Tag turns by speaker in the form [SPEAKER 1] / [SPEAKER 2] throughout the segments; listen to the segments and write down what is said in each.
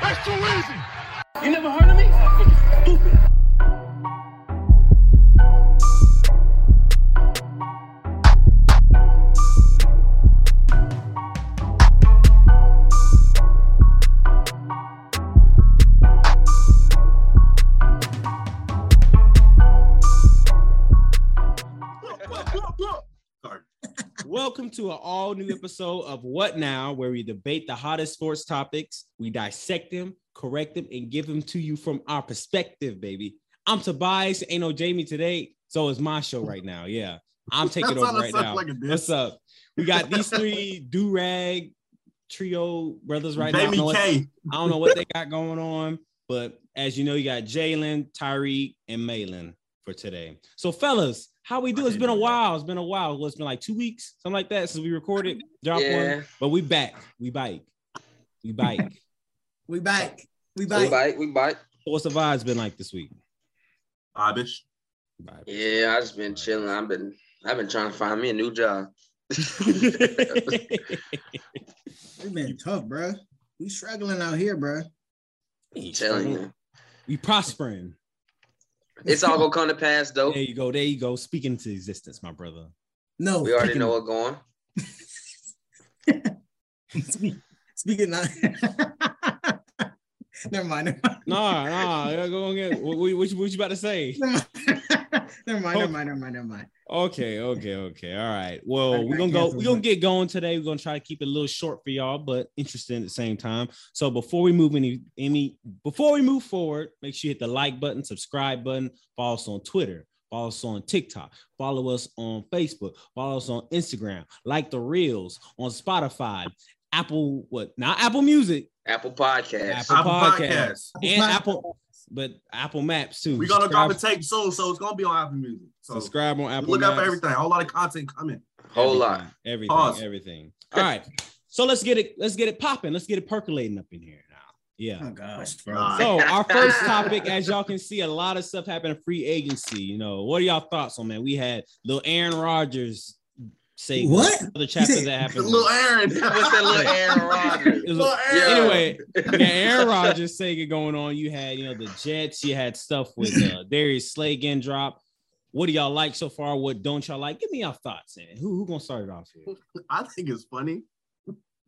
[SPEAKER 1] That's too easy. You never heard of me? Motherfucking Stupid.
[SPEAKER 2] Welcome to an all new episode of What Now, where we debate the hottest sports topics, we dissect them, correct them, and give them to you from our perspective, baby. I'm Tobias, ain't no Jamie today, so it's my show right now. Yeah, I'm taking
[SPEAKER 3] That
[SPEAKER 2] over
[SPEAKER 3] sounded
[SPEAKER 2] right
[SPEAKER 3] such
[SPEAKER 2] now.
[SPEAKER 3] Like a diss.
[SPEAKER 2] What's up? We got these three do rag trio brothers right now. I don't
[SPEAKER 3] Baby
[SPEAKER 2] know what-
[SPEAKER 3] K.
[SPEAKER 2] I don't know what they got going on, but as you know, you got Jalen, Tyreek, and Malin for today. So, fellas, how we do? It's been a while. It's been a while. Well, it's been like two weeks, something like that, since we recorded. Drop
[SPEAKER 4] Yeah,
[SPEAKER 2] one, but we back. We bike. We bike.
[SPEAKER 5] We back. We
[SPEAKER 4] we
[SPEAKER 5] back.
[SPEAKER 4] bite, we bite.
[SPEAKER 2] What's the vibes been like this week?
[SPEAKER 3] Bobbish.
[SPEAKER 2] Vibe.
[SPEAKER 4] Yeah, I just been chilling. I've been, I've been trying to find me a new job.
[SPEAKER 5] We've been tough, bruh. We struggling out here, bruh.
[SPEAKER 4] Telling you,
[SPEAKER 2] We prospering.
[SPEAKER 4] it's all gonna come to pass though.
[SPEAKER 2] There you go. There you go. Speaking to existence, my brother.
[SPEAKER 5] No.
[SPEAKER 4] We already know what's going.
[SPEAKER 5] Speaking, speaking of, never mind.
[SPEAKER 2] Nah, nah. yeah, Go on get what, what, you- what you about to say?
[SPEAKER 5] Never mind. Never mind. Never mind. Never mind. Never mind.
[SPEAKER 2] Okay, okay, okay. All right. Well,
[SPEAKER 5] Right,
[SPEAKER 2] we're
[SPEAKER 5] right,
[SPEAKER 2] gonna go,
[SPEAKER 5] cancel
[SPEAKER 2] we're gonna
[SPEAKER 5] it.
[SPEAKER 2] get going today. We're gonna try to keep it a little short for y'all, but interesting at the same time. So before we move any any before we move forward, make sure you hit the like button, subscribe button, follow us on Twitter, follow us on TikTok, follow us on Facebook, follow us on Instagram, like the reels on Spotify, Apple, what not Apple Music
[SPEAKER 4] Apple Podcast.
[SPEAKER 2] Apple
[SPEAKER 3] Apple
[SPEAKER 2] Podcast.
[SPEAKER 3] Podcast.
[SPEAKER 2] and Apple, but Apple Maps too.
[SPEAKER 3] We're gonna drop
[SPEAKER 2] subscribe,
[SPEAKER 3] a tape soon, so it's gonna be on Apple Music. So
[SPEAKER 2] subscribe on Apple
[SPEAKER 3] look out for
[SPEAKER 2] Maps.
[SPEAKER 3] everything. A whole lot of content coming.
[SPEAKER 4] Whole lot.
[SPEAKER 2] Everything.
[SPEAKER 3] Pause.
[SPEAKER 2] Everything. All right. So let's get it. Let's get it popping. Let's get it percolating up in here now. Yeah.
[SPEAKER 5] Oh gosh, bro.
[SPEAKER 3] Nah.
[SPEAKER 2] So our first topic, as y'all can see, a lot of stuff happened in free agency. You know, what are y'all thoughts on man? We had little Aaron Rodgers say
[SPEAKER 5] What?
[SPEAKER 2] the chapter
[SPEAKER 5] said-
[SPEAKER 2] that happened.
[SPEAKER 3] Little Aaron. What's
[SPEAKER 4] What's that little Aaron Rodgers?
[SPEAKER 2] It was-
[SPEAKER 3] Little Aaron.
[SPEAKER 2] anyway, yeah, Aaron Rodgers saga going on. You had, you know, the Jets. You had stuff with uh, Darius Slay getting drop. What do y'all like so far? What don't y'all like? Give me your thoughts, man. Who who gonna start it off here?
[SPEAKER 3] I think it's funny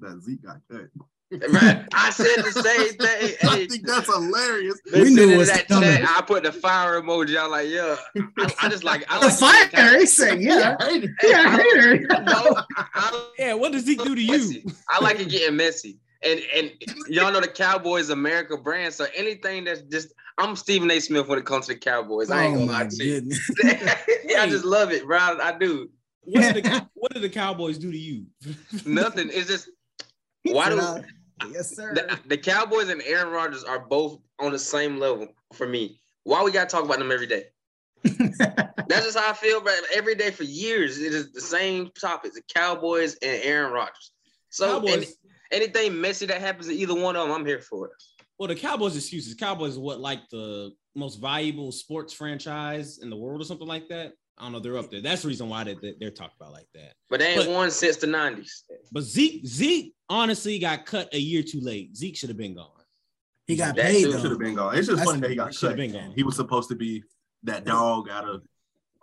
[SPEAKER 3] that Zeke got cut.
[SPEAKER 4] Right. I said the same thing.
[SPEAKER 3] I
[SPEAKER 4] Hey,
[SPEAKER 3] think that's hilarious.
[SPEAKER 4] they
[SPEAKER 5] We knew
[SPEAKER 4] sent it
[SPEAKER 5] it was
[SPEAKER 4] that
[SPEAKER 5] coming.
[SPEAKER 4] chat, I put the fire emoji. I'm like, yeah, I, I just like I
[SPEAKER 5] The
[SPEAKER 4] like
[SPEAKER 5] fire. He said, yeah.
[SPEAKER 3] I hate it.
[SPEAKER 5] Yeah, I hate her.
[SPEAKER 4] No, I,
[SPEAKER 2] Yeah, what does he do to you?
[SPEAKER 4] Messy. I like it getting messy. And and y'all know the Cowboys America brand. So anything that's just I'm Stephen A. Smith when it comes to the Cowboys. I ain't
[SPEAKER 5] Oh
[SPEAKER 4] gonna
[SPEAKER 5] my
[SPEAKER 4] lie to you.
[SPEAKER 5] goodness.
[SPEAKER 4] I just love it, bro. I, I do.
[SPEAKER 2] What did, the, what did the Cowboys do to you?
[SPEAKER 4] Nothing. It's just Why do-
[SPEAKER 5] Nah. Yes, sir.
[SPEAKER 4] the, the Cowboys and Aaron Rodgers are both on the same level for me. Why we gotta talk about them every day? That's just how I feel, bro. Every day for years, it is the same topics: the Cowboys and Aaron Rodgers. So
[SPEAKER 2] Cowboys.
[SPEAKER 4] any- anything messy that happens to either one of them, I'm here for it.
[SPEAKER 2] well, the Cowboys' excuses. Cowboys is what like the most valuable sports franchise in the world, or something like that. I don't know. They're up there. That's the reason why they, they, are talked about like that.
[SPEAKER 4] But they ain't
[SPEAKER 2] But-
[SPEAKER 4] won since the '90s.
[SPEAKER 2] But Zeke, Zeke, honestly, got cut a year too late. Zeke should have been gone.
[SPEAKER 5] he got
[SPEAKER 4] That
[SPEAKER 5] paid
[SPEAKER 4] dude
[SPEAKER 3] He should
[SPEAKER 5] though.
[SPEAKER 3] have been gone. It's just
[SPEAKER 5] That's-
[SPEAKER 3] funny that he got
[SPEAKER 2] he
[SPEAKER 3] cut.
[SPEAKER 2] should've been gone.
[SPEAKER 3] He was supposed to be that dog out of.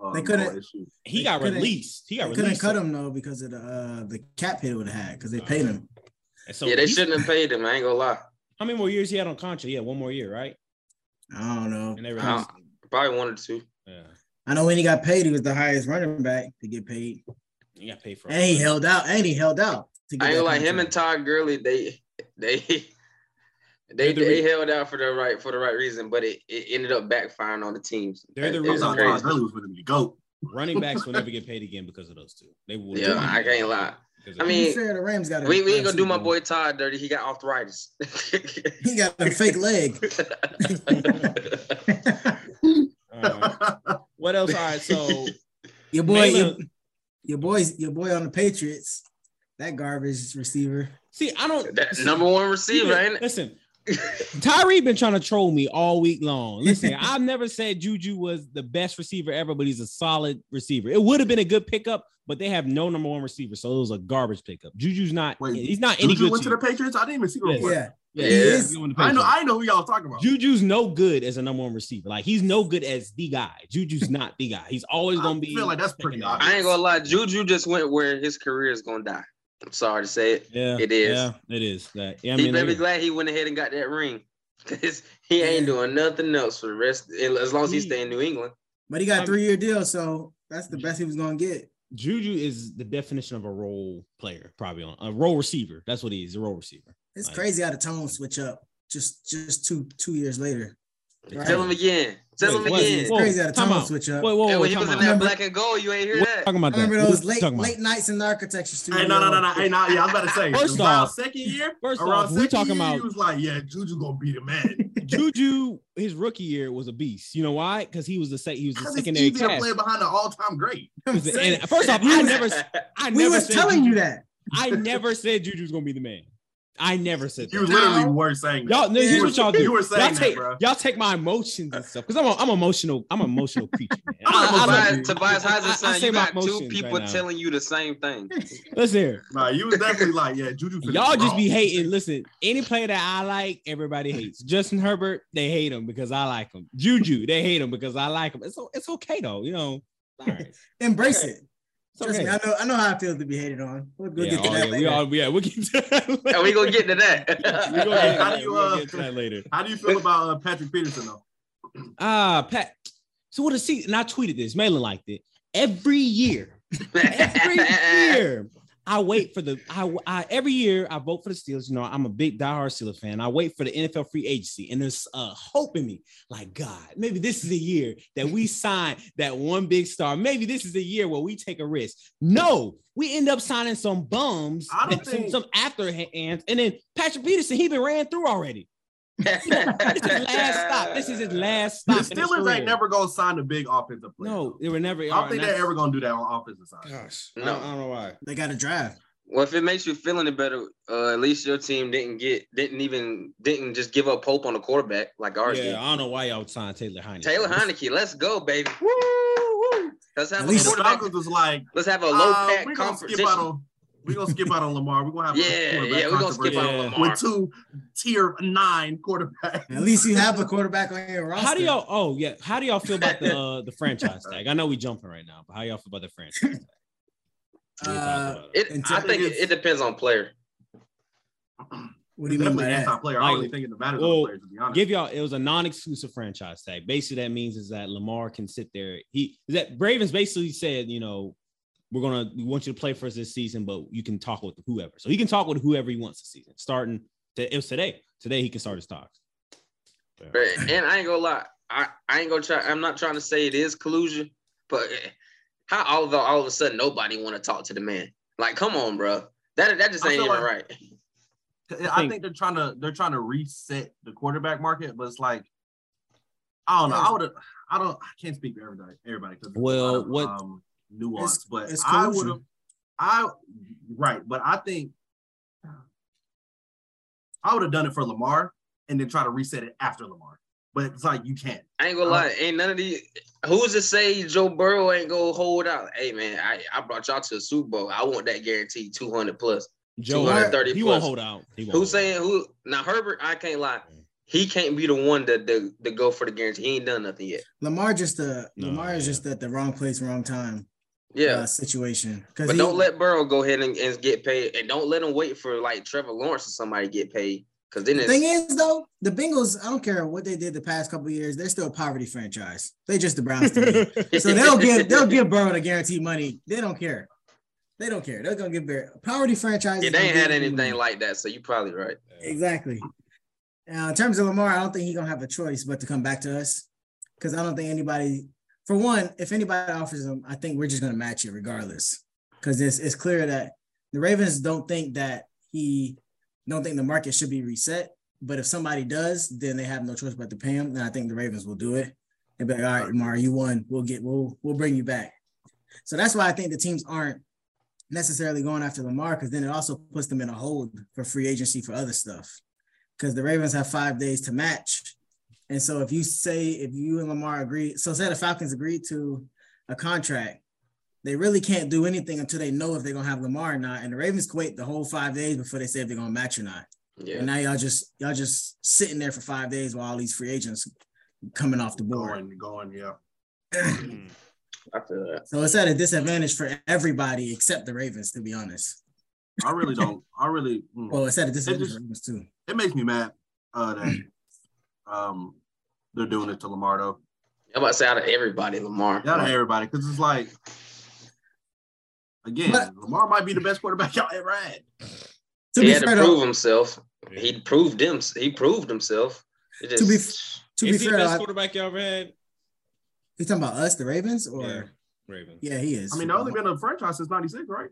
[SPEAKER 3] Um,
[SPEAKER 5] They couldn't-
[SPEAKER 3] LSU.
[SPEAKER 2] He
[SPEAKER 5] They
[SPEAKER 2] got
[SPEAKER 5] couldn't-
[SPEAKER 2] released. He got
[SPEAKER 5] They couldn't
[SPEAKER 2] released.
[SPEAKER 5] cut him though because of the uh, the cap hit would have had because they paid
[SPEAKER 4] Uh,
[SPEAKER 5] him.
[SPEAKER 2] And So
[SPEAKER 4] yeah, they
[SPEAKER 2] he-
[SPEAKER 4] shouldn't have paid him. I ain't gonna lie.
[SPEAKER 2] How many more years he had on contract? Yeah, one more year, right?
[SPEAKER 5] I don't know.
[SPEAKER 2] And they
[SPEAKER 5] I,
[SPEAKER 2] released.
[SPEAKER 4] Uh-huh.
[SPEAKER 5] don't-
[SPEAKER 2] him.
[SPEAKER 4] Probably one or two.
[SPEAKER 2] Yeah,
[SPEAKER 5] I know when he got paid, he was the highest running back to get paid,
[SPEAKER 2] he got paid for.
[SPEAKER 5] and he
[SPEAKER 2] it.
[SPEAKER 5] held out. And he held out. To
[SPEAKER 4] I
[SPEAKER 5] that
[SPEAKER 4] ain't gonna lie. Him
[SPEAKER 5] contract.
[SPEAKER 4] and Todd Gurley, they they
[SPEAKER 2] They're
[SPEAKER 4] they,
[SPEAKER 2] the re-
[SPEAKER 4] they held out for the right for the right reason, but it, it ended up backfiring on the teams.
[SPEAKER 2] They're
[SPEAKER 3] I
[SPEAKER 2] the
[SPEAKER 4] It- it's
[SPEAKER 2] reason
[SPEAKER 3] thought
[SPEAKER 2] crazy.
[SPEAKER 3] Todd Gurley was going to be the goat.
[SPEAKER 2] Running backs will never get paid again because of those two. They will.
[SPEAKER 4] Yeah, I can't lie.
[SPEAKER 2] Because
[SPEAKER 4] I
[SPEAKER 2] of-
[SPEAKER 4] mean,
[SPEAKER 5] To be fair, the Rams got. a-
[SPEAKER 4] We, we ain't gonna do my
[SPEAKER 5] got a-
[SPEAKER 4] boy Todd dirty. He got arthritis.
[SPEAKER 5] He got a fake leg.
[SPEAKER 2] All right. what else? All right, so
[SPEAKER 5] Your boy, your,
[SPEAKER 2] Malin-
[SPEAKER 5] your boy's your boy on the Patriots. That garbage receiver.
[SPEAKER 2] see, I don't.
[SPEAKER 4] That number one receiver,
[SPEAKER 2] Listen,
[SPEAKER 4] ain't it?
[SPEAKER 2] Listen, Tyree been trying to troll me all week long. Listen, I've never said Juju was the best receiver ever, but he's a solid receiver. It would have been a good pickup, but they have no number one receiver, so it was a garbage pickup. Juju's not.
[SPEAKER 3] Wait,
[SPEAKER 2] he's not any
[SPEAKER 3] Juju
[SPEAKER 2] good.
[SPEAKER 3] went
[SPEAKER 2] to
[SPEAKER 3] to
[SPEAKER 2] you.
[SPEAKER 3] the Patriots. I didn't even see the
[SPEAKER 2] Yes.
[SPEAKER 3] report.
[SPEAKER 5] Yeah,
[SPEAKER 4] Yeah.
[SPEAKER 5] is.
[SPEAKER 2] Going to
[SPEAKER 3] I know.
[SPEAKER 2] Patriots.
[SPEAKER 3] I know who y'all talking about.
[SPEAKER 2] Juju's no good as a number one receiver. Like he's no good as the guy. Juju's not the guy. He's always
[SPEAKER 3] I
[SPEAKER 2] gonna be.
[SPEAKER 3] feel like that's pretty
[SPEAKER 2] second guy.
[SPEAKER 4] I ain't gonna lie, Juju just went where his career is gonna die. I'm sorry to say it.
[SPEAKER 2] Yeah,
[SPEAKER 4] It is.
[SPEAKER 2] Yeah, it is. That. Yeah, I
[SPEAKER 4] he
[SPEAKER 2] mean,
[SPEAKER 4] better be
[SPEAKER 2] it is.
[SPEAKER 4] glad he went ahead and got that ring. Cause he ain't doing nothing else for the rest as long as he stay in New England.
[SPEAKER 5] But he got
[SPEAKER 2] I'm-
[SPEAKER 5] a three year deal, so that's the best he was gonna get.
[SPEAKER 2] Juju is the definition of a role player, probably on a role receiver. That's what he is, a role receiver.
[SPEAKER 5] It's
[SPEAKER 2] Like-
[SPEAKER 5] crazy how the tone switch up just just two two years later. Right.
[SPEAKER 4] Tell him again. Tell
[SPEAKER 2] Wait,
[SPEAKER 4] him
[SPEAKER 2] what?
[SPEAKER 4] again.
[SPEAKER 5] It's
[SPEAKER 2] Whoa,
[SPEAKER 5] crazy how the
[SPEAKER 2] time
[SPEAKER 5] tone
[SPEAKER 2] out.
[SPEAKER 5] switch up.
[SPEAKER 2] Whoa, whoa,
[SPEAKER 4] Hey,
[SPEAKER 2] whoa!
[SPEAKER 4] when he
[SPEAKER 2] time
[SPEAKER 4] was in
[SPEAKER 2] out.
[SPEAKER 4] that
[SPEAKER 5] Remember-
[SPEAKER 4] black and gold, you ain't hear
[SPEAKER 2] What
[SPEAKER 4] that.
[SPEAKER 2] talking
[SPEAKER 5] I
[SPEAKER 2] about that?
[SPEAKER 5] remember
[SPEAKER 2] What
[SPEAKER 5] those
[SPEAKER 2] you
[SPEAKER 5] late
[SPEAKER 2] talking about?
[SPEAKER 5] late nights in the architecture studio.
[SPEAKER 3] Hey, no, no, no, no. Hey, no, yeah, I was about to say.
[SPEAKER 2] First
[SPEAKER 3] around
[SPEAKER 2] off-
[SPEAKER 3] second year,
[SPEAKER 2] first
[SPEAKER 3] around
[SPEAKER 2] off, we
[SPEAKER 3] second
[SPEAKER 2] talking
[SPEAKER 3] year,
[SPEAKER 2] about-
[SPEAKER 3] He was like, yeah, Juju gonna be the man.
[SPEAKER 2] Juju, his rookie year was a beast. You know why? Because he was the sec- he was the
[SPEAKER 3] Because it's
[SPEAKER 2] secondary
[SPEAKER 3] easy to
[SPEAKER 2] cast.
[SPEAKER 3] play behind an all-time great.
[SPEAKER 2] He was the- and first off, I never, I
[SPEAKER 5] we
[SPEAKER 2] never
[SPEAKER 5] was
[SPEAKER 2] said
[SPEAKER 5] telling
[SPEAKER 2] Juju-
[SPEAKER 5] you that.
[SPEAKER 2] I never said Juju's gonna be the man. I never said
[SPEAKER 3] You
[SPEAKER 2] that.
[SPEAKER 3] literally
[SPEAKER 5] No.
[SPEAKER 3] were saying that.
[SPEAKER 2] Y'all, no, here's
[SPEAKER 5] You
[SPEAKER 2] what y'all
[SPEAKER 3] were-
[SPEAKER 2] do.
[SPEAKER 3] you were saying
[SPEAKER 2] y'all
[SPEAKER 3] that,
[SPEAKER 2] take,
[SPEAKER 3] bro.
[SPEAKER 2] y'all take my emotions and stuff because I'm, a, I'm emotional. I'm an emotional creature. Man.
[SPEAKER 3] I'm an
[SPEAKER 2] I- I love-
[SPEAKER 3] emotional-
[SPEAKER 4] Tobias, Tobias
[SPEAKER 2] I- I-
[SPEAKER 4] Heiser's
[SPEAKER 2] I
[SPEAKER 4] son,
[SPEAKER 2] say
[SPEAKER 4] you
[SPEAKER 2] my
[SPEAKER 4] got two
[SPEAKER 2] emotions
[SPEAKER 4] people
[SPEAKER 2] right now.
[SPEAKER 4] telling you the same thing.
[SPEAKER 2] listen here.
[SPEAKER 3] Nah, you was definitely like, yeah, Juju. finna
[SPEAKER 2] Y'all just
[SPEAKER 3] raw.
[SPEAKER 2] be hating. Listen, any player that I like, everybody hates. Justin Herbert, they hate him because I like him. Juju, they hate him because I like him. It's o- it's okay though, you know. All right, it's
[SPEAKER 5] Embrace
[SPEAKER 2] Okay.
[SPEAKER 5] it. Trust
[SPEAKER 2] okay.
[SPEAKER 5] me, I know I know how I feel to be hated on. We'll, we'll
[SPEAKER 2] yeah,
[SPEAKER 5] get to
[SPEAKER 2] oh,
[SPEAKER 5] that
[SPEAKER 2] yeah, we
[SPEAKER 5] later.
[SPEAKER 2] all yeah, we can.
[SPEAKER 4] And we gonna get
[SPEAKER 2] we
[SPEAKER 4] to
[SPEAKER 2] gonna
[SPEAKER 4] that.
[SPEAKER 2] get,
[SPEAKER 3] How do you,
[SPEAKER 2] we'll
[SPEAKER 3] uh,
[SPEAKER 2] get to that later.
[SPEAKER 3] How do you feel about uh, Patrick Peterson though?
[SPEAKER 2] Ah, Pat. So what is he? And I tweeted this. Malin liked it. Every year, every year I wait for the I, I every year I vote for the Steelers. You know, I'm a big diehard Steelers fan. I wait for the NFL free agency, and there's uh, hope in me. Like God, maybe this is a year that we sign that one big star. Maybe this is a year where we take a risk. No, we end up signing some bums,
[SPEAKER 3] I don't
[SPEAKER 2] that- some-
[SPEAKER 3] think-
[SPEAKER 2] some afterhands, and then Patrick Peterson he been ran through already. This is his last stop. This is his last
[SPEAKER 3] The
[SPEAKER 2] stop. in his
[SPEAKER 3] Steelers
[SPEAKER 2] career.
[SPEAKER 3] ain't never gonna sign a big offensive player.
[SPEAKER 2] No, they were never.
[SPEAKER 3] I don't think they're
[SPEAKER 2] that's-
[SPEAKER 3] ever gonna do that on offensive side.
[SPEAKER 2] Gosh,
[SPEAKER 4] No.
[SPEAKER 2] I, don't, I don't know why.
[SPEAKER 5] They got to drive.
[SPEAKER 4] Well, if it makes you feel any better, uh, at least your team didn't get, didn't even, didn't just give up hope on the quarterback like ours did.
[SPEAKER 2] Yeah, I don't know why y'all signed Taylor Heineke.
[SPEAKER 4] Taylor Heineke, let's go, baby. Let's have
[SPEAKER 5] At
[SPEAKER 4] a
[SPEAKER 5] least
[SPEAKER 3] The
[SPEAKER 4] quarterback.
[SPEAKER 3] Falcons was like,
[SPEAKER 4] Let's have a low
[SPEAKER 3] uh,
[SPEAKER 4] pack
[SPEAKER 3] we're gonna skip
[SPEAKER 4] competition.
[SPEAKER 3] out on, we gonna skip out on Lamar. We're gonna have a
[SPEAKER 4] yeah,
[SPEAKER 3] quarterback
[SPEAKER 4] yeah, we're gonna skip
[SPEAKER 3] controversy
[SPEAKER 4] out on
[SPEAKER 2] Yeah.
[SPEAKER 4] Lamar.
[SPEAKER 3] with two tier nine quarterbacks.
[SPEAKER 5] At least you have a quarterback on your roster.
[SPEAKER 2] How do y'all? Oh yeah, how do y'all feel about the uh, the franchise tag? I know we jumping right now, but how y'all feel about the franchise tag? We talked
[SPEAKER 5] Uh,
[SPEAKER 2] about it.
[SPEAKER 4] It,
[SPEAKER 5] And
[SPEAKER 4] I think it,
[SPEAKER 3] it's-
[SPEAKER 4] it depends on player.
[SPEAKER 5] What do you mean by
[SPEAKER 3] Definitely
[SPEAKER 5] that?
[SPEAKER 3] anti-player. I don't
[SPEAKER 2] Like,
[SPEAKER 3] really think it matters
[SPEAKER 2] well,
[SPEAKER 3] on the players to be honest.
[SPEAKER 2] Give y'all it was a non-exclusive franchise tag. Basically, that means is that Lamar can sit there. He that Ravens basically said, you know, we're gonna we want you to play for us this season, but you can talk with whoever. So he can talk with whoever he wants this season. Starting to, it was today. Today he can start his talks.
[SPEAKER 4] But, and I ain't gonna lie, I, I ain't gonna try. I'm not trying to say it is collusion, but eh, how all of a, all of a sudden nobody want to talk to the man? Like, come on, bro. That that just
[SPEAKER 3] I
[SPEAKER 4] ain't even
[SPEAKER 3] feel like-
[SPEAKER 4] right.
[SPEAKER 3] I think, they're trying to they're trying to reset the quarterback market, but it's like I don't know. I would I don't I can't speak for everybody everybody because
[SPEAKER 2] Well, what-
[SPEAKER 3] um, nuance,
[SPEAKER 5] It's-
[SPEAKER 3] but
[SPEAKER 5] it's
[SPEAKER 3] I would
[SPEAKER 5] collusion.
[SPEAKER 3] have I right, but I think I would have done it for Lamar and then try to reset it after Lamar. But it's like you can't.
[SPEAKER 4] I ain't gonna
[SPEAKER 5] Uh-huh.
[SPEAKER 4] lie. Ain't none of these. Who's to say Joe Burrow ain't gonna hold out? Hey man, I, I brought y'all to the Super Bowl. I want that guaranteed 200 plus.
[SPEAKER 2] Joe,
[SPEAKER 4] 230
[SPEAKER 2] he won't
[SPEAKER 4] plus.
[SPEAKER 2] hold out. He won't
[SPEAKER 4] Who's
[SPEAKER 2] hold out.
[SPEAKER 4] saying who? Now Herbert, I can't lie. He can't be the one to, to, to go for the guarantee. He ain't done nothing yet.
[SPEAKER 5] Lamar just uh
[SPEAKER 2] No,
[SPEAKER 5] Lamar is
[SPEAKER 2] yeah.
[SPEAKER 5] just at the wrong place, wrong time
[SPEAKER 4] Yeah.
[SPEAKER 5] uh, situation. Because
[SPEAKER 4] but don't let Burrow go ahead and, and get paid, and don't let him wait for like Trevor Lawrence or somebody to get paid. Because then
[SPEAKER 5] the
[SPEAKER 4] it's,
[SPEAKER 5] thing is though, the Bengals. I don't care what they did the past couple of years. They're still a poverty franchise. They just the Browns to me. so they'll give they'll give Burrow the guaranteed money. They don't care. They don't care. They're gonna give Burrow poverty franchise.
[SPEAKER 4] It ain't had anything like that, so you probably right.
[SPEAKER 5] exactly. Now, in terms of Lamar, I don't think he's gonna have a choice but to come back to us because I don't think anybody. For one, if anybody offers him, I think we're just gonna match it regardless because it's it's clear that the Ravens don't think that he don't think the market should be reset. But if somebody does, then they have no choice but to pay him, and I think the Ravens will do it. They'll be like, "All right, Lamar, you won. We'll get we'll we'll bring you back." So that's why I think the teams aren't necessarily going after Lamar because then it also puts them in a hold for free agency for other stuff. Because the Ravens have five days to match. And so if you say if you and Lamar agree, so say the Falcons agree to a contract, they really can't do anything until they know if they're gonna have Lamar or not. And the Ravens can wait the whole five days before they say if they're gonna match or not.
[SPEAKER 4] Yeah.
[SPEAKER 5] And now y'all just y'all just sitting there for five days while all these free agents coming off the board.
[SPEAKER 3] Going, going, yeah.
[SPEAKER 4] I feel that.
[SPEAKER 5] So it's at a disadvantage for everybody except the Ravens, to be honest.
[SPEAKER 3] I really don't. I really. mm.
[SPEAKER 5] Well, it's at a disadvantage
[SPEAKER 3] just-
[SPEAKER 5] for Ravens too.
[SPEAKER 3] It makes me mad uh, that um they're doing it to Lamar though.
[SPEAKER 4] I'm about to say out of everybody, Lamar.
[SPEAKER 3] Not everybody, because it's like again,
[SPEAKER 5] But-
[SPEAKER 3] Lamar might be the best quarterback y'all ever had.
[SPEAKER 5] To
[SPEAKER 4] he
[SPEAKER 5] be
[SPEAKER 4] had to
[SPEAKER 5] fair,
[SPEAKER 4] prove
[SPEAKER 5] though,
[SPEAKER 4] himself. He proved him. He proved himself. It
[SPEAKER 5] To be
[SPEAKER 4] just-
[SPEAKER 5] to be
[SPEAKER 2] Is he the
[SPEAKER 5] fair,
[SPEAKER 2] best
[SPEAKER 5] though,
[SPEAKER 2] quarterback you ever had?
[SPEAKER 5] he's talking about us, the Ravens, or
[SPEAKER 2] Yeah,
[SPEAKER 5] yeah,
[SPEAKER 2] Ravens.
[SPEAKER 5] he is.
[SPEAKER 3] I mean, they've only been a franchise since '96, right?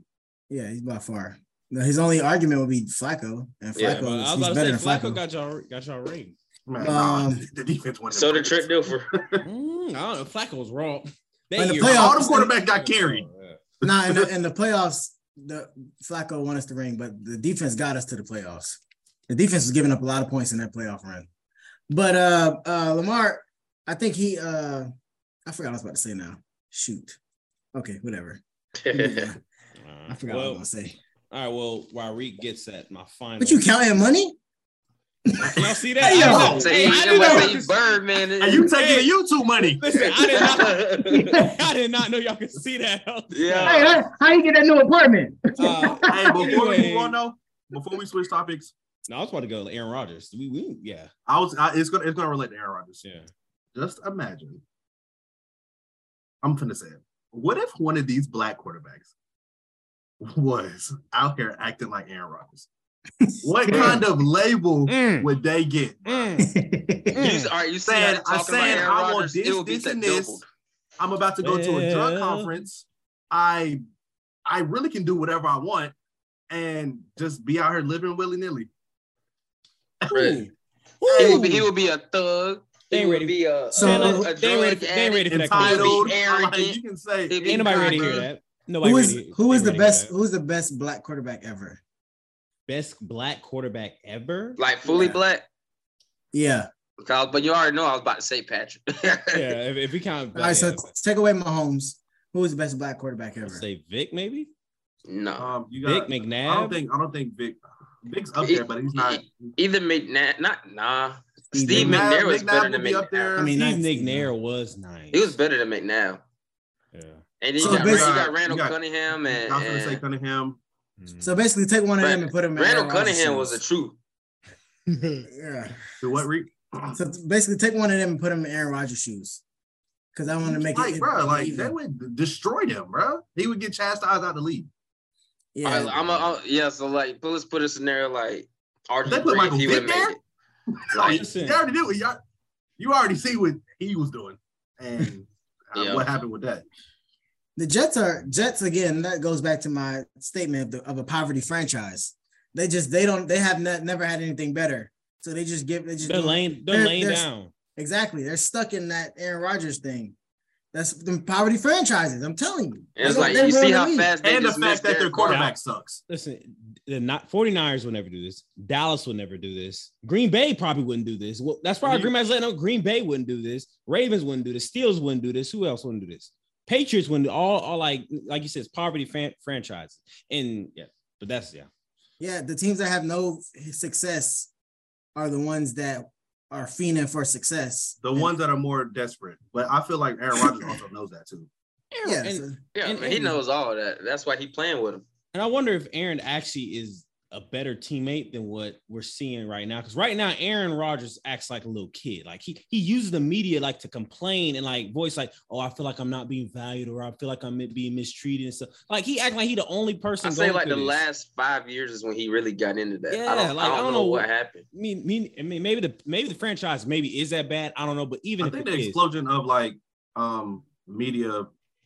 [SPEAKER 5] yeah, he's by far. No, His only argument would be Flacco, and Flacco
[SPEAKER 4] Yeah,
[SPEAKER 2] But I was
[SPEAKER 5] he's
[SPEAKER 2] about to say
[SPEAKER 5] better than
[SPEAKER 2] Flacco
[SPEAKER 5] Flacco.
[SPEAKER 2] got y'all got y'all rating.
[SPEAKER 3] Man, nah,
[SPEAKER 5] Um,
[SPEAKER 3] the defense won.
[SPEAKER 4] so did Trent Dilfer.
[SPEAKER 2] Mm, I don't know. Flacco was raw. Oh, That
[SPEAKER 5] In the
[SPEAKER 2] year,
[SPEAKER 5] playoffs-
[SPEAKER 3] All the quarterback got carried.
[SPEAKER 5] nah, in the, in the playoffs, the Flacco won us the ring, but the defense got us to the playoffs. The defense was giving up a lot of points in that playoff run. But uh, uh Lamar, I think he uh I forgot what I was about to say now. Shoot. Okay, whatever. Yeah, I forgot what I was
[SPEAKER 2] Well,
[SPEAKER 5] gonna say.
[SPEAKER 2] all right. Well, while Reed gets that, my final.
[SPEAKER 5] But you counting money?
[SPEAKER 2] Y'all see that?
[SPEAKER 5] Hey, yo.
[SPEAKER 2] I know.
[SPEAKER 4] Say
[SPEAKER 2] Hey,
[SPEAKER 4] he-
[SPEAKER 2] I
[SPEAKER 4] I'm
[SPEAKER 2] didn't
[SPEAKER 4] about to
[SPEAKER 2] know.
[SPEAKER 4] say he burned, man.
[SPEAKER 3] And you taking the YouTube money?
[SPEAKER 2] Listen, I did not. I did not know y'all could see that.
[SPEAKER 4] Yeah.
[SPEAKER 5] Hey, how, how you get that new apartment?
[SPEAKER 2] Uh,
[SPEAKER 3] hey, before we
[SPEAKER 2] Anyway.
[SPEAKER 3] move on though, before we switch topics,
[SPEAKER 2] no, I was about to go to Aaron Rodgers. We, we yeah,
[SPEAKER 3] I was I, it's gonna it's gonna relate to Aaron Rodgers.
[SPEAKER 2] yeah.
[SPEAKER 3] Just imagine. I'm finna say it. What if one of these black quarterbacks was out here acting like Aaron Rodgers? What kind of label
[SPEAKER 2] Mm.
[SPEAKER 3] would they get?
[SPEAKER 4] You, all right, you
[SPEAKER 3] Saying,
[SPEAKER 4] said
[SPEAKER 3] I
[SPEAKER 4] I
[SPEAKER 3] said
[SPEAKER 4] said
[SPEAKER 3] I want this, this, and this. I'm about to go to a drug
[SPEAKER 2] Well.
[SPEAKER 3] conference. I I really can do whatever I want and just be out here living willy-nilly.
[SPEAKER 4] Right.
[SPEAKER 2] Ooh.
[SPEAKER 4] He would be, he would be a thug.
[SPEAKER 2] They
[SPEAKER 4] He
[SPEAKER 2] ready.
[SPEAKER 4] would be a,
[SPEAKER 5] So,
[SPEAKER 4] a,
[SPEAKER 5] they
[SPEAKER 4] a
[SPEAKER 2] they ain't ready.
[SPEAKER 4] drug
[SPEAKER 2] For, they ain't ready
[SPEAKER 4] addict.
[SPEAKER 2] for that.
[SPEAKER 3] Entitled.
[SPEAKER 2] conversation.
[SPEAKER 4] Arrogant.
[SPEAKER 3] Like, you can say
[SPEAKER 4] He'd be
[SPEAKER 2] Ain't nobody ready to hear
[SPEAKER 4] cocky.
[SPEAKER 2] that. Nobody.
[SPEAKER 5] who is
[SPEAKER 2] ready,
[SPEAKER 5] who is the
[SPEAKER 2] ain't ready to
[SPEAKER 5] best
[SPEAKER 2] hear
[SPEAKER 5] who is the best black quarterback ever?
[SPEAKER 2] that. Best black quarterback ever?
[SPEAKER 4] Like fully
[SPEAKER 5] Yeah.
[SPEAKER 4] black.
[SPEAKER 5] Yeah.
[SPEAKER 4] Kyle, But you already know I was about to say Patrick.
[SPEAKER 2] yeah. If, if we count,
[SPEAKER 5] All right, so
[SPEAKER 2] yeah,
[SPEAKER 5] t- take away Mahomes. Who is the best black quarterback ever?
[SPEAKER 2] I'd say Vic maybe.
[SPEAKER 4] no.
[SPEAKER 3] um you
[SPEAKER 2] Vic
[SPEAKER 3] got
[SPEAKER 2] McNabb.
[SPEAKER 3] I don't think I don't think Vic Vic's up there, but he's not
[SPEAKER 4] E, Either McNabb, not nah.
[SPEAKER 5] Steve
[SPEAKER 4] Steve
[SPEAKER 3] McNabb-
[SPEAKER 4] McNair was
[SPEAKER 3] McNabb
[SPEAKER 4] better
[SPEAKER 3] would
[SPEAKER 4] than
[SPEAKER 3] be up
[SPEAKER 4] McNabb.
[SPEAKER 3] there.
[SPEAKER 5] I mean,
[SPEAKER 2] Steve
[SPEAKER 5] not-
[SPEAKER 2] McNair was nice.
[SPEAKER 4] He was better than McNabb.
[SPEAKER 2] Yeah.
[SPEAKER 4] And then
[SPEAKER 5] So
[SPEAKER 4] you, got, Ran- you
[SPEAKER 5] basically-
[SPEAKER 4] got Randall
[SPEAKER 3] you got-
[SPEAKER 4] Cunningham and,
[SPEAKER 3] I was gonna say
[SPEAKER 4] and
[SPEAKER 3] Cunningham.
[SPEAKER 2] Mm-hmm.
[SPEAKER 5] So basically, take one of them
[SPEAKER 4] Ran-
[SPEAKER 5] and put them. in
[SPEAKER 4] Randall
[SPEAKER 5] Aaron Rodgers'
[SPEAKER 4] Cunningham was
[SPEAKER 5] shoes.
[SPEAKER 4] a true.
[SPEAKER 5] Yeah.
[SPEAKER 3] Do what re-
[SPEAKER 5] So basically, take one of them and put them in Aaron Rodgers' shoes, because I want to make
[SPEAKER 3] like,
[SPEAKER 5] it
[SPEAKER 3] bro, like
[SPEAKER 5] even.
[SPEAKER 3] that would destroy them, bro. He would get chastised out the league.
[SPEAKER 5] Yeah.
[SPEAKER 4] All right, I'm a, I'm, yeah, so like, but let's put a scenario like Archie
[SPEAKER 3] They put
[SPEAKER 4] Gray, if
[SPEAKER 3] Michael
[SPEAKER 4] he
[SPEAKER 3] Vick
[SPEAKER 4] would have
[SPEAKER 3] there?
[SPEAKER 4] made it. Like,
[SPEAKER 2] Listen.
[SPEAKER 3] You already knew it. Y'all, you already see what he was doing and uh,
[SPEAKER 4] Yeah.
[SPEAKER 3] what happened with that.
[SPEAKER 5] the Jets are Jets again. That goes back to my statement of, the, of a poverty franchise. They just they don't they have not, never had anything better. So they just give they just
[SPEAKER 2] They're
[SPEAKER 5] do-
[SPEAKER 2] laying. They're,
[SPEAKER 5] They're-
[SPEAKER 2] laying
[SPEAKER 5] they're-
[SPEAKER 2] down.
[SPEAKER 5] exactly they're stuck in that Aaron Rodgers thing. That's the poverty franchises. I'm telling you.
[SPEAKER 4] and it's
[SPEAKER 5] They
[SPEAKER 4] like,
[SPEAKER 5] don't- they
[SPEAKER 4] you see
[SPEAKER 5] ruin the
[SPEAKER 4] how
[SPEAKER 5] league.
[SPEAKER 4] fast they
[SPEAKER 3] And the
[SPEAKER 4] just missed
[SPEAKER 3] fact that their quarterback sucks.
[SPEAKER 2] Listen, the not 49ers will never do this. Dallas will never do this. Green Bay probably wouldn't do this. Well, that's probably
[SPEAKER 3] Green-
[SPEAKER 2] Green Bay's letting up. Green Bay wouldn't do this. Ravens wouldn't do this. Steelers wouldn't do this. Who else wouldn't do this? Patriots wouldn't. do- All, all like, like you said, it's poverty fan, franchise. And yeah, but that's yeah.
[SPEAKER 5] Yeah, the teams that have no success are the ones that are fiending for success.
[SPEAKER 3] The ones that are more desperate. But I feel like Aaron Rodgers also knows that too.
[SPEAKER 5] Yeah,
[SPEAKER 2] And-
[SPEAKER 5] so-
[SPEAKER 4] Yeah,
[SPEAKER 2] And-
[SPEAKER 4] man, he
[SPEAKER 2] and-
[SPEAKER 4] knows all that. That's why he playing with him.
[SPEAKER 2] And I wonder if Aaron actually is a better teammate than what we're seeing right now. Because right now, Aaron Rodgers acts like a little kid. Like he he uses the media like to complain and like voice like, "Oh, I feel like I'm not being valued, or I feel like I'm being mistreated and stuff." Like he act like he the only person.
[SPEAKER 4] I say
[SPEAKER 2] going
[SPEAKER 4] like the
[SPEAKER 2] through this.
[SPEAKER 4] last five years is when he really got into that.
[SPEAKER 2] Yeah,
[SPEAKER 4] I don't,
[SPEAKER 2] like,
[SPEAKER 4] I don't know what happened.
[SPEAKER 2] I mean, mean, I mean, maybe the maybe the franchise maybe is that bad. I don't know, but even
[SPEAKER 3] I
[SPEAKER 2] if
[SPEAKER 3] think
[SPEAKER 2] it
[SPEAKER 3] the
[SPEAKER 2] is,
[SPEAKER 3] explosion of like um media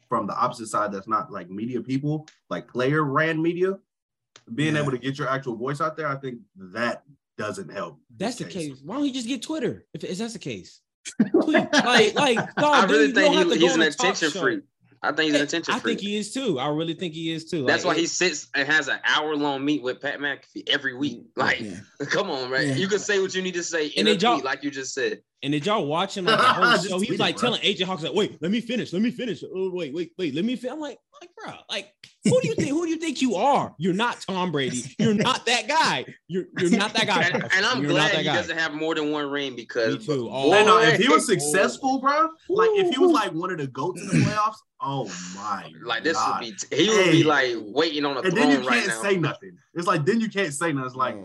[SPEAKER 3] from the opposite side that's not like media people, like player ran media, being
[SPEAKER 5] Yeah.
[SPEAKER 3] able to get your actual voice out there, I think that doesn't help.
[SPEAKER 2] that's the
[SPEAKER 3] these days.
[SPEAKER 2] case. Why don't he just get Twitter if, if that's the case? Tweet. like, like, dog,
[SPEAKER 4] I
[SPEAKER 2] dude,
[SPEAKER 4] really
[SPEAKER 2] Oh, you don't have
[SPEAKER 4] think
[SPEAKER 2] to
[SPEAKER 4] he,
[SPEAKER 2] go
[SPEAKER 4] he's
[SPEAKER 2] on
[SPEAKER 4] an
[SPEAKER 2] a talk
[SPEAKER 4] attention
[SPEAKER 2] show.
[SPEAKER 4] freak. I think he's an attention
[SPEAKER 2] I
[SPEAKER 4] freak.
[SPEAKER 2] think he is too. I really think he is too.
[SPEAKER 4] That's
[SPEAKER 2] Like,
[SPEAKER 4] why he sits and has an hour long meet with Pat McAfee every week. Like,
[SPEAKER 5] yeah.
[SPEAKER 4] come on, man.
[SPEAKER 5] Yeah.
[SPEAKER 4] You can say what you need to say in
[SPEAKER 2] And
[SPEAKER 4] a
[SPEAKER 2] they don't-
[SPEAKER 4] tweet, like you just said.
[SPEAKER 2] And did y'all watch him like the whole
[SPEAKER 3] Just
[SPEAKER 2] show? He was
[SPEAKER 3] tweeted,
[SPEAKER 2] like
[SPEAKER 3] bro.
[SPEAKER 2] telling AJ Hawks like, "Wait, let me finish. Let me finish. Oh, wait, wait, wait. Let me." Fin-. I'm like, like, bro, like Who do you think? Who do you think you are? You're not Tom Brady. You're not that guy. You're you're not that guy.
[SPEAKER 4] And, and I'm
[SPEAKER 2] You're
[SPEAKER 4] glad
[SPEAKER 2] not
[SPEAKER 4] he doesn't have more than one
[SPEAKER 2] Me
[SPEAKER 4] ring because
[SPEAKER 2] too. Oh,
[SPEAKER 3] No, no,
[SPEAKER 4] boy.
[SPEAKER 3] if he was successful, bro, like if he was like one of the goats in the playoffs, oh my,
[SPEAKER 4] like this
[SPEAKER 3] God.
[SPEAKER 4] would be he would
[SPEAKER 3] Hey.
[SPEAKER 4] be like waiting on a
[SPEAKER 3] and
[SPEAKER 4] throne
[SPEAKER 3] then you can't
[SPEAKER 4] right now.
[SPEAKER 3] say nothing. It's like then you can't say nothing. It's like,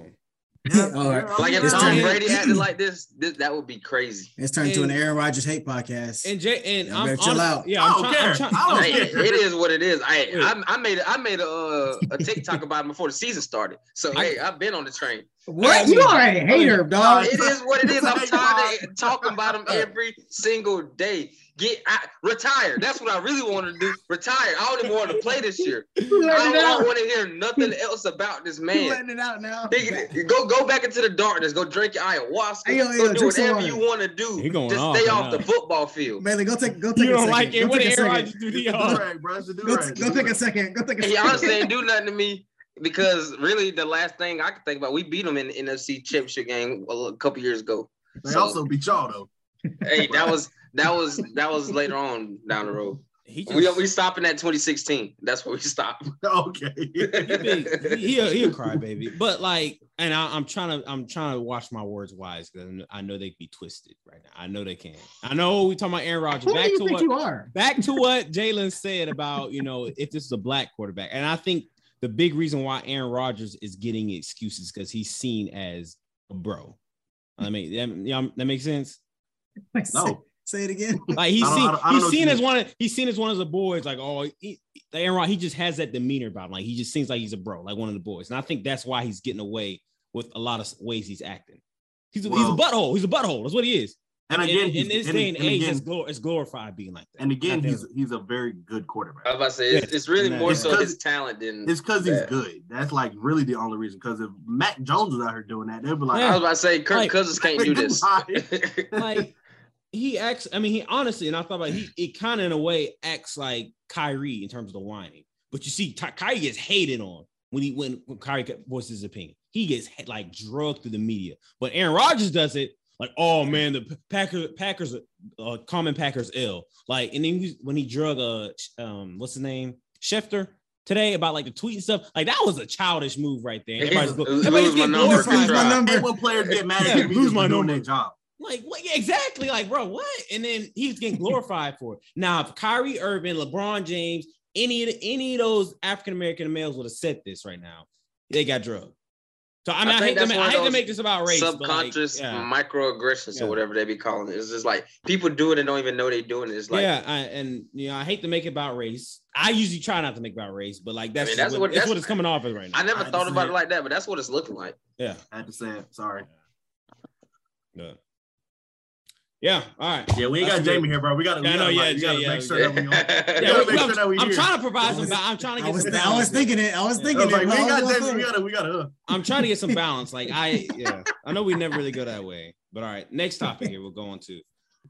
[SPEAKER 5] Yeah, all right.
[SPEAKER 4] like if
[SPEAKER 5] It's
[SPEAKER 4] Tom
[SPEAKER 5] turning-
[SPEAKER 4] Brady acted like this, this, that would be crazy.
[SPEAKER 5] It's turned to an
[SPEAKER 2] And-
[SPEAKER 5] Aaron Rodgers hate podcast.
[SPEAKER 2] and Jay and
[SPEAKER 5] Yeah,
[SPEAKER 2] I'm
[SPEAKER 5] man, chill
[SPEAKER 2] honest-
[SPEAKER 5] out.
[SPEAKER 2] Yeah,
[SPEAKER 3] I
[SPEAKER 2] I'm
[SPEAKER 3] don't
[SPEAKER 2] trying. I'm
[SPEAKER 3] care.
[SPEAKER 2] trying-
[SPEAKER 3] I don't
[SPEAKER 4] Hey,
[SPEAKER 3] care.
[SPEAKER 4] it is what it is. I,
[SPEAKER 2] Yeah.
[SPEAKER 4] I I made I made a uh, a TikTok about it before the season started. So hey, I've been on the train.
[SPEAKER 5] What? You are a hater, dog.
[SPEAKER 4] It is what it is. I'm tired of talking about him every single day. Get I, retire. That's what I really wanted to do. Retire. I don't even want to play this year.
[SPEAKER 5] You
[SPEAKER 4] I
[SPEAKER 5] letting
[SPEAKER 4] don't,
[SPEAKER 5] it out.
[SPEAKER 4] want to hear nothing else about this
[SPEAKER 5] You
[SPEAKER 4] man.
[SPEAKER 5] letting it out now.
[SPEAKER 4] Nigga, Go go back into the darkness. Go drink your ayahuasca.
[SPEAKER 5] Hey, yo,
[SPEAKER 4] go
[SPEAKER 5] hey, yo,
[SPEAKER 4] do
[SPEAKER 5] drink some
[SPEAKER 4] whatever
[SPEAKER 5] water.
[SPEAKER 4] you want to do.
[SPEAKER 2] He going
[SPEAKER 4] Just
[SPEAKER 2] off
[SPEAKER 4] stay
[SPEAKER 2] right
[SPEAKER 4] off
[SPEAKER 2] now.
[SPEAKER 4] the football field.
[SPEAKER 5] Baylor, go take go take
[SPEAKER 2] You
[SPEAKER 5] a
[SPEAKER 2] don't
[SPEAKER 5] second.
[SPEAKER 2] like it
[SPEAKER 5] Go
[SPEAKER 2] when
[SPEAKER 5] take a
[SPEAKER 2] Aaron
[SPEAKER 5] second.
[SPEAKER 2] Rodgers do the
[SPEAKER 3] It's
[SPEAKER 2] uh,
[SPEAKER 3] the rag, bro. It's the
[SPEAKER 5] Go,
[SPEAKER 3] do-rag.
[SPEAKER 5] go take a second. Go take a
[SPEAKER 4] He
[SPEAKER 5] second.
[SPEAKER 4] honestly didn't do nothing to me because really the last thing I could think about, we beat him in the NFC Championship game a l- couple years ago.
[SPEAKER 3] They also beat y'all though.
[SPEAKER 4] Hey, that was that was that was later on down the road.
[SPEAKER 2] he just,
[SPEAKER 4] We we stopping at 2016. That's where we stop.
[SPEAKER 3] Okay.
[SPEAKER 2] he been- he- he'll, he'll cry baby but like and I, i'm trying to i'm trying to watch my words wise because i know they be twisted right now i know they can i know we talking about aaron rodgers
[SPEAKER 5] Who do
[SPEAKER 2] back
[SPEAKER 5] you
[SPEAKER 2] to
[SPEAKER 5] think
[SPEAKER 2] what
[SPEAKER 5] you are?
[SPEAKER 2] back to what Jalen said about you know if this is a black quarterback, and I think the big reason why Aaron Rodgers is getting excuses because he's seen as a bro. I mean, that, yeah, that makes sense.
[SPEAKER 3] no.
[SPEAKER 5] Say it again.
[SPEAKER 2] Like he's
[SPEAKER 3] I don't-
[SPEAKER 2] seen,
[SPEAKER 3] I don't- I don't know
[SPEAKER 2] he's
[SPEAKER 3] what you
[SPEAKER 2] seen as
[SPEAKER 3] mean.
[SPEAKER 2] one of he's seen as one of the boys. Like oh, he, the Aaron Rodgers, he just has that demeanor about him. Like he just seems like he's a bro, like one of the boys. And I think that's why he's getting away with a lot of ways he's acting. He's a, he's a
[SPEAKER 3] Well-
[SPEAKER 2] butthole. He's a butthole. That's what he is.
[SPEAKER 3] And again,
[SPEAKER 2] in, in
[SPEAKER 3] he's-
[SPEAKER 2] this
[SPEAKER 3] and-
[SPEAKER 2] day and,
[SPEAKER 3] and
[SPEAKER 2] age,
[SPEAKER 3] again-
[SPEAKER 2] it's, glor- it's glorified being like that.
[SPEAKER 3] and again,
[SPEAKER 2] Not that-
[SPEAKER 3] he's he's a very good
[SPEAKER 2] Uh,
[SPEAKER 4] I was
[SPEAKER 3] quarterback.
[SPEAKER 4] about to say it's, it's really
[SPEAKER 2] Yeah.
[SPEAKER 4] more
[SPEAKER 2] It's
[SPEAKER 4] so
[SPEAKER 3] 'cause-
[SPEAKER 4] his talent than
[SPEAKER 3] It's because he's
[SPEAKER 4] Yeah.
[SPEAKER 3] good. That's like really the only reason. Because if Mac Jones is out here doing that, they'll be like, "Oh,
[SPEAKER 4] I was about to say Kirk
[SPEAKER 2] Like-
[SPEAKER 4] Cousins can't do this.
[SPEAKER 2] like he acts. I mean, he honestly, and I thought about it, he. It kind of in a way acts like Kyrie in terms of the whining. But you see, Ty- Kyrie gets hated on when he when, when Kyrie voices his opinion. He gets hit, like drugged through the media. But Aaron Rodgers does it like, oh man, the Packers Packers uh, common Packers ill. Like, and then he- when he drug uh sh- um what's his name Schefter. Today about like the tweet and stuff, like that was a childish move right there. Everybody's, glo-
[SPEAKER 4] Lose
[SPEAKER 2] everybody's
[SPEAKER 4] my
[SPEAKER 2] getting
[SPEAKER 4] number,
[SPEAKER 2] glorified.
[SPEAKER 5] Lose my
[SPEAKER 2] by it.
[SPEAKER 5] number.
[SPEAKER 3] and when players get mad
[SPEAKER 2] Yeah,
[SPEAKER 3] at
[SPEAKER 2] lose
[SPEAKER 3] lose
[SPEAKER 2] my
[SPEAKER 3] my doing
[SPEAKER 2] number.
[SPEAKER 3] their job.
[SPEAKER 2] Like, what? yeah, exactly. Like, bro, what? And then he's getting glorified for it. Now, if Kyrie Irving, LeBron James, any of the, any of those African American males would have said this right now, they got drugged. So I mean,
[SPEAKER 4] I
[SPEAKER 2] I,
[SPEAKER 4] think
[SPEAKER 2] hate to
[SPEAKER 4] that's
[SPEAKER 2] make,
[SPEAKER 4] one
[SPEAKER 2] I
[SPEAKER 4] of
[SPEAKER 2] hate to
[SPEAKER 4] those
[SPEAKER 2] make this about race. but, like,
[SPEAKER 4] Subconscious
[SPEAKER 2] yeah,
[SPEAKER 4] microaggressions
[SPEAKER 2] Yeah.
[SPEAKER 4] or whatever they be calling it. It's just like people do it and don't even know they doing it. It's like
[SPEAKER 2] yeah, I, and you know, I hate to make it about race. I usually try not to make it about race, but like that's
[SPEAKER 4] mean,
[SPEAKER 2] just
[SPEAKER 4] that's
[SPEAKER 2] what,
[SPEAKER 4] what-
[SPEAKER 2] that's,
[SPEAKER 4] that's-
[SPEAKER 2] what it's coming off as right now.
[SPEAKER 4] I never
[SPEAKER 3] I
[SPEAKER 4] thought about
[SPEAKER 3] understand.
[SPEAKER 4] it like that, but that's what it's looking like.
[SPEAKER 2] yeah,
[SPEAKER 3] I had to say it. Sorry.
[SPEAKER 2] yeah, yeah. All right.
[SPEAKER 3] Yeah, we ain't got
[SPEAKER 2] That's good.
[SPEAKER 3] Jamie here, bro. We got to
[SPEAKER 2] Yeah, I know, yeah,
[SPEAKER 3] we gotta
[SPEAKER 2] yeah,
[SPEAKER 3] make
[SPEAKER 2] yeah.
[SPEAKER 3] sure that we on.
[SPEAKER 2] Yeah,
[SPEAKER 3] gotta
[SPEAKER 2] we-
[SPEAKER 3] make
[SPEAKER 2] I'm,
[SPEAKER 3] sure that we
[SPEAKER 2] I'm
[SPEAKER 3] hear.
[SPEAKER 2] trying to provide
[SPEAKER 5] I
[SPEAKER 2] some.
[SPEAKER 5] was-
[SPEAKER 2] ba- I'm trying to
[SPEAKER 5] I
[SPEAKER 2] get
[SPEAKER 5] was,
[SPEAKER 2] some
[SPEAKER 5] I was
[SPEAKER 2] balance here.
[SPEAKER 5] thinking it. I was
[SPEAKER 2] Yeah.
[SPEAKER 3] I
[SPEAKER 5] thinking
[SPEAKER 3] was like,
[SPEAKER 5] it.
[SPEAKER 3] we ain't
[SPEAKER 5] bro.
[SPEAKER 3] got Jamie. We gotta, we gotta. Uh,
[SPEAKER 2] I'm trying to get some balance. Like I, yeah, I know we never really go that way. But all right, next topic here. We'll go on to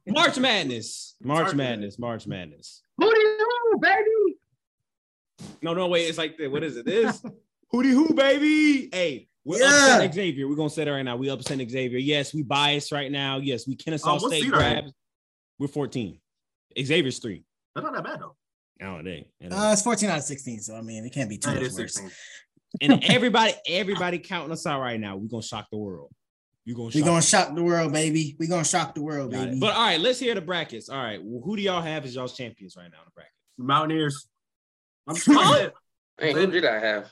[SPEAKER 2] March Madness. March
[SPEAKER 3] March
[SPEAKER 2] Madness. March Madness.
[SPEAKER 5] Who do you, know, baby?
[SPEAKER 2] No, no, wait. It's like the, what is it? This hootie hoo, baby. Hey, we're
[SPEAKER 5] Yeah.
[SPEAKER 2] upset Xavier. We're gonna say that right now. We upset Xavier. Yes, we biased right now. Yes, we Kennesaw
[SPEAKER 5] Oh,
[SPEAKER 3] Uh, what
[SPEAKER 2] State
[SPEAKER 3] seed are they?
[SPEAKER 2] grabs. We're 14. Xavier's three.
[SPEAKER 3] they're not that bad though.
[SPEAKER 2] Oh, dang.
[SPEAKER 5] Uh, it's 14 out of 16, so I mean, it can't be too
[SPEAKER 3] Hey,
[SPEAKER 5] much
[SPEAKER 3] they're
[SPEAKER 5] worse.
[SPEAKER 3] 16.
[SPEAKER 2] and everybody, everybody counting us out right now. We're gonna shock the world. You're gonna
[SPEAKER 5] We
[SPEAKER 2] shock
[SPEAKER 5] gonna shock the world, baby. We gonna shock the world,
[SPEAKER 2] Got it.
[SPEAKER 5] baby.
[SPEAKER 2] But all right, let's hear the brackets. All right, who do y'all have as y'all's champions right now in the bracket?
[SPEAKER 3] Mountaineers. I'm just gonna
[SPEAKER 2] Huh?
[SPEAKER 3] say it.
[SPEAKER 4] Hey, who did I have?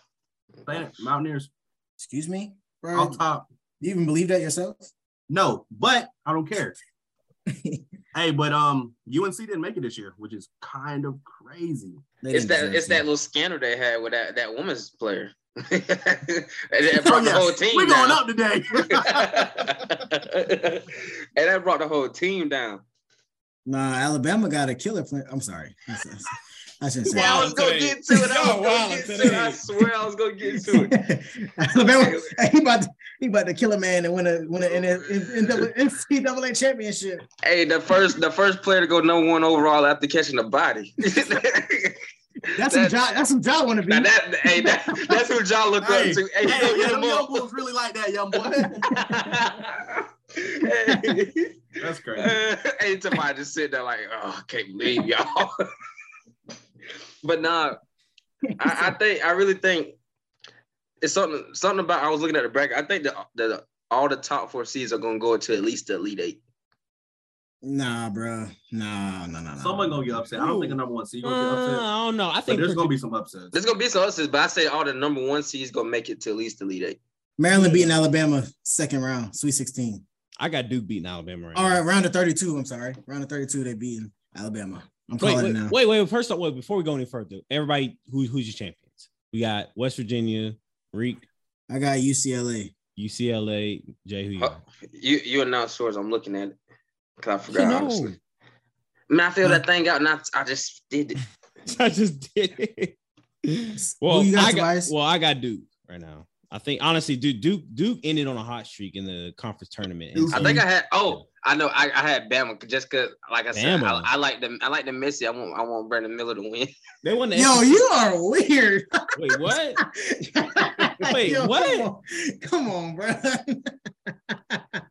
[SPEAKER 3] Say it. Mountaineers
[SPEAKER 5] Excuse me, bro.
[SPEAKER 3] off top.
[SPEAKER 5] You even believe that yourself?
[SPEAKER 3] No, but I don't care. hey, but um, UNC didn't make it this year, which is kind of crazy.
[SPEAKER 5] They
[SPEAKER 4] It's
[SPEAKER 5] didn't
[SPEAKER 4] that
[SPEAKER 5] deserve
[SPEAKER 4] it's
[SPEAKER 5] to.
[SPEAKER 4] that little scandal they had with that, that woman's player.
[SPEAKER 2] Oh,
[SPEAKER 4] that brought the
[SPEAKER 3] Oh, yeah.
[SPEAKER 4] whole team
[SPEAKER 3] We're going
[SPEAKER 4] down.
[SPEAKER 3] up today.
[SPEAKER 4] and that brought the whole team down.
[SPEAKER 5] Nah, Alabama got a killer plan. I'm sorry. I shouldn't I shouldn't say
[SPEAKER 4] Yeah, I was
[SPEAKER 5] that.
[SPEAKER 2] Wild
[SPEAKER 4] gonna
[SPEAKER 2] today.
[SPEAKER 4] get to it. I
[SPEAKER 2] Y'all
[SPEAKER 4] was
[SPEAKER 2] wild
[SPEAKER 4] gonna get to
[SPEAKER 2] today.
[SPEAKER 4] it. I swear I was gonna get to it.
[SPEAKER 5] Alabama, he about to, he about to kill a man and win a win a NCAA championship.
[SPEAKER 4] Hey, the first the first player to go number one overall after catching a body.
[SPEAKER 5] That's
[SPEAKER 4] That-
[SPEAKER 5] some job. That's some job want to be.
[SPEAKER 4] now that, hey, that, that's who y'all look
[SPEAKER 3] Hey,
[SPEAKER 4] up to. Hey,
[SPEAKER 3] hey, yeah,
[SPEAKER 4] hit
[SPEAKER 3] them
[SPEAKER 4] 'em
[SPEAKER 3] young
[SPEAKER 4] up.
[SPEAKER 3] bulls really like that, young boy.
[SPEAKER 4] hey,
[SPEAKER 3] That's crazy.
[SPEAKER 4] uh, hey, somebody just sit there like, oh, I can't believe y'all. but nah, I, I think I really think it's something something about I was looking at the bracket. I think that that all the top four seeds are gonna go into at least the elite eight.
[SPEAKER 5] Nah, bro. Nah, nah, nah. nah.
[SPEAKER 3] Someone gonna get upset. I don't think a number one seed gonna get
[SPEAKER 2] Uh,
[SPEAKER 3] upset.
[SPEAKER 2] I don't know. I
[SPEAKER 3] But
[SPEAKER 2] think
[SPEAKER 3] there's gonna be some upsets.
[SPEAKER 4] There's gonna be some upsets, but I say all the number one seeds gonna make it to at least the elite eight.
[SPEAKER 5] Maryland beating Alabama second round, Sweet 16.
[SPEAKER 2] I got Duke beating Alabama right
[SPEAKER 5] All
[SPEAKER 2] now.
[SPEAKER 5] right, round of 32. I'm sorry. Round of 32, they beating Alabama. I'm
[SPEAKER 2] Wait,
[SPEAKER 5] calling it now.
[SPEAKER 2] wait, wait, wait. First up, wait, before we go any further, everybody, who, who's your champions? We got West Virginia, Reek,
[SPEAKER 5] I got UCLA.
[SPEAKER 2] UCLA, Jay. Who you got?
[SPEAKER 4] You you announced yours. I'm looking at it because I
[SPEAKER 2] You
[SPEAKER 4] forgot.
[SPEAKER 2] know.
[SPEAKER 4] honestly. Man, I feel that thing out, and I, I just did it.
[SPEAKER 2] I just did it. Well,
[SPEAKER 5] you got,
[SPEAKER 2] I got,
[SPEAKER 5] Tobias?
[SPEAKER 2] well, I got Duke right now. I think honestly, Duke Duke Duke ended on a hot streak in the conference tournament. And
[SPEAKER 3] Duke.
[SPEAKER 4] I think I had. Oh, I know. I, I had Bama just cause, like I said, I,
[SPEAKER 2] Bama.
[SPEAKER 4] I like the I like the Missy. I want I want Brandon Miller to win.
[SPEAKER 2] they won the
[SPEAKER 5] Oh.
[SPEAKER 2] SEC.
[SPEAKER 5] Yo, you are weird.
[SPEAKER 2] wait what? Wait,
[SPEAKER 5] Yo,
[SPEAKER 2] what?
[SPEAKER 5] Come on, come on bro.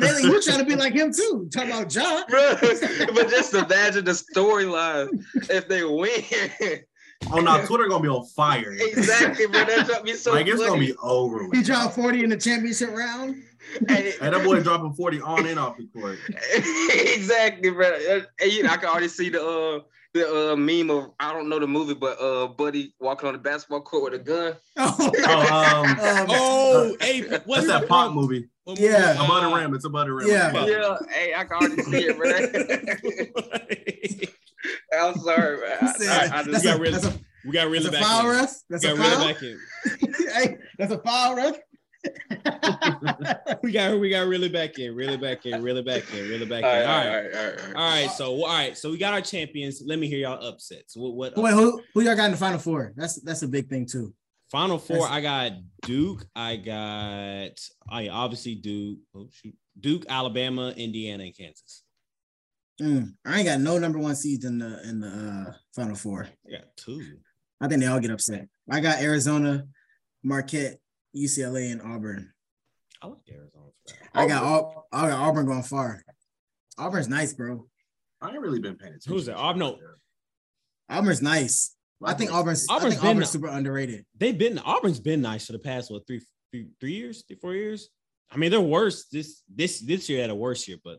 [SPEAKER 5] Bailey, you're trying to be like him too. Talking about John.
[SPEAKER 4] Bro, but just imagine the storyline if they win.
[SPEAKER 3] oh no, Twitter gonna be on fire.
[SPEAKER 4] exactly, bro. That's gonna be so
[SPEAKER 3] like it's gonna
[SPEAKER 4] funny.
[SPEAKER 3] be over.
[SPEAKER 5] He
[SPEAKER 3] With.
[SPEAKER 5] dropped 40 in the championship round.
[SPEAKER 4] Hey,
[SPEAKER 3] And that boy dropping 40 on and off the court.
[SPEAKER 4] exactly, bro. And, you know, I can already see the uh the uh meme of I don't know the movie, but uh Buddy walking on the basketball court with a gun.
[SPEAKER 5] Oh,
[SPEAKER 2] Uh,
[SPEAKER 3] Oh, um,
[SPEAKER 5] um,
[SPEAKER 2] Oh, hey, what's
[SPEAKER 3] that's that pop movie.
[SPEAKER 5] Yeah.
[SPEAKER 3] About
[SPEAKER 2] Uh,
[SPEAKER 3] a rim. It's about a rim.
[SPEAKER 5] Yeah.
[SPEAKER 3] About a rim.
[SPEAKER 4] Yeah, hey, I can already see it, bro. I'm sorry, bro.
[SPEAKER 5] he
[SPEAKER 4] I,
[SPEAKER 5] said,
[SPEAKER 2] Alright, I
[SPEAKER 5] that's,
[SPEAKER 2] just
[SPEAKER 5] a,
[SPEAKER 2] got rid of-
[SPEAKER 5] that's, a,
[SPEAKER 2] we got
[SPEAKER 5] that's
[SPEAKER 2] really
[SPEAKER 5] a
[SPEAKER 2] back.
[SPEAKER 5] foul
[SPEAKER 2] in.
[SPEAKER 5] ref. That's
[SPEAKER 2] got
[SPEAKER 5] a
[SPEAKER 2] really
[SPEAKER 5] foul.
[SPEAKER 2] back in.
[SPEAKER 5] hey, that's a foul ref.
[SPEAKER 2] We got we got really back in, really back in, really back in, really back in. All right.
[SPEAKER 4] all right, all right, all right.
[SPEAKER 2] All right, so all right, so we got our champions. Let me hear y'all upsets. What, what
[SPEAKER 5] Wait, who who y'all got in the final four? That's that's a big thing too.
[SPEAKER 2] Final four,
[SPEAKER 5] That's-
[SPEAKER 2] I got Duke. I got I obviously Duke. Oh shoot, Duke, Alabama, Indiana, and Kansas.
[SPEAKER 5] Mm, I ain't got no number one seeds in the in the uh, final four.
[SPEAKER 2] I got two.
[SPEAKER 5] I think they all get upset. I got Arizona, Marquette, UCLA, and Auburn.
[SPEAKER 2] I like Arizona for that.
[SPEAKER 5] I got all I got Auburn going far. Auburn's nice, bro.
[SPEAKER 3] I ain't really been paying attention.
[SPEAKER 2] Who's that? Oh, no.
[SPEAKER 5] Auburn's nice. I think Auburn's
[SPEAKER 2] Auburn's
[SPEAKER 5] I think
[SPEAKER 2] been
[SPEAKER 5] Auburn's
[SPEAKER 2] up.
[SPEAKER 5] super underrated.
[SPEAKER 2] They've been Auburn's been nice for the past what three three three years, three, four years. I mean, they're worse this this this year had a worse year, but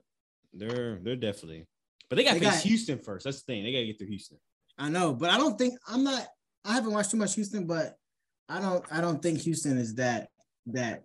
[SPEAKER 2] they're they're definitely. But they got to
[SPEAKER 5] They
[SPEAKER 2] face
[SPEAKER 5] got-
[SPEAKER 2] Houston first. That's the thing. They got to get through Houston.
[SPEAKER 5] I know, but I don't think I'm not. I haven't watched too much Houston, but I don't. I don't think Houston is that that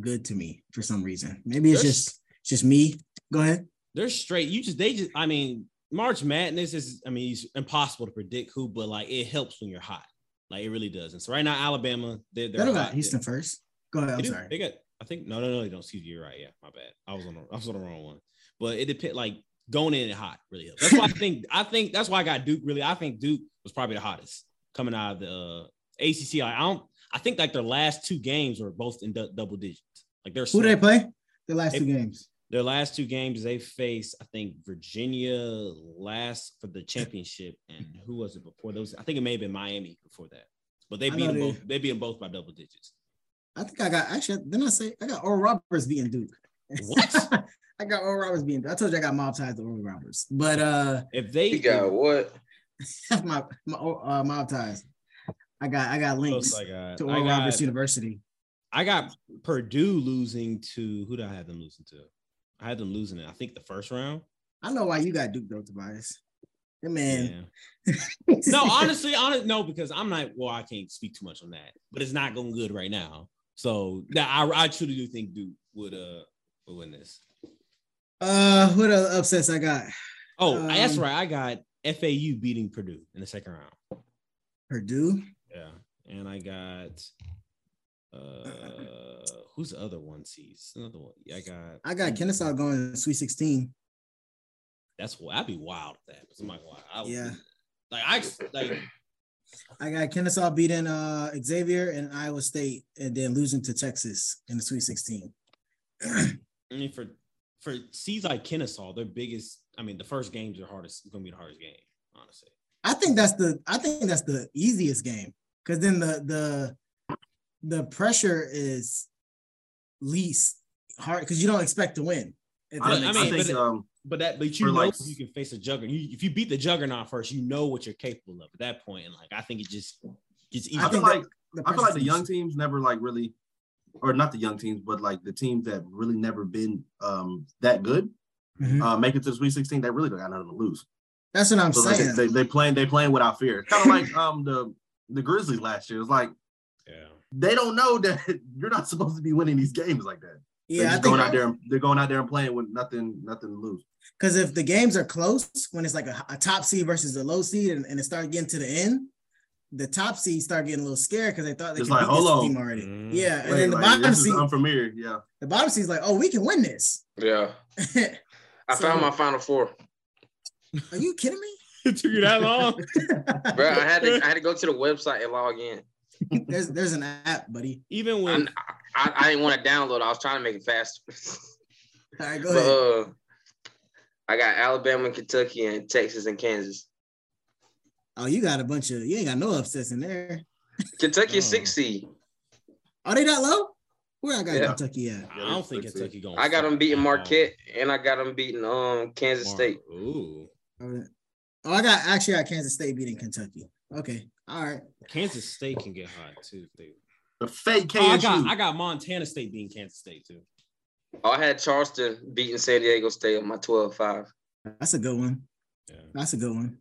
[SPEAKER 5] good to me for some reason. Maybe it's
[SPEAKER 2] There's-
[SPEAKER 5] just it's just me. Go ahead.
[SPEAKER 2] They're straight. You just they just. I mean, March Madness is. I mean, it's impossible to predict who, but like it helps when you're hot. Like it really does. And so right now, Alabama, they're,
[SPEAKER 5] They
[SPEAKER 2] they're
[SPEAKER 5] don't
[SPEAKER 2] hot.
[SPEAKER 5] got Houston first. Go ahead.
[SPEAKER 2] They
[SPEAKER 5] I'm
[SPEAKER 2] do.
[SPEAKER 5] sorry.
[SPEAKER 2] They got. I think no, no, no. They don't. Excuse me. You're right. Yeah, my bad. I was on. The, I was on the wrong one. But it depends. Like going in and hot really helps. That's why I think. I think that's why I got Duke. Really, I think Duke was probably the hottest coming out of the uh, ACC. Like, I don't. I think like their last two games were both in du- double digits. Like they're
[SPEAKER 5] Who do they
[SPEAKER 2] smoked.
[SPEAKER 5] play? The last
[SPEAKER 2] They-
[SPEAKER 5] two games.
[SPEAKER 2] their last two games they face I think Virginia last for the championship and who was it before those I think it may have been Miami before that but they
[SPEAKER 5] I
[SPEAKER 2] beat
[SPEAKER 5] know
[SPEAKER 2] them
[SPEAKER 5] they-
[SPEAKER 2] both they beat them both by double digits
[SPEAKER 5] I think I got actually. Didn't I say I got Oral Roberts beating Duke?
[SPEAKER 2] What?
[SPEAKER 5] I got Oral Roberts beating. Duke. I told you I got mob ties to Oral Roberts, but uh,
[SPEAKER 2] if they
[SPEAKER 4] You got what?
[SPEAKER 5] my my uh, mob ties. I got I got
[SPEAKER 2] Who
[SPEAKER 5] links
[SPEAKER 2] else I got
[SPEAKER 5] to
[SPEAKER 2] I
[SPEAKER 5] Oral
[SPEAKER 2] got,
[SPEAKER 5] Roberts University.
[SPEAKER 2] I got Purdue losing to who did I have them losing to I had them losing it I think the first round
[SPEAKER 5] I know why you got Duke though, Tobias. That man.
[SPEAKER 2] Yeah. no, honestly, honest, no, because I'm not. Well, I can't speak too much on that, but it's not going good right now. So that I, I truly do think Duke would uh would win this.
[SPEAKER 5] Uh, what other upsets I got?
[SPEAKER 2] Oh, I- that's
[SPEAKER 5] Um,
[SPEAKER 2] right. I got FAU beating Purdue in the second round.
[SPEAKER 5] Purdue.
[SPEAKER 2] Yeah, and I got uh who's the other one sees another one. I got
[SPEAKER 5] I got Kennesaw going to Sweet 16.
[SPEAKER 2] that's what I'd be wild at that. I'm not gonna lie. I
[SPEAKER 3] Oh.
[SPEAKER 2] would-
[SPEAKER 5] Yeah.
[SPEAKER 2] like I ex- like
[SPEAKER 5] I got Kennesaw beating uh Xavier and Iowa State, and then losing to Texas in the Sweet 16.
[SPEAKER 2] I mean for for seeds like Kennesaw, their biggest. I mean, the first game's the hardest. Going to be the hardest game, honestly.
[SPEAKER 5] I think that's the I think that's the easiest game because then the the the pressure is least hard because you don't expect to win. If
[SPEAKER 3] I,
[SPEAKER 5] that
[SPEAKER 2] I
[SPEAKER 5] makes
[SPEAKER 2] mean,
[SPEAKER 5] sense.
[SPEAKER 3] think,
[SPEAKER 2] but-
[SPEAKER 3] um,
[SPEAKER 2] But that, but you
[SPEAKER 3] Or
[SPEAKER 2] know,
[SPEAKER 3] like-
[SPEAKER 2] you can face a juggernaut. You, if you beat the juggernaut first, you know what you're capable of at that point. And like, I think it just gets easier.
[SPEAKER 3] I feel
[SPEAKER 5] think
[SPEAKER 3] like
[SPEAKER 5] The
[SPEAKER 3] I feel like the
[SPEAKER 5] Pistons-
[SPEAKER 3] young teams never like really, or not the young teams, but like the teams that really never been um that good
[SPEAKER 5] Mhm.
[SPEAKER 3] uh, make it to the Sweet 16. They really got nothing to lose.
[SPEAKER 5] That's what I'm
[SPEAKER 3] So they,
[SPEAKER 5] saying.
[SPEAKER 3] they they playing they playing without fear. Kind of like um the the Grizzlies last year. It's like
[SPEAKER 2] yeah.
[SPEAKER 3] they don't know that you're not supposed to be winning these games like that. they're
[SPEAKER 5] yeah, I
[SPEAKER 3] just
[SPEAKER 5] think
[SPEAKER 3] going out there. And, they're going out there and playing with nothing nothing to lose.
[SPEAKER 5] because if the games are close, when it's like a, a top seed versus a low seed, and, and it starts getting to the end, the top seed start getting a little scared because they thought they
[SPEAKER 3] It's
[SPEAKER 5] could
[SPEAKER 3] like,
[SPEAKER 5] beat this
[SPEAKER 3] hold on.
[SPEAKER 5] team already.
[SPEAKER 2] Mhm.
[SPEAKER 5] Yeah, and
[SPEAKER 3] Like,
[SPEAKER 5] then the
[SPEAKER 3] like,
[SPEAKER 5] bottom
[SPEAKER 3] this is
[SPEAKER 5] seed,
[SPEAKER 3] unfamiliar. Yeah,
[SPEAKER 5] the bottom seed's like, oh, we can win this.
[SPEAKER 4] Yeah. I
[SPEAKER 5] So-
[SPEAKER 4] found my final four.
[SPEAKER 5] Are you kidding me?
[SPEAKER 2] it took you that long.
[SPEAKER 4] Bro, I had to I had to go to the website and log in.
[SPEAKER 5] there's there's an app, buddy.
[SPEAKER 2] Even
[SPEAKER 4] I,
[SPEAKER 2] when
[SPEAKER 4] I, I didn't want to download. I was trying to make it faster.
[SPEAKER 5] All right, go
[SPEAKER 4] But,
[SPEAKER 5] ahead.
[SPEAKER 4] uh, I got Alabama, Kentucky, and Texas and Kansas.
[SPEAKER 5] Oh, you got a bunch of you ain't got no upsets in there.
[SPEAKER 4] Kentucky is
[SPEAKER 2] Oh.
[SPEAKER 4] six seed.
[SPEAKER 5] Are they that low? Where I got
[SPEAKER 4] Yeah.
[SPEAKER 5] Kentucky at?
[SPEAKER 2] I don't think
[SPEAKER 3] Let's see.
[SPEAKER 2] Kentucky going.
[SPEAKER 4] I got them beating Marquette, and I got them beating um Kansas State.
[SPEAKER 2] Ooh,
[SPEAKER 5] Oh, I got actually I got Kansas State beating Kentucky. Okay, all right.
[SPEAKER 2] Kansas State can get hot too. if they-
[SPEAKER 3] the fake
[SPEAKER 2] Oh, I
[SPEAKER 3] KSU.
[SPEAKER 2] got I got Montana State being Kansas State too.
[SPEAKER 4] Oh, I had Charleston beating San Diego State on my 12-5.
[SPEAKER 5] That's a good one.
[SPEAKER 2] Yeah.
[SPEAKER 5] That's a good one.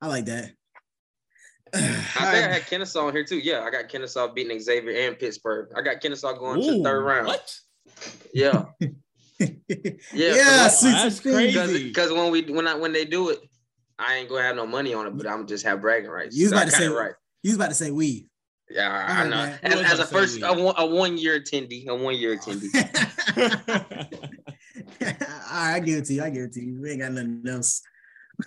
[SPEAKER 5] I like that.
[SPEAKER 4] I think I had Kennesaw on here too. Yeah, I got Kennesaw beating Xavier and Pittsburgh. I got Kennesaw going to the
[SPEAKER 2] Ooh,
[SPEAKER 4] third round.
[SPEAKER 2] What?
[SPEAKER 4] Yeah, yeah.
[SPEAKER 5] Yeah,
[SPEAKER 2] Wow,
[SPEAKER 5] sweet
[SPEAKER 2] that's
[SPEAKER 5] sixteen.
[SPEAKER 2] crazy.
[SPEAKER 4] Because when we when I when they do it, I ain't gonna have no money on it, but I'm just have bragging rights.
[SPEAKER 5] You was
[SPEAKER 4] So I
[SPEAKER 5] about to
[SPEAKER 4] got
[SPEAKER 5] say-
[SPEAKER 4] it right.
[SPEAKER 5] you was about to say we.
[SPEAKER 4] Yeah, I,
[SPEAKER 5] Alright,
[SPEAKER 4] know.
[SPEAKER 5] man.
[SPEAKER 4] As,
[SPEAKER 2] Who
[SPEAKER 4] as
[SPEAKER 2] was
[SPEAKER 4] a
[SPEAKER 2] I
[SPEAKER 4] first,
[SPEAKER 2] saying?
[SPEAKER 4] a one, a one year attendee, a one year
[SPEAKER 5] all
[SPEAKER 4] attendee.
[SPEAKER 5] right, I give it to you. I give it to you. We ain't got nothing else.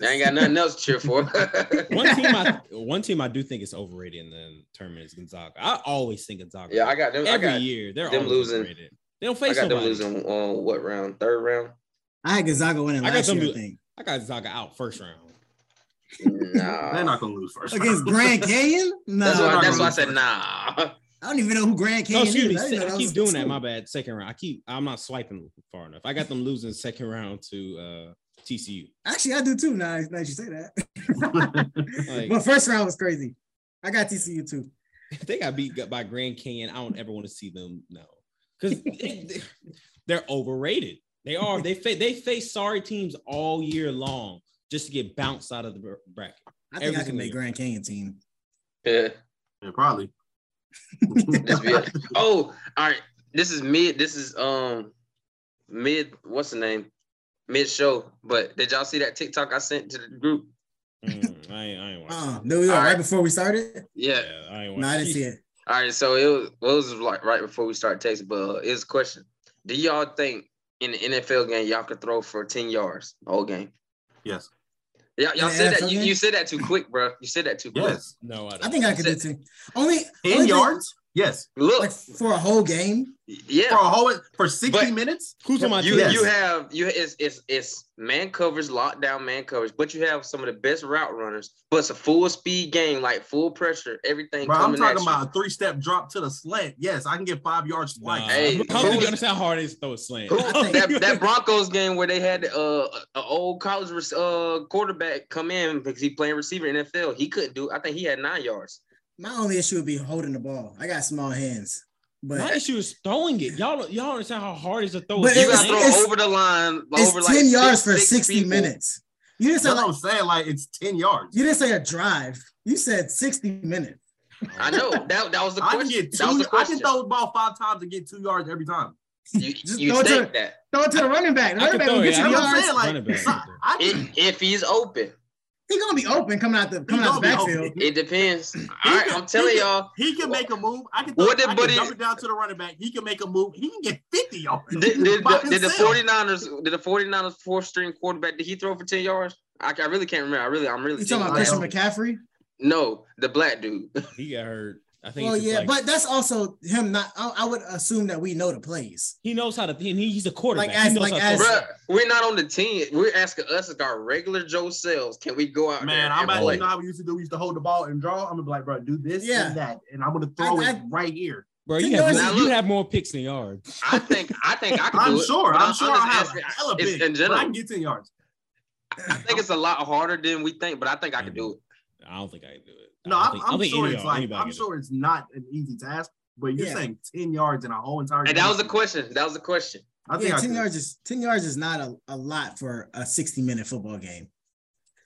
[SPEAKER 4] I ain't got nothing else to cheer for.
[SPEAKER 2] one team I one team I do think is overrated in the tournament is Gonzaga. I always think Gonzaga.
[SPEAKER 4] yeah, I got them.
[SPEAKER 2] every
[SPEAKER 4] I got,
[SPEAKER 2] year they're
[SPEAKER 4] them
[SPEAKER 2] always
[SPEAKER 4] losing.
[SPEAKER 2] Overrated. They don't
[SPEAKER 4] I
[SPEAKER 2] face
[SPEAKER 4] got them
[SPEAKER 2] nobody.
[SPEAKER 4] losing on what round? Third round?
[SPEAKER 5] I had Gonzaga winning
[SPEAKER 2] I got
[SPEAKER 5] last
[SPEAKER 2] them
[SPEAKER 5] year, I
[SPEAKER 2] to-
[SPEAKER 5] think.
[SPEAKER 2] I got Gonzaga out first round.
[SPEAKER 3] They're
[SPEAKER 4] Nah.
[SPEAKER 3] not gonna lose first.
[SPEAKER 5] Against Grand Canyon? No,
[SPEAKER 4] That's
[SPEAKER 3] they're
[SPEAKER 4] why.
[SPEAKER 3] not
[SPEAKER 4] That's why I
[SPEAKER 3] gonna
[SPEAKER 4] said
[SPEAKER 3] lose
[SPEAKER 4] nah.
[SPEAKER 5] I don't even know who Grand
[SPEAKER 2] No,
[SPEAKER 5] Canyon
[SPEAKER 2] excuse me.
[SPEAKER 5] is. didn't
[SPEAKER 2] se-
[SPEAKER 5] know
[SPEAKER 2] I
[SPEAKER 5] that
[SPEAKER 2] keep
[SPEAKER 5] was a
[SPEAKER 2] doing that.
[SPEAKER 5] school.
[SPEAKER 2] My bad. Second round. I keep. I'm not swiping far enough. I got them losing second round to uh, TCU.
[SPEAKER 5] Actually, I do too. Now, now that you say that.
[SPEAKER 3] round.
[SPEAKER 2] Like
[SPEAKER 5] but first round was crazy. I got TCU too.
[SPEAKER 2] they got beat by Grand Canyon. I don't ever want to see them. No, because they're overrated. They are. They face. They face sorry teams all year long just to get bounced out of the br- bracket.
[SPEAKER 5] I think
[SPEAKER 2] Every
[SPEAKER 5] I can
[SPEAKER 2] single
[SPEAKER 5] make
[SPEAKER 2] year.
[SPEAKER 5] Grand Canyon team.
[SPEAKER 4] Yeah,
[SPEAKER 3] yeah, probably.
[SPEAKER 4] that's weird. Oh, all right. This is mid. This is um mid. What's the name? Mid show. But did y'all see that TikTok I sent to the group?
[SPEAKER 2] Mm, I ain't. I ain't watching.
[SPEAKER 4] Um,
[SPEAKER 5] Uh, no, we were
[SPEAKER 4] All
[SPEAKER 5] right
[SPEAKER 4] right.
[SPEAKER 5] before we started.
[SPEAKER 4] Yeah.
[SPEAKER 2] Yeah, I ain't watching.
[SPEAKER 5] No, I didn't see it.
[SPEAKER 4] All right. So it was, well, it was like right before we started texting, but uh, it was a question. Do y'all think in the NFL game y'all could throw for ten yards the whole game?
[SPEAKER 3] yes.
[SPEAKER 4] Y'all, y'all
[SPEAKER 5] the
[SPEAKER 4] said
[SPEAKER 5] NFL
[SPEAKER 4] that. You,
[SPEAKER 5] game?
[SPEAKER 4] you said that too quick, bro. You said that too quick.
[SPEAKER 3] Yes.
[SPEAKER 2] No, I don't.
[SPEAKER 5] I think I could do two. Only
[SPEAKER 3] Ten
[SPEAKER 5] only thing-
[SPEAKER 3] yards. Yes.
[SPEAKER 4] Look,
[SPEAKER 5] like for a whole game.
[SPEAKER 4] yeah.
[SPEAKER 3] For a whole for sixty
[SPEAKER 4] But-
[SPEAKER 3] minutes.
[SPEAKER 2] Who's on my
[SPEAKER 4] you
[SPEAKER 2] team?
[SPEAKER 3] oh, Yes.
[SPEAKER 4] you have you it's it's it's man covers lockdown man covers, but you have some of the best route runners. But it's a full speed game, like full pressure, everything
[SPEAKER 3] Bro, I'm
[SPEAKER 4] coming
[SPEAKER 3] talking
[SPEAKER 4] at you.
[SPEAKER 3] about a three step drop to the slant. Yes, I can get five yards
[SPEAKER 2] Nah.
[SPEAKER 3] twice.
[SPEAKER 4] Hey,
[SPEAKER 2] I don't think
[SPEAKER 4] who-
[SPEAKER 2] you understand how hard it is to throw a slant.
[SPEAKER 4] Who-
[SPEAKER 5] I think-
[SPEAKER 4] that, that Broncos game where they had uh, an old college rec- uh, quarterback come in because he playing receiver in NFL. He couldn't do. I think he had nine yards.
[SPEAKER 5] My only issue would be holding the ball. I got small hands, but
[SPEAKER 2] My issue is throwing it. Y'all, y'all don't understand how hard it is to throw.
[SPEAKER 5] But
[SPEAKER 2] a
[SPEAKER 5] it-
[SPEAKER 4] You
[SPEAKER 2] slant.
[SPEAKER 4] got to
[SPEAKER 5] it's-
[SPEAKER 4] throw over the line.
[SPEAKER 5] it's
[SPEAKER 4] over
[SPEAKER 5] ten
[SPEAKER 4] like six-
[SPEAKER 5] yards for
[SPEAKER 4] six
[SPEAKER 5] sixty
[SPEAKER 4] people.
[SPEAKER 5] minutes. You
[SPEAKER 3] That's
[SPEAKER 5] didn't say
[SPEAKER 3] what
[SPEAKER 5] like,
[SPEAKER 3] I'm saying. Like it's ten yards.
[SPEAKER 5] you didn't say a drive. You said sixty minutes.
[SPEAKER 4] I know that that was the
[SPEAKER 3] I
[SPEAKER 4] question.
[SPEAKER 3] can get
[SPEAKER 4] that was
[SPEAKER 3] two.
[SPEAKER 4] the
[SPEAKER 3] I
[SPEAKER 4] question.
[SPEAKER 3] can throw the ball five times and get two yards every time.
[SPEAKER 4] you
[SPEAKER 5] Just
[SPEAKER 4] you
[SPEAKER 5] throw it to
[SPEAKER 4] think
[SPEAKER 5] the-
[SPEAKER 4] that
[SPEAKER 5] Throw it to the running back. The
[SPEAKER 2] I could
[SPEAKER 5] running back
[SPEAKER 2] throw
[SPEAKER 5] will
[SPEAKER 2] it.
[SPEAKER 5] get
[SPEAKER 3] That's
[SPEAKER 5] you
[SPEAKER 2] I
[SPEAKER 5] the
[SPEAKER 3] what
[SPEAKER 2] could
[SPEAKER 3] I'm
[SPEAKER 5] yards.
[SPEAKER 3] saying. Like
[SPEAKER 2] Running back.
[SPEAKER 3] so- I can
[SPEAKER 4] if, if he's open.
[SPEAKER 5] He's gonna be open coming out the coming
[SPEAKER 3] gonna
[SPEAKER 5] out the
[SPEAKER 3] be
[SPEAKER 5] backfield.
[SPEAKER 3] open.
[SPEAKER 4] It depends. All right, I'm telling y'all.
[SPEAKER 3] He can make a move. I can, throw,
[SPEAKER 4] What
[SPEAKER 3] I
[SPEAKER 4] did
[SPEAKER 3] can
[SPEAKER 4] Buddy-
[SPEAKER 3] dump it down to the running back. He can make a move. He can get 50 yards.
[SPEAKER 4] Did, did,
[SPEAKER 3] By
[SPEAKER 4] the, did the
[SPEAKER 3] himself.
[SPEAKER 4] 49ers did the 49ers fourth string quarterback did he throw for 10 yards? I, I really can't remember. I really I'm really
[SPEAKER 5] You talking about
[SPEAKER 4] thinking
[SPEAKER 5] Christian
[SPEAKER 4] about
[SPEAKER 5] McCaffrey?
[SPEAKER 4] it. No, the black dude.
[SPEAKER 2] He got hurt. I think.
[SPEAKER 5] Well,
[SPEAKER 2] it's just
[SPEAKER 5] yeah,
[SPEAKER 2] like-
[SPEAKER 5] but that's also him. Not I, I would assume that we know the plays.
[SPEAKER 2] he knows how to. He, he's a quarterback.
[SPEAKER 5] Like, as-
[SPEAKER 2] he knows
[SPEAKER 5] like,
[SPEAKER 2] how to
[SPEAKER 5] as-
[SPEAKER 2] throw.
[SPEAKER 4] Bruh, we're not on the team. We're asking us as our regular Joe Sells. Can we go out there?
[SPEAKER 3] Man, I'm
[SPEAKER 4] and
[SPEAKER 3] about to
[SPEAKER 4] play?
[SPEAKER 3] you know how we used to do. We used to hold the ball and draw. I'm gonna be like, bro, do this
[SPEAKER 5] Yeah.
[SPEAKER 3] and that, and I'm gonna throw
[SPEAKER 5] I-
[SPEAKER 3] it right here.
[SPEAKER 2] Bro,
[SPEAKER 5] Two
[SPEAKER 2] you have,
[SPEAKER 5] yards
[SPEAKER 2] more,
[SPEAKER 4] is-
[SPEAKER 2] you have more picks than yards.
[SPEAKER 4] I think I think I can
[SPEAKER 3] I'm
[SPEAKER 4] do it.
[SPEAKER 3] sure.
[SPEAKER 4] but
[SPEAKER 3] I'm sure I'll
[SPEAKER 4] just
[SPEAKER 3] have
[SPEAKER 4] asking-
[SPEAKER 3] hella
[SPEAKER 4] it's-
[SPEAKER 3] big.
[SPEAKER 4] in
[SPEAKER 3] but I
[SPEAKER 4] general.
[SPEAKER 3] can get 10 yards.
[SPEAKER 4] I think it's a lot harder than we think, but I think I can do it.
[SPEAKER 2] I don't think I can do it.
[SPEAKER 3] No,
[SPEAKER 2] I
[SPEAKER 3] I'm,
[SPEAKER 2] don't think- I
[SPEAKER 3] I'm
[SPEAKER 2] don't think
[SPEAKER 3] sure
[SPEAKER 2] any
[SPEAKER 3] it's
[SPEAKER 2] y'all-
[SPEAKER 3] like
[SPEAKER 2] anybody
[SPEAKER 3] I'm
[SPEAKER 2] can do it.
[SPEAKER 3] sure it's not an easy task, but you're
[SPEAKER 5] Yeah.
[SPEAKER 3] saying 10 yards in a whole entire
[SPEAKER 4] And
[SPEAKER 3] game?
[SPEAKER 4] that was the question. That was the question.
[SPEAKER 3] I think
[SPEAKER 5] yeah,
[SPEAKER 3] I
[SPEAKER 5] ten
[SPEAKER 3] could.
[SPEAKER 5] yards is ten yards is not a, a lot for a sixty minute football game.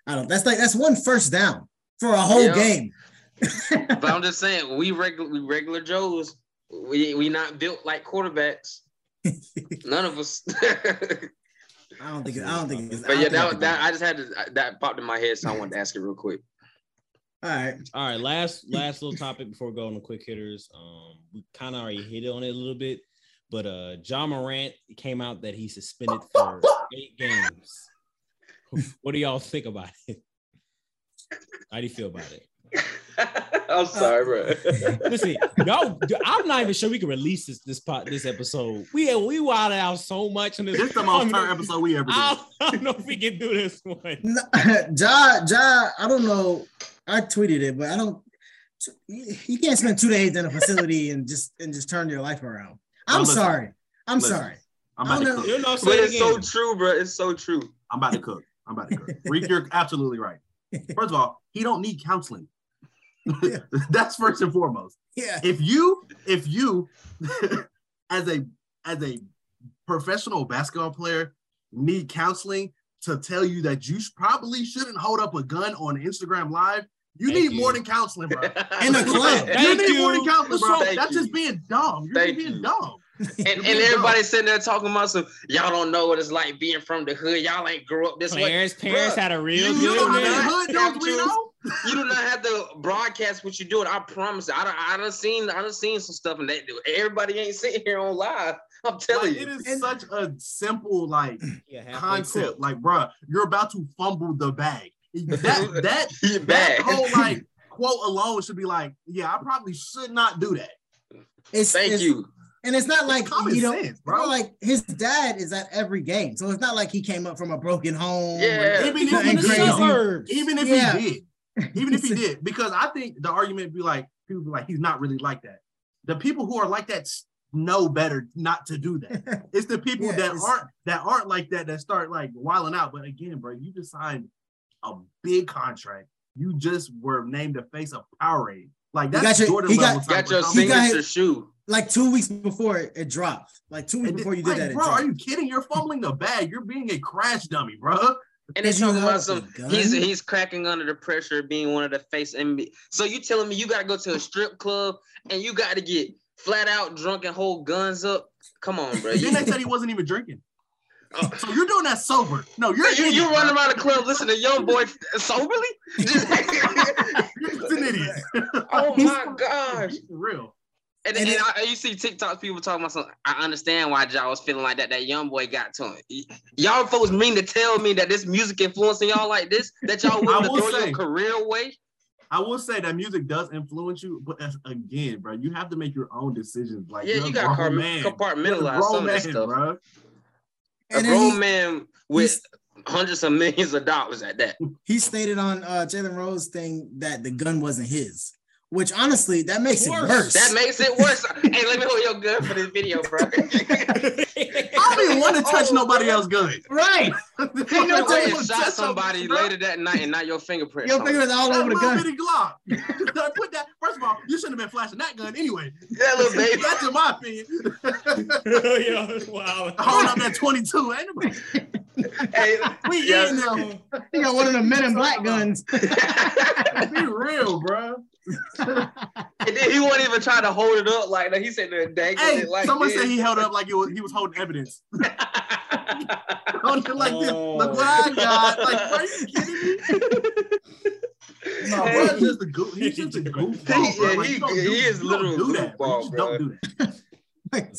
[SPEAKER 5] I don't. That's like that's one first down for a whole
[SPEAKER 4] Yeah.
[SPEAKER 5] game.
[SPEAKER 4] But I'm just saying, we regular we regular Joes. We we not built like quarterbacks. None of us. but
[SPEAKER 5] I don't think. I don't think. It's, I
[SPEAKER 4] yeah,
[SPEAKER 5] don't think I
[SPEAKER 4] that,
[SPEAKER 5] could
[SPEAKER 4] that I just had to that popped in my head, so I wanted to ask it real quick.
[SPEAKER 5] do it. All right.
[SPEAKER 2] All right, last last little topic before we go on the quick hitters. Um, we kind of already hit on it a little bit, but uh, John Morant it came out that he suspended for eight games. What do y'all think about it? How do you feel about it?
[SPEAKER 4] I'm sorry, bro.
[SPEAKER 2] Listen, y'all, I'm not even sure we can release this this pot this episode. We we wilded out so much in this.
[SPEAKER 3] This is the
[SPEAKER 2] I don't
[SPEAKER 3] most
[SPEAKER 2] know-
[SPEAKER 3] turn episode we ever
[SPEAKER 2] I
[SPEAKER 3] did.
[SPEAKER 2] don't- I don't know if we can do this one.
[SPEAKER 5] No, ja, ja, I don't know. I tweeted it, but I don't. You you can't spend two days in a facility and just and just turn your life around.
[SPEAKER 3] Now
[SPEAKER 5] I'm
[SPEAKER 3] listen.
[SPEAKER 5] sorry. I'm
[SPEAKER 3] Listen.
[SPEAKER 5] sorry.
[SPEAKER 3] I'm about
[SPEAKER 5] I
[SPEAKER 3] to
[SPEAKER 5] don't know.
[SPEAKER 3] cook.
[SPEAKER 2] You know,
[SPEAKER 4] But
[SPEAKER 2] say it
[SPEAKER 4] it's so
[SPEAKER 2] again.
[SPEAKER 4] true, bro. It's so true.
[SPEAKER 3] I'm about to cook. I'm about to cook. Reek, you're absolutely right. First of all, he don't need counseling.
[SPEAKER 5] Yeah.
[SPEAKER 3] That's first and foremost.
[SPEAKER 5] Yeah.
[SPEAKER 3] If you, if you, as a as a professional basketball player, need counseling to tell you that you sh- probably shouldn't hold up a gun on Instagram Live, you
[SPEAKER 2] Thank
[SPEAKER 3] need more
[SPEAKER 2] you.
[SPEAKER 3] than counseling, bro.
[SPEAKER 5] In a club.
[SPEAKER 3] you
[SPEAKER 2] Thank
[SPEAKER 3] need more than
[SPEAKER 2] you.
[SPEAKER 3] counseling, bro.
[SPEAKER 4] Thank
[SPEAKER 3] That's
[SPEAKER 4] you.
[SPEAKER 3] just being dumb. You're
[SPEAKER 4] Thank
[SPEAKER 3] just being
[SPEAKER 4] you.
[SPEAKER 3] dumb.
[SPEAKER 4] And, and
[SPEAKER 3] You're being
[SPEAKER 4] everybody sitting there talking about some, y'all don't know what it's like being from the hood. Y'all ain't grew up this way.
[SPEAKER 2] Players, parents
[SPEAKER 4] Bruh,
[SPEAKER 2] had a real
[SPEAKER 3] dumb.
[SPEAKER 2] good
[SPEAKER 4] you-
[SPEAKER 3] You know how
[SPEAKER 2] man.
[SPEAKER 3] many
[SPEAKER 4] man.
[SPEAKER 3] hood dudes we know?
[SPEAKER 4] You do not have to broadcast what you're doing. I promise. I done, I done seen I done seen some stuff, and they, everybody ain't sitting here on live. I'm telling
[SPEAKER 3] Like, it
[SPEAKER 4] you.
[SPEAKER 3] is such a simple like
[SPEAKER 2] Yeah, halfway
[SPEAKER 3] concept.
[SPEAKER 2] cooked.
[SPEAKER 3] Like, bruh, you're about to fumble the bag. That that
[SPEAKER 4] You're
[SPEAKER 3] that
[SPEAKER 4] bad.
[SPEAKER 3] whole like quote alone should be like, yeah, I probably should not do that.
[SPEAKER 5] It's,
[SPEAKER 4] Thank
[SPEAKER 5] it's-
[SPEAKER 4] you.
[SPEAKER 5] And it's not like
[SPEAKER 3] Common
[SPEAKER 5] you know,
[SPEAKER 3] sense,
[SPEAKER 5] bro.
[SPEAKER 3] bro.
[SPEAKER 5] Like his dad is at every game, so it's not like he came up from a broken home. or-
[SPEAKER 4] Yeah.
[SPEAKER 3] even
[SPEAKER 2] People
[SPEAKER 3] if he
[SPEAKER 2] in
[SPEAKER 5] ain't
[SPEAKER 2] the
[SPEAKER 5] crazy.
[SPEAKER 3] did,
[SPEAKER 2] suburbs.
[SPEAKER 3] even if
[SPEAKER 5] Yeah.
[SPEAKER 3] he did, even if he did, because I think the argument be like, people be like, he's not really like that. The people who are like that s- know better not to do that. It's the people
[SPEAKER 5] Yeah,
[SPEAKER 3] that
[SPEAKER 5] it's-
[SPEAKER 3] aren't that aren't like that that start like wilding out. But again, bro, you just signed a big contract. You just were named the face of Powerade. Like
[SPEAKER 5] You
[SPEAKER 3] that's
[SPEAKER 5] got your-
[SPEAKER 3] Jordan
[SPEAKER 5] he got-
[SPEAKER 3] level type
[SPEAKER 4] Got your
[SPEAKER 3] of
[SPEAKER 5] You got-
[SPEAKER 3] confidence.
[SPEAKER 4] signature shoe.
[SPEAKER 5] Like two weeks before it, it dropped. Like two weeks
[SPEAKER 3] And
[SPEAKER 5] before
[SPEAKER 3] then,
[SPEAKER 5] you did
[SPEAKER 3] like,
[SPEAKER 5] that, it
[SPEAKER 3] bro, are
[SPEAKER 5] dropped.
[SPEAKER 3] you kidding? You're fumbling the bag. You're being a crash dummy, bro.
[SPEAKER 4] And they
[SPEAKER 5] Did you
[SPEAKER 4] talking
[SPEAKER 5] know
[SPEAKER 4] about
[SPEAKER 5] it's a
[SPEAKER 4] some.
[SPEAKER 5] gun?
[SPEAKER 4] He's he's cracking under the pressure of being one of the face NBA. So you telling me you gotta go to a strip club and you gotta get flat out drunk and hold guns up? Come on, bro. You,
[SPEAKER 3] Then they said he wasn't even drinking.
[SPEAKER 4] Oh.
[SPEAKER 3] So you're doing that sober. No, you're
[SPEAKER 4] you,
[SPEAKER 3] an
[SPEAKER 4] you
[SPEAKER 3] idiot,
[SPEAKER 4] running
[SPEAKER 3] bro.
[SPEAKER 4] around the club listening to young boy soberly? Just-
[SPEAKER 3] You're just an idiot.
[SPEAKER 4] oh my gosh!
[SPEAKER 3] For real.
[SPEAKER 4] And,
[SPEAKER 5] And
[SPEAKER 4] and,
[SPEAKER 5] it-
[SPEAKER 4] I, you see TikToks people talking about something. I understand why y'all was feeling like that. That young boy got to him. Y- Y'all folks mean to tell me that this music influencing y'all like this? That y'all willing to
[SPEAKER 3] will
[SPEAKER 4] throw
[SPEAKER 3] say-
[SPEAKER 4] your career away?
[SPEAKER 3] I will say that music does influence you, but that's, again, bro, you have to make your own decisions. Like,
[SPEAKER 4] yeah,
[SPEAKER 3] you're
[SPEAKER 4] you
[SPEAKER 3] a
[SPEAKER 4] got
[SPEAKER 3] grown
[SPEAKER 4] car-
[SPEAKER 3] man. You're a
[SPEAKER 4] compartmentalize
[SPEAKER 3] grown
[SPEAKER 4] some of
[SPEAKER 3] man,
[SPEAKER 4] this stuff.
[SPEAKER 3] bro.
[SPEAKER 4] A
[SPEAKER 5] And then
[SPEAKER 4] grown
[SPEAKER 5] he-
[SPEAKER 4] man with hundreds of millions of dollars at that.
[SPEAKER 5] he stated on uh Jalen Rose thing that the gun wasn't his, which honestly that makes it
[SPEAKER 2] Worse.
[SPEAKER 5] worse.
[SPEAKER 4] That makes it worse. hey, let me hold your gun for this video, bro.
[SPEAKER 3] I don't even want to touch
[SPEAKER 4] Oh,
[SPEAKER 3] nobody else's gun.
[SPEAKER 5] right.
[SPEAKER 4] He
[SPEAKER 3] Ain't
[SPEAKER 4] knew
[SPEAKER 5] no
[SPEAKER 4] way and shot somebody later that night and not your fingerprints.
[SPEAKER 5] Your
[SPEAKER 4] on
[SPEAKER 5] fingers
[SPEAKER 4] it.
[SPEAKER 5] all
[SPEAKER 3] That
[SPEAKER 5] over the
[SPEAKER 3] little
[SPEAKER 5] gun.
[SPEAKER 3] bitty Glock. Put that. First of all, you shouldn't have been flashing that gun anyway.
[SPEAKER 4] That little baby.
[SPEAKER 3] That's in my opinion.
[SPEAKER 2] yeah, wow.
[SPEAKER 3] Hold up that 22. Ain't nobody.
[SPEAKER 4] Hey,
[SPEAKER 3] We
[SPEAKER 4] yeah.
[SPEAKER 3] in them.
[SPEAKER 5] He got one of the men in black guns.
[SPEAKER 3] Be real, bro.
[SPEAKER 4] and then he wasn't even trying to hold it up like that. He said they're dangling
[SPEAKER 3] Hey,
[SPEAKER 4] it like
[SPEAKER 3] someone
[SPEAKER 4] this.
[SPEAKER 3] said he held up like it was, he was holding evidence. Holding it like this. Look what I got. Like, bro, are you kidding me? No,
[SPEAKER 4] Hey.
[SPEAKER 3] bro, just a goof. He's just a goofball, bro. Like, you don't
[SPEAKER 4] He- he-
[SPEAKER 3] do-
[SPEAKER 4] he is
[SPEAKER 3] you don't
[SPEAKER 4] literal
[SPEAKER 3] do that. bro. You just
[SPEAKER 4] goofball,
[SPEAKER 3] don't do that.
[SPEAKER 4] Like,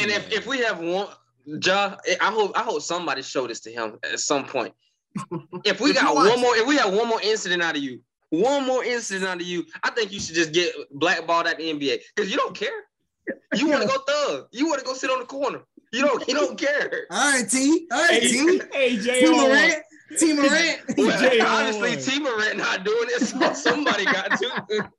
[SPEAKER 4] and if, if we have one, Ja, I hope I hope somebody show this to him at some point. If we
[SPEAKER 3] If you
[SPEAKER 4] got
[SPEAKER 3] watch-
[SPEAKER 4] one more, if we have one more incident out of you, one more incident out of you, I think you should just get blackballed at the NBA because you don't care. You want to go thug. You want to go sit on the corner. You don't. You don't care.
[SPEAKER 5] All right, T. All right,
[SPEAKER 2] hey,
[SPEAKER 5] T.
[SPEAKER 2] hey, J.
[SPEAKER 5] T Morant. T Morant.
[SPEAKER 2] Jay
[SPEAKER 4] Well,
[SPEAKER 2] Howard.
[SPEAKER 4] obviously, T Morant not doing it, so somebody got to.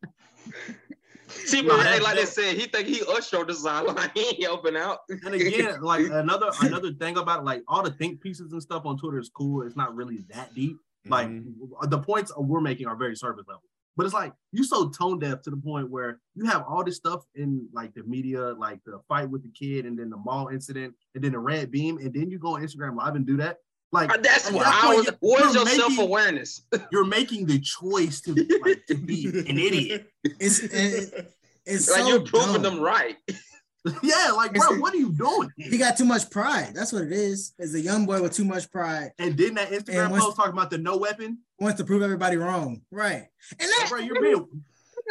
[SPEAKER 4] See,
[SPEAKER 3] Nah,
[SPEAKER 4] but hey,
[SPEAKER 3] that's
[SPEAKER 4] like they
[SPEAKER 3] dope.
[SPEAKER 4] said, he think he usher the sideline. he ain't helping out.
[SPEAKER 3] And again, like another another thing about like all the think pieces and stuff on Twitter is cool. It's not really that deep. Like
[SPEAKER 2] Mhm.
[SPEAKER 5] Mm-hmm.
[SPEAKER 3] the points we're making are very surface level. But it's like you so tone deaf to the point where you have all this stuff in like the media, like the fight with the kid, and then the mall incident, and then the red beam, and then you go on Instagram live and do that. Like
[SPEAKER 4] That's
[SPEAKER 3] at
[SPEAKER 4] what
[SPEAKER 3] that
[SPEAKER 4] I
[SPEAKER 3] point,
[SPEAKER 4] was.
[SPEAKER 3] Uh, you-
[SPEAKER 4] Where's
[SPEAKER 3] you're
[SPEAKER 4] your
[SPEAKER 3] making-
[SPEAKER 4] self awareness?
[SPEAKER 3] You're making the choice to, like, to be an idiot.
[SPEAKER 5] It's it, it's
[SPEAKER 4] Like
[SPEAKER 5] so
[SPEAKER 4] you're proving
[SPEAKER 5] dumb.
[SPEAKER 4] them right.
[SPEAKER 3] yeah, like bro, what are you doing?
[SPEAKER 5] He got too much pride. That's what it is. Is a young boy with too much pride
[SPEAKER 3] And then that Instagram
[SPEAKER 5] And once-
[SPEAKER 3] post talking about the no weapon.
[SPEAKER 5] wants to prove everybody wrong. Right. And that
[SPEAKER 3] Bro, you're being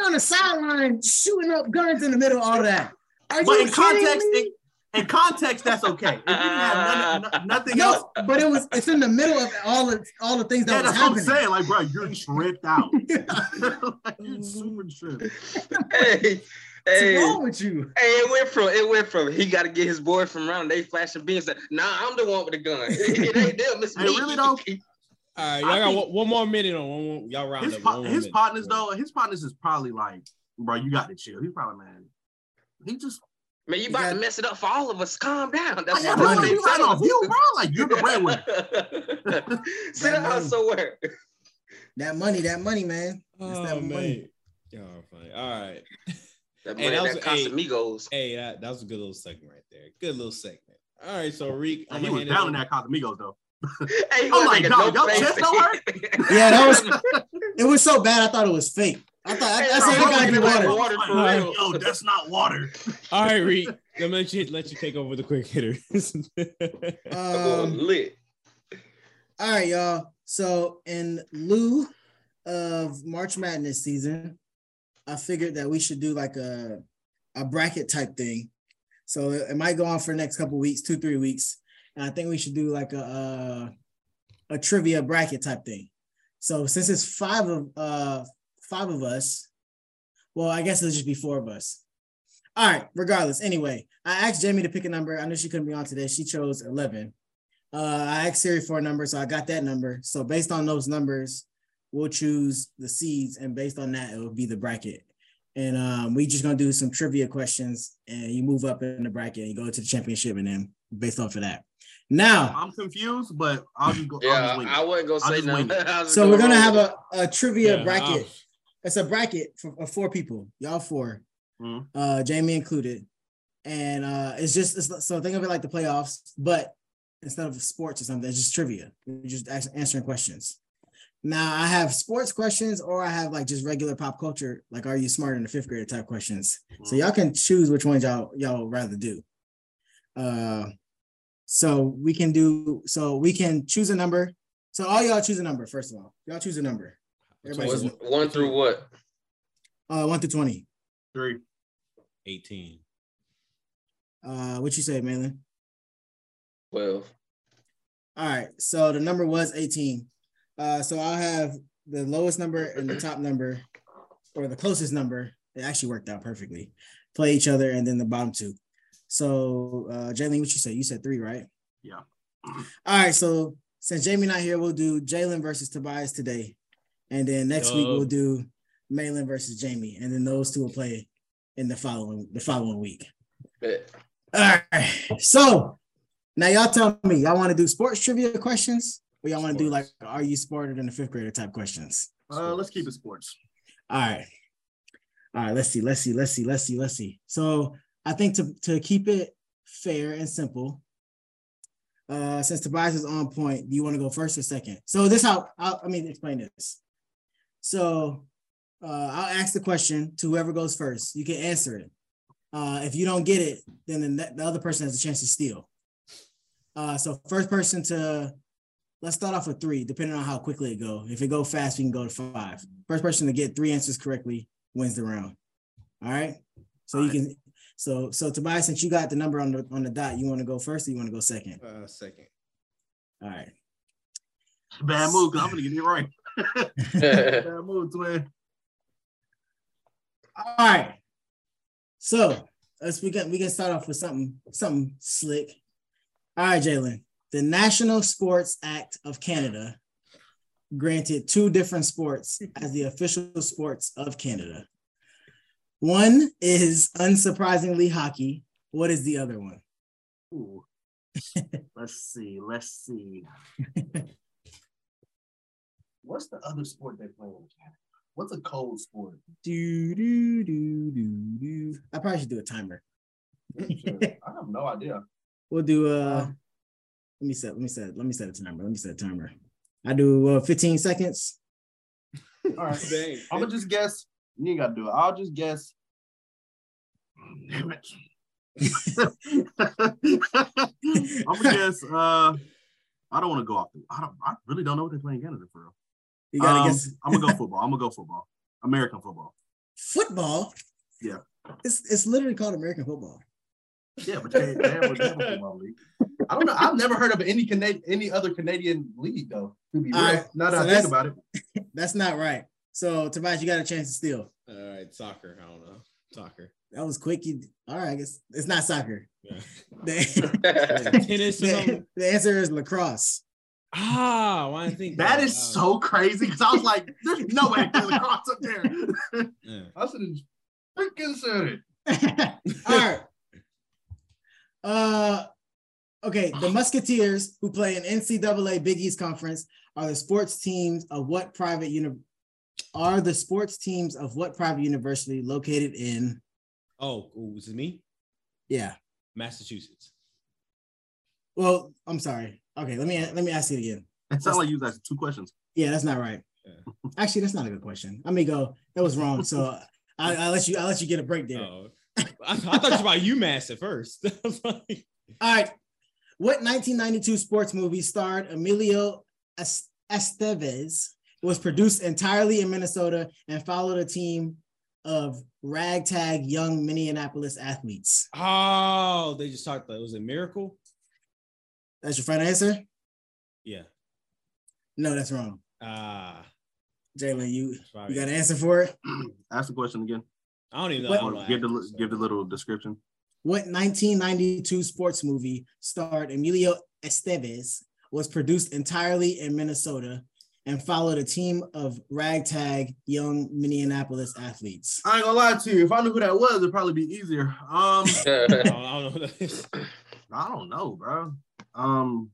[SPEAKER 5] on the sideline shooting up guns in the middle of all that. Are
[SPEAKER 3] But
[SPEAKER 5] you
[SPEAKER 3] in
[SPEAKER 5] kidding
[SPEAKER 3] context,
[SPEAKER 5] me?
[SPEAKER 3] in, in context, that's okay. If you didn't have none, no- nothing else,
[SPEAKER 5] no, but it was it's in the middle of all the all the things
[SPEAKER 3] yeah,
[SPEAKER 5] that was
[SPEAKER 3] that's what I'm
[SPEAKER 5] happening.
[SPEAKER 3] saying. Like, bro, you're tripped out. like, you're super tripped.
[SPEAKER 4] hey,
[SPEAKER 5] What's
[SPEAKER 4] hey.
[SPEAKER 5] wrong with you?
[SPEAKER 4] Hey, it went from it went from he got to get his boy from around. They flashing beams. Like, nah, I'm the one with the gun. it ain't them. It's
[SPEAKER 3] Hey,
[SPEAKER 4] me.
[SPEAKER 3] really though?
[SPEAKER 2] All right, y'all
[SPEAKER 3] I
[SPEAKER 2] got
[SPEAKER 3] think-
[SPEAKER 2] one, one more minute on one. more- y'all round
[SPEAKER 3] His,
[SPEAKER 2] up.
[SPEAKER 3] pa-
[SPEAKER 2] one more
[SPEAKER 3] his
[SPEAKER 2] minute.
[SPEAKER 3] partners, though, his partners is probably like, bro, you got to chill. He's probably, man, he just,
[SPEAKER 4] Man, you about
[SPEAKER 5] got-
[SPEAKER 4] to mess it up for all of us. Calm down.
[SPEAKER 3] like,
[SPEAKER 4] That's
[SPEAKER 3] I
[SPEAKER 4] what
[SPEAKER 3] don't
[SPEAKER 5] I'm
[SPEAKER 3] want to
[SPEAKER 4] they
[SPEAKER 3] be right
[SPEAKER 4] telling
[SPEAKER 3] off
[SPEAKER 4] us.
[SPEAKER 3] you, bro. Like, you're the breadwinner.
[SPEAKER 4] Sit down somewhere.
[SPEAKER 5] That money, that money, man. It's
[SPEAKER 2] Oh
[SPEAKER 5] that money.
[SPEAKER 2] man, y'all are funny. All right,
[SPEAKER 4] That
[SPEAKER 2] Hey,
[SPEAKER 4] money
[SPEAKER 2] that
[SPEAKER 4] that
[SPEAKER 2] was- hey.
[SPEAKER 4] Casamigos.
[SPEAKER 2] hey, that, that was a good little segment right there. Good little segment. All right, so Reek,
[SPEAKER 3] And
[SPEAKER 2] I'm
[SPEAKER 3] Oh, he
[SPEAKER 2] gonna
[SPEAKER 3] was
[SPEAKER 2] hand it
[SPEAKER 3] down in
[SPEAKER 2] over-
[SPEAKER 3] that Cosmigos, though.
[SPEAKER 4] Hey, he
[SPEAKER 3] I'm
[SPEAKER 4] wasn't
[SPEAKER 3] like,
[SPEAKER 4] making
[SPEAKER 3] dog,
[SPEAKER 4] no
[SPEAKER 3] your chest
[SPEAKER 4] face.
[SPEAKER 3] don't hurt?
[SPEAKER 5] Yeah, that was it was so bad I thought it was fake. I thought I,
[SPEAKER 4] Hey,
[SPEAKER 5] I
[SPEAKER 4] bro,
[SPEAKER 5] said
[SPEAKER 4] bro,
[SPEAKER 5] it gotta be
[SPEAKER 4] bro,
[SPEAKER 5] water.
[SPEAKER 4] bro. water for
[SPEAKER 3] Like,
[SPEAKER 4] real.
[SPEAKER 3] Yo, that's not water.
[SPEAKER 2] All right, Reek, let me let you, let you take over the quick hitters.
[SPEAKER 4] Well,
[SPEAKER 5] Um,
[SPEAKER 4] lit.
[SPEAKER 5] all right, y'all. So in lieu of March Madness season, I figured that we should do like a a bracket type thing. So it might go on for the next couple weeks, two three weeks, and I think we should do like a uh, a, a trivia bracket type thing. So since it's five of uh five of us, well, I guess it'll just be four of us. All right, regardless. Anyway, I asked Jamie to pick a number. I knew she couldn't be on today. She chose 11. Uh, I asked Siri for a number, so I got that number. So based on those numbers, we'll choose the seeds, and based on that, it will be the bracket. And um, we just gonna do some trivia questions, and you move up in the bracket and you go to the championship, and then based off of that. Now,
[SPEAKER 3] I'm confused, but I'll just go. I'll
[SPEAKER 4] Yeah,
[SPEAKER 3] just wing it.
[SPEAKER 4] I wasn't gonna
[SPEAKER 3] I'll
[SPEAKER 4] say
[SPEAKER 3] just wing
[SPEAKER 4] nothing.
[SPEAKER 3] it.
[SPEAKER 4] I was
[SPEAKER 5] so we're
[SPEAKER 4] roll
[SPEAKER 5] gonna have
[SPEAKER 4] with
[SPEAKER 5] a, a trivia
[SPEAKER 2] Yeah,
[SPEAKER 5] bracket.
[SPEAKER 2] I'll-
[SPEAKER 5] it's a bracket for, of four people, y'all 4
[SPEAKER 3] Mhm.
[SPEAKER 5] uh, Jamie included, and uh, it's just it's, so think of it like the playoffs, but instead of sports or something, it's just trivia. We're just ask, answering questions. Now I have sports questions, or I have like just regular pop culture, like are you smarter than a fifth grader type questions. So y'all can choose which ones y'all y'all would rather do. Uh, so we can do so we can choose a number. So all y'all choose a number first of all. Y'all choose a number. Everybody
[SPEAKER 4] it.
[SPEAKER 5] choose a
[SPEAKER 2] What's-
[SPEAKER 5] number.
[SPEAKER 4] One through what?
[SPEAKER 5] uh, one through twenty.
[SPEAKER 3] Three.
[SPEAKER 2] 18.
[SPEAKER 5] Uh, what you say, Malin?
[SPEAKER 4] Twelve.
[SPEAKER 5] All right. So the number was 18. Uh, so I'll have the lowest number and the top number, or the closest number. It actually worked out perfectly. Play each other, and then the bottom two. So uh, Jalen, what you say? You said three, right?
[SPEAKER 3] Yeah.
[SPEAKER 5] All right. So since Jamie not here, we'll do Jalen versus Tobias today, and then next week
[SPEAKER 2] Yo.
[SPEAKER 5] we'll do Malin versus Jamie, and then those two will play in the following the following week.
[SPEAKER 4] Bet.
[SPEAKER 5] All right. So now y'all tell me, y'all want to do sports trivia questions, or y'all want to do like,
[SPEAKER 2] Sports.
[SPEAKER 5] are you smarter than a fifth grader type questions?
[SPEAKER 3] Uh, let's keep it sports.
[SPEAKER 5] All right. All right. Let's see. Let's see. Let's see. Let's see. Let's see. So I think to, to keep it fair and simple, uh, since Tobias is on point, do you want to go first or second? So this how I, I mean explain this. So uh, I'll ask the question to whoever goes first. You can answer it. Uh, if you don't get it, then the, ne- the other person has a chance to steal. Uh, so first person to let's start off with three, depending on how quickly it go. If it go fast, we can go to five. First person to get three answers correctly wins the round. All right. So you can so so Tobias, since you got the number on the on the dot, you want to go first or you want to go second?
[SPEAKER 2] Uh, second.
[SPEAKER 5] All right.
[SPEAKER 3] Bad move, because I'm gonna get it right.
[SPEAKER 4] Hey,
[SPEAKER 3] Bad move, twin.
[SPEAKER 5] All right. So let's we can we can start off with something something slick. All right, Jalen. The National Sports Act of Canada granted two different sports as the official sports of Canada. One is unsurprisingly hockey. What is the other one?
[SPEAKER 3] Ooh. let's see. Let's see. What's the other sport they play in Canada? What's a cold sport?
[SPEAKER 5] Do, do, do, do, do. I probably should do a timer.
[SPEAKER 3] Sure. I have no idea.
[SPEAKER 5] We'll do uh let me set let me set let me set a timer. Let me set a timer. I do uh 15 seconds.
[SPEAKER 3] All right. I'm gonna just guess. You ain't gotta do it. I'll just guess. Damn it. I'm gonna guess. Uh, I don't want to go off. The, I don't. I really don't know what they play in Canada for real.
[SPEAKER 5] You gotta
[SPEAKER 3] Um,
[SPEAKER 5] guess
[SPEAKER 3] I'm gonna go football. I'm gonna go football. American football.
[SPEAKER 5] football.
[SPEAKER 3] Yeah.
[SPEAKER 5] It's it's literally called American football.
[SPEAKER 3] Yeah, but they, they have, a- they have a football league. I don't know. I've never heard of any Canadian, any other Canadian league though. To be real,
[SPEAKER 5] All right,
[SPEAKER 3] now
[SPEAKER 5] so
[SPEAKER 3] that I
[SPEAKER 5] that's-
[SPEAKER 3] think about it,
[SPEAKER 5] That's not right. So Tobias, you got a chance to steal.
[SPEAKER 2] All right, soccer. I don't know. Soccer.
[SPEAKER 5] That was quick. You, all right, I guess it's not soccer.
[SPEAKER 2] Yeah.
[SPEAKER 5] The,
[SPEAKER 2] Tennis. or
[SPEAKER 5] the,
[SPEAKER 2] something?
[SPEAKER 5] the answer is lacrosse.
[SPEAKER 2] Ah, why I think
[SPEAKER 3] that is so crazy because I was like, "There's no way there's a cross up there."
[SPEAKER 2] Yeah.
[SPEAKER 3] I should have freaking said it.
[SPEAKER 5] all right. Uh okay, the Musketeers who play in NCAA Big East Conference are the sports teams of what private uni- are the sports teams of what private university located in
[SPEAKER 2] Oh, ooh, is it me?
[SPEAKER 5] yeah.
[SPEAKER 2] Massachusetts.
[SPEAKER 5] Well, I'm sorry. Okay, let me let me ask it again.
[SPEAKER 3] It sounds like you guys two questions.
[SPEAKER 5] Yeah, that's not right. Actually, that's not a good question. I may go. That was wrong. So I, I let you. I let you get a break there.
[SPEAKER 2] Oh, I, I thought you were about UMass at first. I was like,
[SPEAKER 5] All right. What 1992 sports movie starred Emilio Es- Estevez was produced entirely in Minnesota and followed a team of ragtag young Minneapolis athletes?
[SPEAKER 2] oh, they just talked. It was a miracle.
[SPEAKER 5] That's your final answer.
[SPEAKER 2] Yeah.
[SPEAKER 5] No, that's wrong.
[SPEAKER 2] Ah,
[SPEAKER 5] Jalen, you
[SPEAKER 2] that's probably-
[SPEAKER 5] you got an answer for it?
[SPEAKER 3] Ask the question again.
[SPEAKER 2] I don't even know.
[SPEAKER 5] What-
[SPEAKER 2] I don't
[SPEAKER 3] Or
[SPEAKER 2] know
[SPEAKER 3] give the
[SPEAKER 2] actors, so-
[SPEAKER 3] give the little description.
[SPEAKER 5] What 1992 sports movie starred Emilio Estevez was produced entirely in Minnesota and followed a team of ragtag young Minneapolis athletes?
[SPEAKER 3] I ain't gonna lie to you. If I knew who that was, it'd probably be easier. Um,
[SPEAKER 2] I don't, I don't know. Who that is.
[SPEAKER 3] I don't know, bro. Um,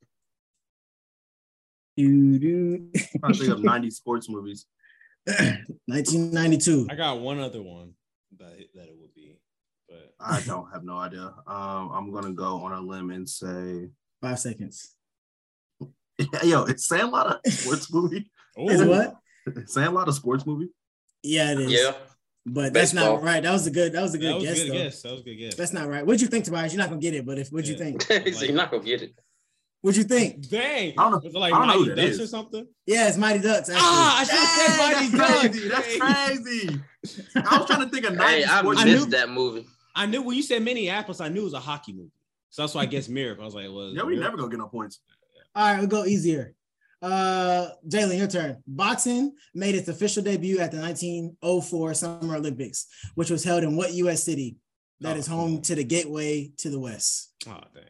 [SPEAKER 5] Doo-doo.
[SPEAKER 3] I'm trying to think of '90s sports movies.
[SPEAKER 5] 1992.
[SPEAKER 2] I got one other one that it, that it would be, but
[SPEAKER 3] I don't have no idea. Um, I'm gonna go on a limb and say,
[SPEAKER 5] Five seconds.
[SPEAKER 3] yo, it's Sandlot a sports movie?
[SPEAKER 5] Is
[SPEAKER 2] Ooh.
[SPEAKER 5] what?
[SPEAKER 3] Sandlot a sports movie?
[SPEAKER 5] Yeah, it is.
[SPEAKER 4] yeah.
[SPEAKER 5] But that's not
[SPEAKER 4] Baseball.
[SPEAKER 5] right. That was a good. That was a good
[SPEAKER 2] That was
[SPEAKER 5] guess.
[SPEAKER 2] a good
[SPEAKER 5] though.
[SPEAKER 2] guess. That was a good guess.
[SPEAKER 5] That's not right. What'd you think, Tobias? You're not gonna get it. But if what'd you
[SPEAKER 2] Yeah.
[SPEAKER 5] think?
[SPEAKER 4] so you're not gonna get it.
[SPEAKER 5] What'd you think?
[SPEAKER 2] Dang.
[SPEAKER 3] I don't know-
[SPEAKER 2] Was it like
[SPEAKER 3] I don't know
[SPEAKER 2] Mighty
[SPEAKER 3] who that
[SPEAKER 2] Ducks or
[SPEAKER 3] is.
[SPEAKER 2] something?
[SPEAKER 5] Yeah, it's Mighty Ducks. Actually.
[SPEAKER 2] Ah, I should have
[SPEAKER 3] Dang,
[SPEAKER 2] said Mighty
[SPEAKER 3] that's
[SPEAKER 2] Ducks.
[SPEAKER 3] crazy. That's
[SPEAKER 2] Dang.
[SPEAKER 3] crazy. I was trying to think of '90s
[SPEAKER 4] Hey, I
[SPEAKER 3] sports.
[SPEAKER 4] missed
[SPEAKER 2] I knew-
[SPEAKER 4] that movie.
[SPEAKER 2] I knew when you said Minneapolis, I knew it was a hockey movie. So that's why I guess Miracle. I was like, well,
[SPEAKER 3] Yeah, we never gonna get no points.
[SPEAKER 5] All right, we'll go easier. Uh, Jalen, your turn. Boxing made its official debut at the 1904 Summer Olympics, which was held in what U.S. city that is home to the gateway to the West?
[SPEAKER 2] Oh, dang.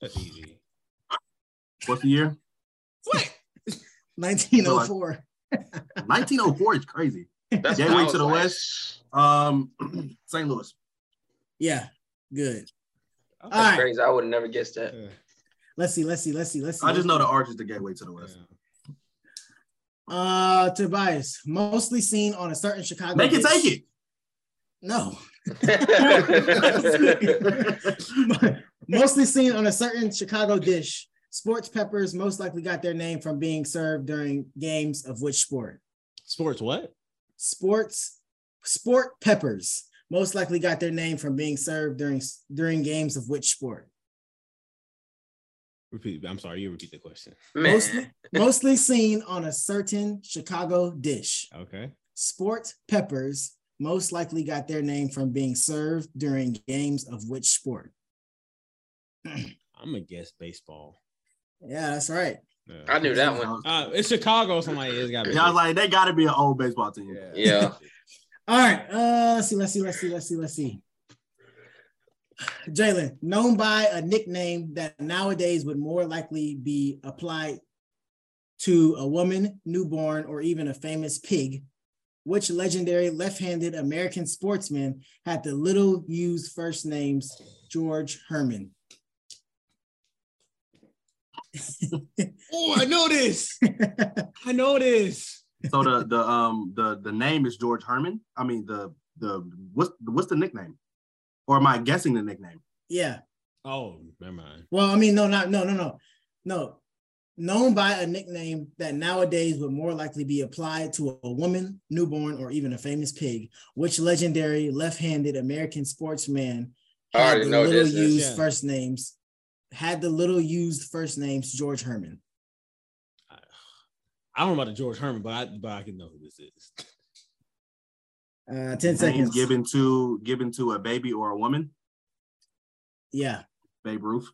[SPEAKER 2] That's easy.
[SPEAKER 3] What's the year?
[SPEAKER 5] 1904.
[SPEAKER 3] 1904 is crazy.
[SPEAKER 4] That's
[SPEAKER 3] Gateway
[SPEAKER 4] what I was
[SPEAKER 3] to the
[SPEAKER 4] like,
[SPEAKER 3] West? Um, St. Louis.
[SPEAKER 5] Yeah, good.
[SPEAKER 2] All
[SPEAKER 5] All
[SPEAKER 4] That's
[SPEAKER 5] right,
[SPEAKER 4] crazy. I would have never guessed that.
[SPEAKER 2] Yeah.
[SPEAKER 5] let's see, let's see, let's see, let's see.
[SPEAKER 3] I just know the arch is the gateway to the West.
[SPEAKER 5] Uh, Tobias, mostly seen on a certain Chicago.
[SPEAKER 3] Make it
[SPEAKER 5] bitch-
[SPEAKER 3] take it.
[SPEAKER 5] No,
[SPEAKER 3] That's
[SPEAKER 5] mostly seen on a certain Chicago dish. Sports peppers most likely got their name from being served during games of which sport?
[SPEAKER 2] Sports what?
[SPEAKER 5] Sports, sport peppers most likely got their name from being served during during games of which sport?
[SPEAKER 2] Repeat. I'm sorry, you repeat the question.
[SPEAKER 4] Man,
[SPEAKER 5] Mostly, mostly seen on a certain Chicago dish.
[SPEAKER 2] Okay.
[SPEAKER 5] Sport peppers most likely got their name from being served during games of which sport?
[SPEAKER 2] I'm gonna guess baseball.
[SPEAKER 5] Yeah, that's right.
[SPEAKER 2] Yeah.
[SPEAKER 4] I knew that one.
[SPEAKER 2] Uh, it's Chicago. Somebody has got.
[SPEAKER 3] Yeah, I was like, they got to be an old baseball team.
[SPEAKER 4] Yeah.
[SPEAKER 5] All right. Uh, let's see. Let's see. Let's see. Let's see. Let's see. Jalen, known by a nickname that nowadays would more likely be applied to a woman, newborn, or even a famous pig, Which legendary left-handed American sportsman had the little used first names George Herman?
[SPEAKER 2] Oh, I know this. I know this.
[SPEAKER 3] So the the um the the name is George Herman. I mean the the what's what's the nickname? Or am I guessing the nickname?
[SPEAKER 5] yeah.
[SPEAKER 2] Oh, never mind.
[SPEAKER 5] Well, I mean, no, not no, no, no, no. Known by a nickname that nowadays would more likely be applied to a woman, newborn, or even a famous pig. Which legendary left-handed American sportsman
[SPEAKER 4] I
[SPEAKER 5] had
[SPEAKER 4] already
[SPEAKER 5] the
[SPEAKER 4] know
[SPEAKER 5] little
[SPEAKER 4] this.
[SPEAKER 5] used
[SPEAKER 2] Yeah.
[SPEAKER 5] first names? Had the little used first names George Herman.
[SPEAKER 2] I, I don't know about the George Herman, but I but I can know who this is.
[SPEAKER 5] Uh, Ten
[SPEAKER 3] Name
[SPEAKER 5] seconds.
[SPEAKER 3] given to given to a baby or a woman?
[SPEAKER 5] Yeah,
[SPEAKER 3] Babe Ruth.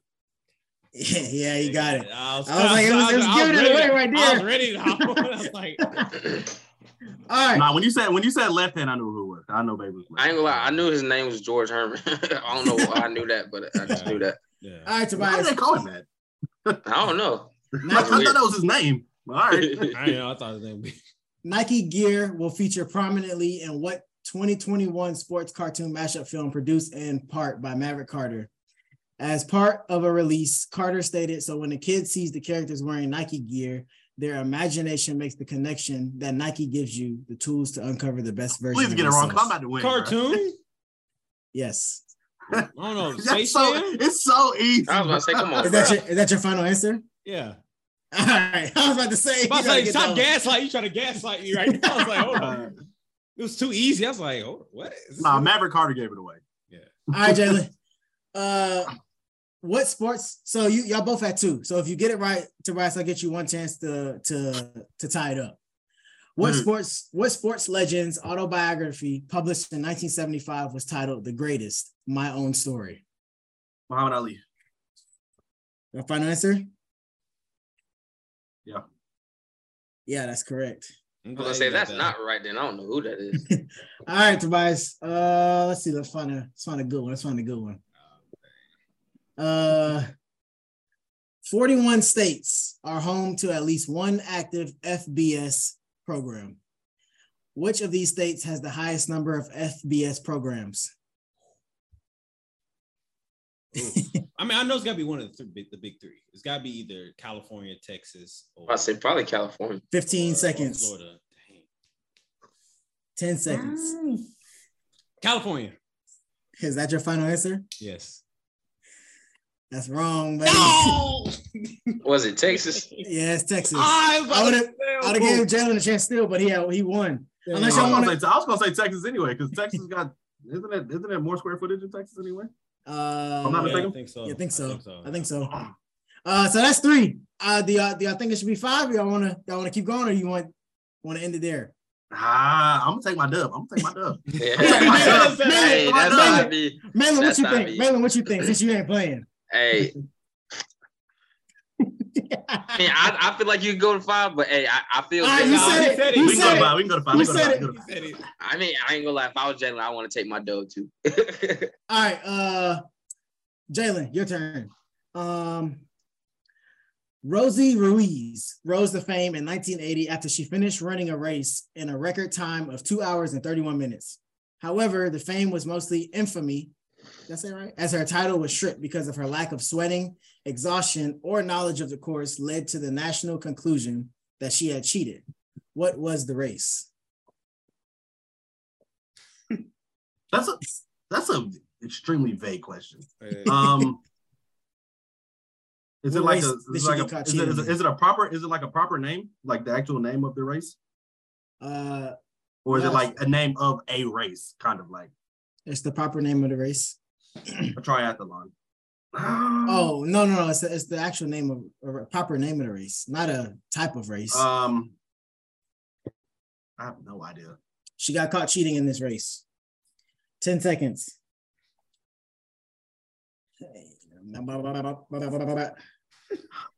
[SPEAKER 5] yeah, you got it.
[SPEAKER 2] I was,
[SPEAKER 5] I was like, it was- it was
[SPEAKER 2] I was
[SPEAKER 5] giving it
[SPEAKER 2] ready.
[SPEAKER 5] away right
[SPEAKER 2] I
[SPEAKER 5] there.
[SPEAKER 2] was ready to hop on. I was like,
[SPEAKER 5] All right.
[SPEAKER 3] Nah, when you said when you said left hand, I knew who it was. I know Babe Ruth.
[SPEAKER 4] I ain't gonna lie, I knew his name was George Herman. I don't know why I knew that, but I just knew that.
[SPEAKER 2] yeah.
[SPEAKER 5] All right,
[SPEAKER 3] Why
[SPEAKER 5] Tobias.
[SPEAKER 3] did they call him that?
[SPEAKER 4] I don't know.
[SPEAKER 3] Like, I
[SPEAKER 5] Nike,
[SPEAKER 3] thought that was his name. All right.
[SPEAKER 2] I didn't know. I thought his name. was-
[SPEAKER 5] Nike gear will feature prominently in what 2021 sports cartoon mashup film produced in part by Maverick Carter. As part of a release, Carter stated, "So when the kid sees the characters wearing Nike gear, their imagination makes the connection that Nike gives you the tools to uncover the best version."
[SPEAKER 3] Please
[SPEAKER 5] of
[SPEAKER 3] get it wrong.
[SPEAKER 5] yourself."
[SPEAKER 3] 'cause I'm about to win. bro.
[SPEAKER 2] Cartoon.
[SPEAKER 5] Yes.
[SPEAKER 2] I don't know.
[SPEAKER 3] That's
[SPEAKER 2] Space
[SPEAKER 3] so,
[SPEAKER 2] Jam.
[SPEAKER 3] it's so easy.
[SPEAKER 4] I was about to say, come on,
[SPEAKER 5] Is that your, is that your final answer?
[SPEAKER 2] Yeah.
[SPEAKER 5] All right. I was about to say.
[SPEAKER 2] I was
[SPEAKER 5] you gotta
[SPEAKER 2] like,
[SPEAKER 5] get
[SPEAKER 2] stop
[SPEAKER 5] that one.
[SPEAKER 2] gaslight. You trying to gaslight me right now? I was like, hold on. It was too easy. I was like, oh, what? Is
[SPEAKER 3] Nah, Maverick Carter gave it away.
[SPEAKER 5] All right, Jalen. Uh, what sports? So you y'all both had two. So if you get it right, Tobias, I'll get you one chance to to to tie it up. What
[SPEAKER 3] Mhm.
[SPEAKER 5] sports? What sports legends autobiography published in 1975 was titled "The Greatest: My Own Story"?
[SPEAKER 3] Muhammad Ali.
[SPEAKER 5] Your final answer?
[SPEAKER 3] Yeah.
[SPEAKER 5] Yeah, that's correct.
[SPEAKER 2] I'm
[SPEAKER 4] I was
[SPEAKER 2] glad
[SPEAKER 4] gonna
[SPEAKER 2] you
[SPEAKER 4] say
[SPEAKER 2] got
[SPEAKER 4] that's
[SPEAKER 2] that.
[SPEAKER 4] not right. Then I don't know who that is.
[SPEAKER 5] All right, Tobias. Uh, let's see. Let's find a let's find a good one. Let's find a good one. Uh, forty-one states are home to at least one active FBS program. Which of these states has the highest number of FBS programs?
[SPEAKER 2] I mean, I know it's got to be one of the, three, big- the big three. It's got to be either California, Texas, or
[SPEAKER 4] I say probably California.
[SPEAKER 3] Uh,
[SPEAKER 5] Fifteen
[SPEAKER 2] or- or
[SPEAKER 5] seconds.
[SPEAKER 2] Florida. Dang.
[SPEAKER 5] Ten seconds.
[SPEAKER 2] California.
[SPEAKER 5] Is that your final answer?
[SPEAKER 2] Yes.
[SPEAKER 5] That's wrong, buddy.
[SPEAKER 4] Was it Texas?
[SPEAKER 5] Yes, Texas. I
[SPEAKER 2] I was about
[SPEAKER 5] would've-
[SPEAKER 2] to say,
[SPEAKER 5] would have
[SPEAKER 2] oh,
[SPEAKER 5] gave Jalen a chance still, but he had, he won.
[SPEAKER 3] I
[SPEAKER 5] Unless
[SPEAKER 3] was,
[SPEAKER 5] y'all want
[SPEAKER 3] gonna
[SPEAKER 5] to
[SPEAKER 3] say, I was gonna say Texas anyway, because Texas got isn't it isn't it more square footage in Texas anyway?
[SPEAKER 5] Uh,
[SPEAKER 3] I'm not
[SPEAKER 2] yeah, I
[SPEAKER 3] mistaken?
[SPEAKER 2] think so.
[SPEAKER 5] yeah, I think so. I think so. Uh, so that's three. Uh, do y'all, do y'all think it should be five? Y'all want to y'all want to keep going, or you want want to end it there?
[SPEAKER 3] Ah, I'm gonna take my dub. I'm gonna take my dub.
[SPEAKER 4] Yeah.
[SPEAKER 5] man,
[SPEAKER 4] hey,
[SPEAKER 5] man,
[SPEAKER 4] that's
[SPEAKER 5] man.
[SPEAKER 4] not me.
[SPEAKER 5] Malin, what
[SPEAKER 4] That's
[SPEAKER 5] you
[SPEAKER 4] not
[SPEAKER 5] think?
[SPEAKER 4] me.
[SPEAKER 5] Malin, what you think? Since you ain't playing,
[SPEAKER 4] Hey, I, mean, I, I feel like you could go to five, but hey, I, I feel.
[SPEAKER 5] Ah,
[SPEAKER 4] good.
[SPEAKER 5] you
[SPEAKER 4] I-
[SPEAKER 5] said it. You
[SPEAKER 3] We can go
[SPEAKER 5] said
[SPEAKER 3] to
[SPEAKER 5] it.
[SPEAKER 3] five. We can go to five.
[SPEAKER 5] You
[SPEAKER 3] We can go to five.
[SPEAKER 5] said
[SPEAKER 3] We can go to
[SPEAKER 2] He said it.
[SPEAKER 4] I mean, I ain't gonna lie. If I was Jalen, I want to take my dub too.
[SPEAKER 5] All right, uh, Jalen, your turn. Um, Rosie Ruiz rose to fame in 1980 after she finished running a race in a record time of two hours and 31 minutes. However, the fame was mostly infamy. Did I say it right? As her title was stripped because of her lack of sweating, exhaustion, or knowledge of the course, led to the national conclusion that she had cheated. What was the race?
[SPEAKER 3] That's a that's a extremely vague question.
[SPEAKER 2] Hey,
[SPEAKER 3] Um, is it
[SPEAKER 5] What
[SPEAKER 3] like
[SPEAKER 5] race
[SPEAKER 3] a
[SPEAKER 5] did
[SPEAKER 3] is
[SPEAKER 5] she
[SPEAKER 3] it like
[SPEAKER 5] get
[SPEAKER 3] a
[SPEAKER 5] caught
[SPEAKER 3] is it, is, it,
[SPEAKER 5] cheating?
[SPEAKER 3] is it a proper is it like a proper name like the actual name of the race
[SPEAKER 5] Uh,
[SPEAKER 3] or is
[SPEAKER 5] No.
[SPEAKER 3] it like a name of a race kind of like
[SPEAKER 5] it's the proper name of the race.
[SPEAKER 3] a triathlon?
[SPEAKER 5] Oh no no no! It's the, it's the actual name of or proper name of the race, not a type of race.
[SPEAKER 3] Um, I have no idea.
[SPEAKER 5] she got caught cheating in this race. Ten seconds.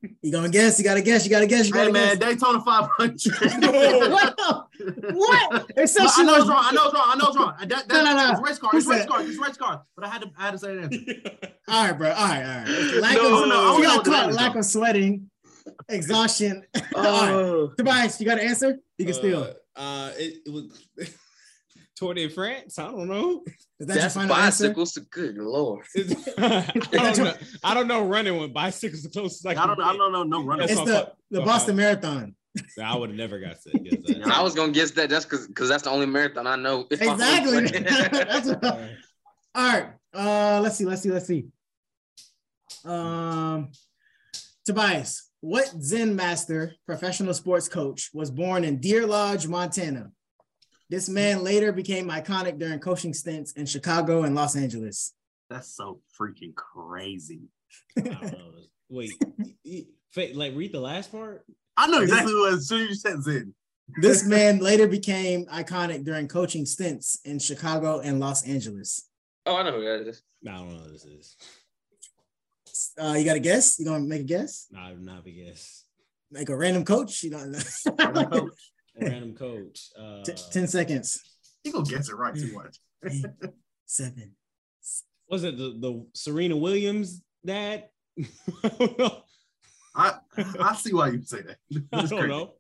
[SPEAKER 5] You gonna guess? You gotta guess. You gotta guess. You gotta
[SPEAKER 3] Hey man,
[SPEAKER 5] guess.
[SPEAKER 3] Daytona 500.
[SPEAKER 5] what? the- What? It says
[SPEAKER 3] No, I
[SPEAKER 5] she
[SPEAKER 3] know it's
[SPEAKER 5] was.
[SPEAKER 3] wrong. I know it's wrong. I know it's wrong. That, that,
[SPEAKER 5] No, no, no.
[SPEAKER 3] It's race car.
[SPEAKER 5] Who
[SPEAKER 3] It's race
[SPEAKER 5] said-
[SPEAKER 3] car. It's race car. But I had to, I had to say that.
[SPEAKER 5] All right, bro. All right, all right. Lack
[SPEAKER 3] No, no, I don't
[SPEAKER 5] of, she
[SPEAKER 3] know
[SPEAKER 5] got
[SPEAKER 3] what the
[SPEAKER 5] caught.
[SPEAKER 3] name is,
[SPEAKER 5] Lack
[SPEAKER 3] though.
[SPEAKER 5] of sweating. exhaustion. All right.
[SPEAKER 4] Oh,
[SPEAKER 5] Tobias, you got an answer? You can steal.
[SPEAKER 2] Uh, uh, it, it was Tour de France. I don't know.
[SPEAKER 5] Is that your
[SPEAKER 4] that's
[SPEAKER 5] final answer?
[SPEAKER 4] bicycles. Good lord.
[SPEAKER 2] I, don't know. I don't know running with bicycles the closest I
[SPEAKER 3] I
[SPEAKER 2] can.
[SPEAKER 3] don't, I don't know no running.
[SPEAKER 5] It's
[SPEAKER 2] That's all-
[SPEAKER 5] the, the
[SPEAKER 2] all
[SPEAKER 5] Boston Marathon.
[SPEAKER 2] get. I would have never got sick. Guess that.
[SPEAKER 4] I was gonna guess that. That's because because that's the only marathon I know.
[SPEAKER 5] Exactly. That's what-
[SPEAKER 2] All right.
[SPEAKER 5] All right. Uh, let's see. Let's see. Let's see. Um, Tobias, what Zen master, professional sports coach, was born in Deer Lodge, Montana? This man later became iconic during coaching stints in Chicago and Los Angeles.
[SPEAKER 3] That's so freaking crazy.
[SPEAKER 2] I don't know. Wait, y- y- fa- like read the last part.
[SPEAKER 3] I know exactly what as soon as you said Zen.
[SPEAKER 5] This man later became iconic during coaching stints in Chicago and Los Angeles.
[SPEAKER 4] Oh, I know who that is.
[SPEAKER 2] No, I don't know what this is.
[SPEAKER 5] Uh, you got a guess? You gonna make a guess?
[SPEAKER 2] No, I would not be guess.
[SPEAKER 5] Like a random coach? You know,
[SPEAKER 3] Coach,
[SPEAKER 2] Random coach. Uh,
[SPEAKER 5] T- ten seconds.
[SPEAKER 3] he gonna guess it right too much.
[SPEAKER 5] Eight, seven,
[SPEAKER 2] was it the, the Serena Williams dad? I don't know.
[SPEAKER 3] I I see why you say that.
[SPEAKER 2] I
[SPEAKER 3] It's
[SPEAKER 2] don't
[SPEAKER 3] crazy.
[SPEAKER 2] know.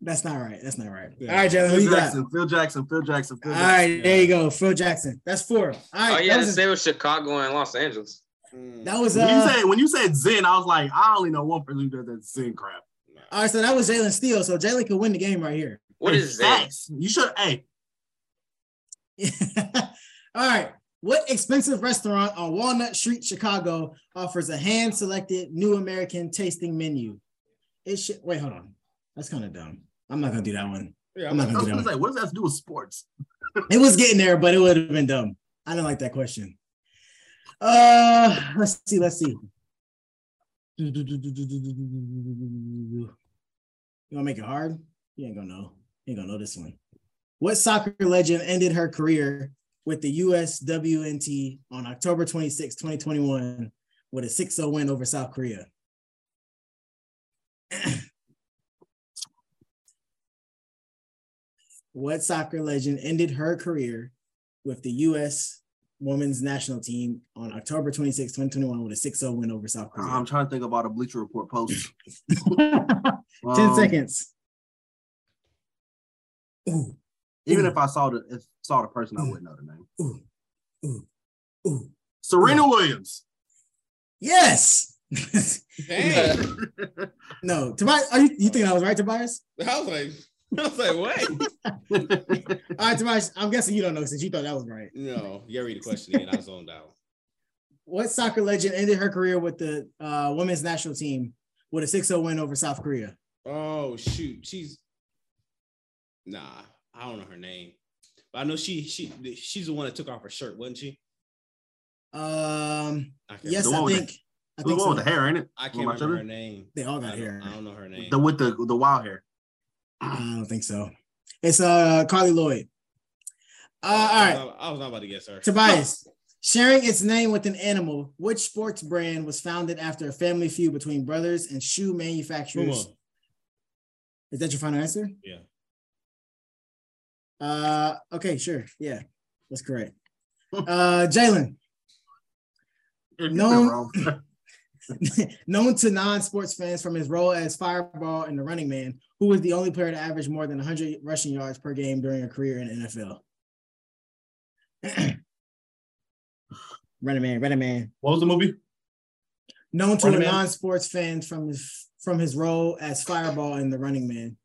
[SPEAKER 5] That's not right. That's not right.
[SPEAKER 2] Yeah.
[SPEAKER 5] All right, Jalen, who
[SPEAKER 3] Phil
[SPEAKER 5] you got?
[SPEAKER 3] Jackson, Phil Jackson, Phil Jackson, Phil
[SPEAKER 5] All
[SPEAKER 3] Jackson.
[SPEAKER 5] right, there you go, Phil Jackson. That's four. All right,
[SPEAKER 4] oh yeah,
[SPEAKER 5] that
[SPEAKER 4] they
[SPEAKER 5] was,
[SPEAKER 4] say it was Chicago and Los Angeles.
[SPEAKER 5] that was
[SPEAKER 3] When you
[SPEAKER 5] uh,
[SPEAKER 3] said when you said Zen, I was like, I only know one person who does that Zen crap.
[SPEAKER 5] all right. So that was Jalen Steele. So Jalen could win the game right here.
[SPEAKER 4] What is that?
[SPEAKER 3] Facts. You should. Hey,
[SPEAKER 5] all right. What expensive restaurant on Walnut Street, Chicago, offers a hand-selected new American tasting menu? It should wait. Hold on. That's kind of dumb. I'm not gonna do that one.
[SPEAKER 2] Yeah,
[SPEAKER 5] I'm not
[SPEAKER 3] I
[SPEAKER 5] gonna
[SPEAKER 3] was
[SPEAKER 5] do
[SPEAKER 3] gonna
[SPEAKER 5] that one.
[SPEAKER 3] say, what does that have to do with sports?
[SPEAKER 5] It was getting there, but it would have been dumb. I didn't like that question. Uh, let's see, let's see. You wanna make it hard? You ain't gonna know. You ain't gonna know this one. What soccer legend ended her career with the USWNT on October 26, 2021, with a 6-0 win over South Korea? what soccer legend ended her career with the U.S. women's national team on October 26, 2021, with a 6 0 win over South Korea?
[SPEAKER 3] I'm trying to think about a Bleacher Report post.
[SPEAKER 5] 10
[SPEAKER 3] Um,
[SPEAKER 5] seconds. Ooh,
[SPEAKER 3] Even if I saw the if saw the person, I wouldn't know the name.
[SPEAKER 5] ooh, ooh, ooh.
[SPEAKER 3] Serena Williams.
[SPEAKER 5] Yes.
[SPEAKER 2] Dang.
[SPEAKER 5] no, Tobias, are you, you think I was right, Tobias?
[SPEAKER 2] I was like, I was like, what?
[SPEAKER 5] All right, Tobias, I'm guessing you don't know since you thought that was right.
[SPEAKER 2] No, you gotta read the question again. I zoned out.
[SPEAKER 5] What soccer legend ended her career with the uh, women's national team with a 6 0 win over South Korea?
[SPEAKER 2] Oh shoot, she's nah. I don't know her name, but I know she she she's the one that took off her shirt, wasn't she?
[SPEAKER 5] Um,
[SPEAKER 2] I can't
[SPEAKER 3] The
[SPEAKER 2] remember.
[SPEAKER 5] yes, I
[SPEAKER 3] one with the-
[SPEAKER 5] think. I
[SPEAKER 3] The
[SPEAKER 5] think
[SPEAKER 3] one
[SPEAKER 5] so.
[SPEAKER 3] with the Uh, hair, ain't it?
[SPEAKER 2] I
[SPEAKER 3] One
[SPEAKER 2] can't
[SPEAKER 3] of my
[SPEAKER 2] remember her
[SPEAKER 3] children?
[SPEAKER 2] name.
[SPEAKER 5] They all
[SPEAKER 2] I
[SPEAKER 5] got
[SPEAKER 2] don't,
[SPEAKER 5] hair.
[SPEAKER 2] I don't know her name.
[SPEAKER 3] The with the the wild hair.
[SPEAKER 5] I don't think so. It's uh Carly Lloyd. Uh, all
[SPEAKER 2] I was
[SPEAKER 5] right,
[SPEAKER 2] not- I was not about to guess her.
[SPEAKER 5] Tobias. Sharing its name with an animal, which sports brand was founded after a family feud between brothers and shoe
[SPEAKER 2] Puma.
[SPEAKER 5] manufacturers? Is that your final answer?
[SPEAKER 2] Yeah.
[SPEAKER 5] Uh, okay, sure. Yeah, that's correct. Uh, Jalen,
[SPEAKER 3] You're
[SPEAKER 5] No.
[SPEAKER 3] wrong.
[SPEAKER 5] known to non-sports fans from his role as Fireball in The Running Man, who was the only player to average more than 100 rushing yards per game during a career in the NFL. Running Man, Running Man,
[SPEAKER 3] What was the movie?
[SPEAKER 5] known to
[SPEAKER 3] Running
[SPEAKER 5] a
[SPEAKER 3] Man?
[SPEAKER 5] non-sports fan from his from his role as Fireball in The Running Man.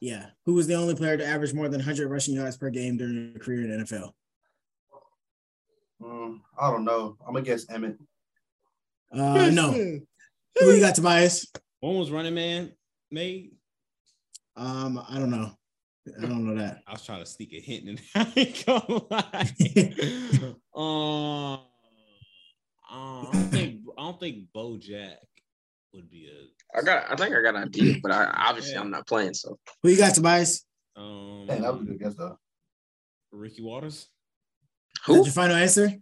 [SPEAKER 5] Yeah, who was the only player to average more than 100 rushing yards per game during a career in the NFL?
[SPEAKER 3] Mm, I don't know. I'm gonna guess Emmett.
[SPEAKER 5] Uh, no, who you got, Tobias?
[SPEAKER 2] One was Running Man. Made.
[SPEAKER 5] Um, I don't know. I don't know that.
[SPEAKER 2] I was trying to sneak a hint and I ain't gonna lie. um, um, I don't think I don't think BoJack would be a
[SPEAKER 4] I got. I think I got an idea, but I obviously
[SPEAKER 2] Yeah.
[SPEAKER 4] I'm not playing. So
[SPEAKER 5] Who you got, Tobias?
[SPEAKER 2] um
[SPEAKER 3] Hey, that was a good guess though.
[SPEAKER 2] Ricky Waters.
[SPEAKER 5] Is that
[SPEAKER 4] who?
[SPEAKER 5] your final answer?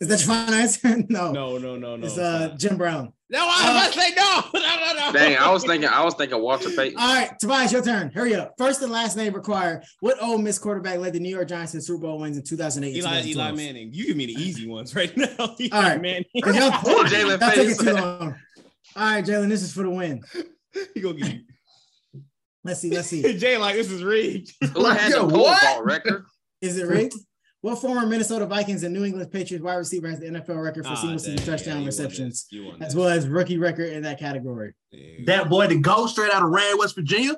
[SPEAKER 5] Is that your final answer? No.
[SPEAKER 2] No, no, no, no.
[SPEAKER 5] It's
[SPEAKER 2] it's
[SPEAKER 5] uh
[SPEAKER 2] not.
[SPEAKER 5] Jim Brown.
[SPEAKER 2] no, I
[SPEAKER 5] Uh,
[SPEAKER 2] was about to say no. no, no, no.
[SPEAKER 4] Dang, I was thinking. I was thinking Walter Payton.
[SPEAKER 5] All right, Tobias, your turn. Hurry up. First and last name required. What old Miss quarterback led the New York Giants to Super Bowl wins in 2008? and
[SPEAKER 2] Eli, Eli
[SPEAKER 5] 2012?
[SPEAKER 2] Manning. You give me the easy ones right now. Eli
[SPEAKER 5] All right.
[SPEAKER 2] Manning.
[SPEAKER 5] Because y'all-
[SPEAKER 4] Oh, Jalen
[SPEAKER 5] y'all took it
[SPEAKER 4] Phillips.
[SPEAKER 5] too long. All right, Jalen, this is for the win.
[SPEAKER 2] He gonna get
[SPEAKER 5] Let's see. Let's see.
[SPEAKER 2] you. Jay like this is rigged.
[SPEAKER 4] Who
[SPEAKER 3] Like,
[SPEAKER 4] has
[SPEAKER 3] yo,
[SPEAKER 4] a pole
[SPEAKER 3] what?
[SPEAKER 4] vault record?
[SPEAKER 5] Is it rigged? What former Minnesota Vikings and New England Patriots wide receiver has the NFL record for
[SPEAKER 2] Ah,
[SPEAKER 5] seamless
[SPEAKER 2] dang, yeah, you
[SPEAKER 5] touchdown
[SPEAKER 2] won
[SPEAKER 5] receptions,
[SPEAKER 2] this. You won
[SPEAKER 5] as
[SPEAKER 2] this.
[SPEAKER 5] well as rookie record in that category?
[SPEAKER 2] Yeah.
[SPEAKER 3] That boy, the go straight out of Rand, West Virginia.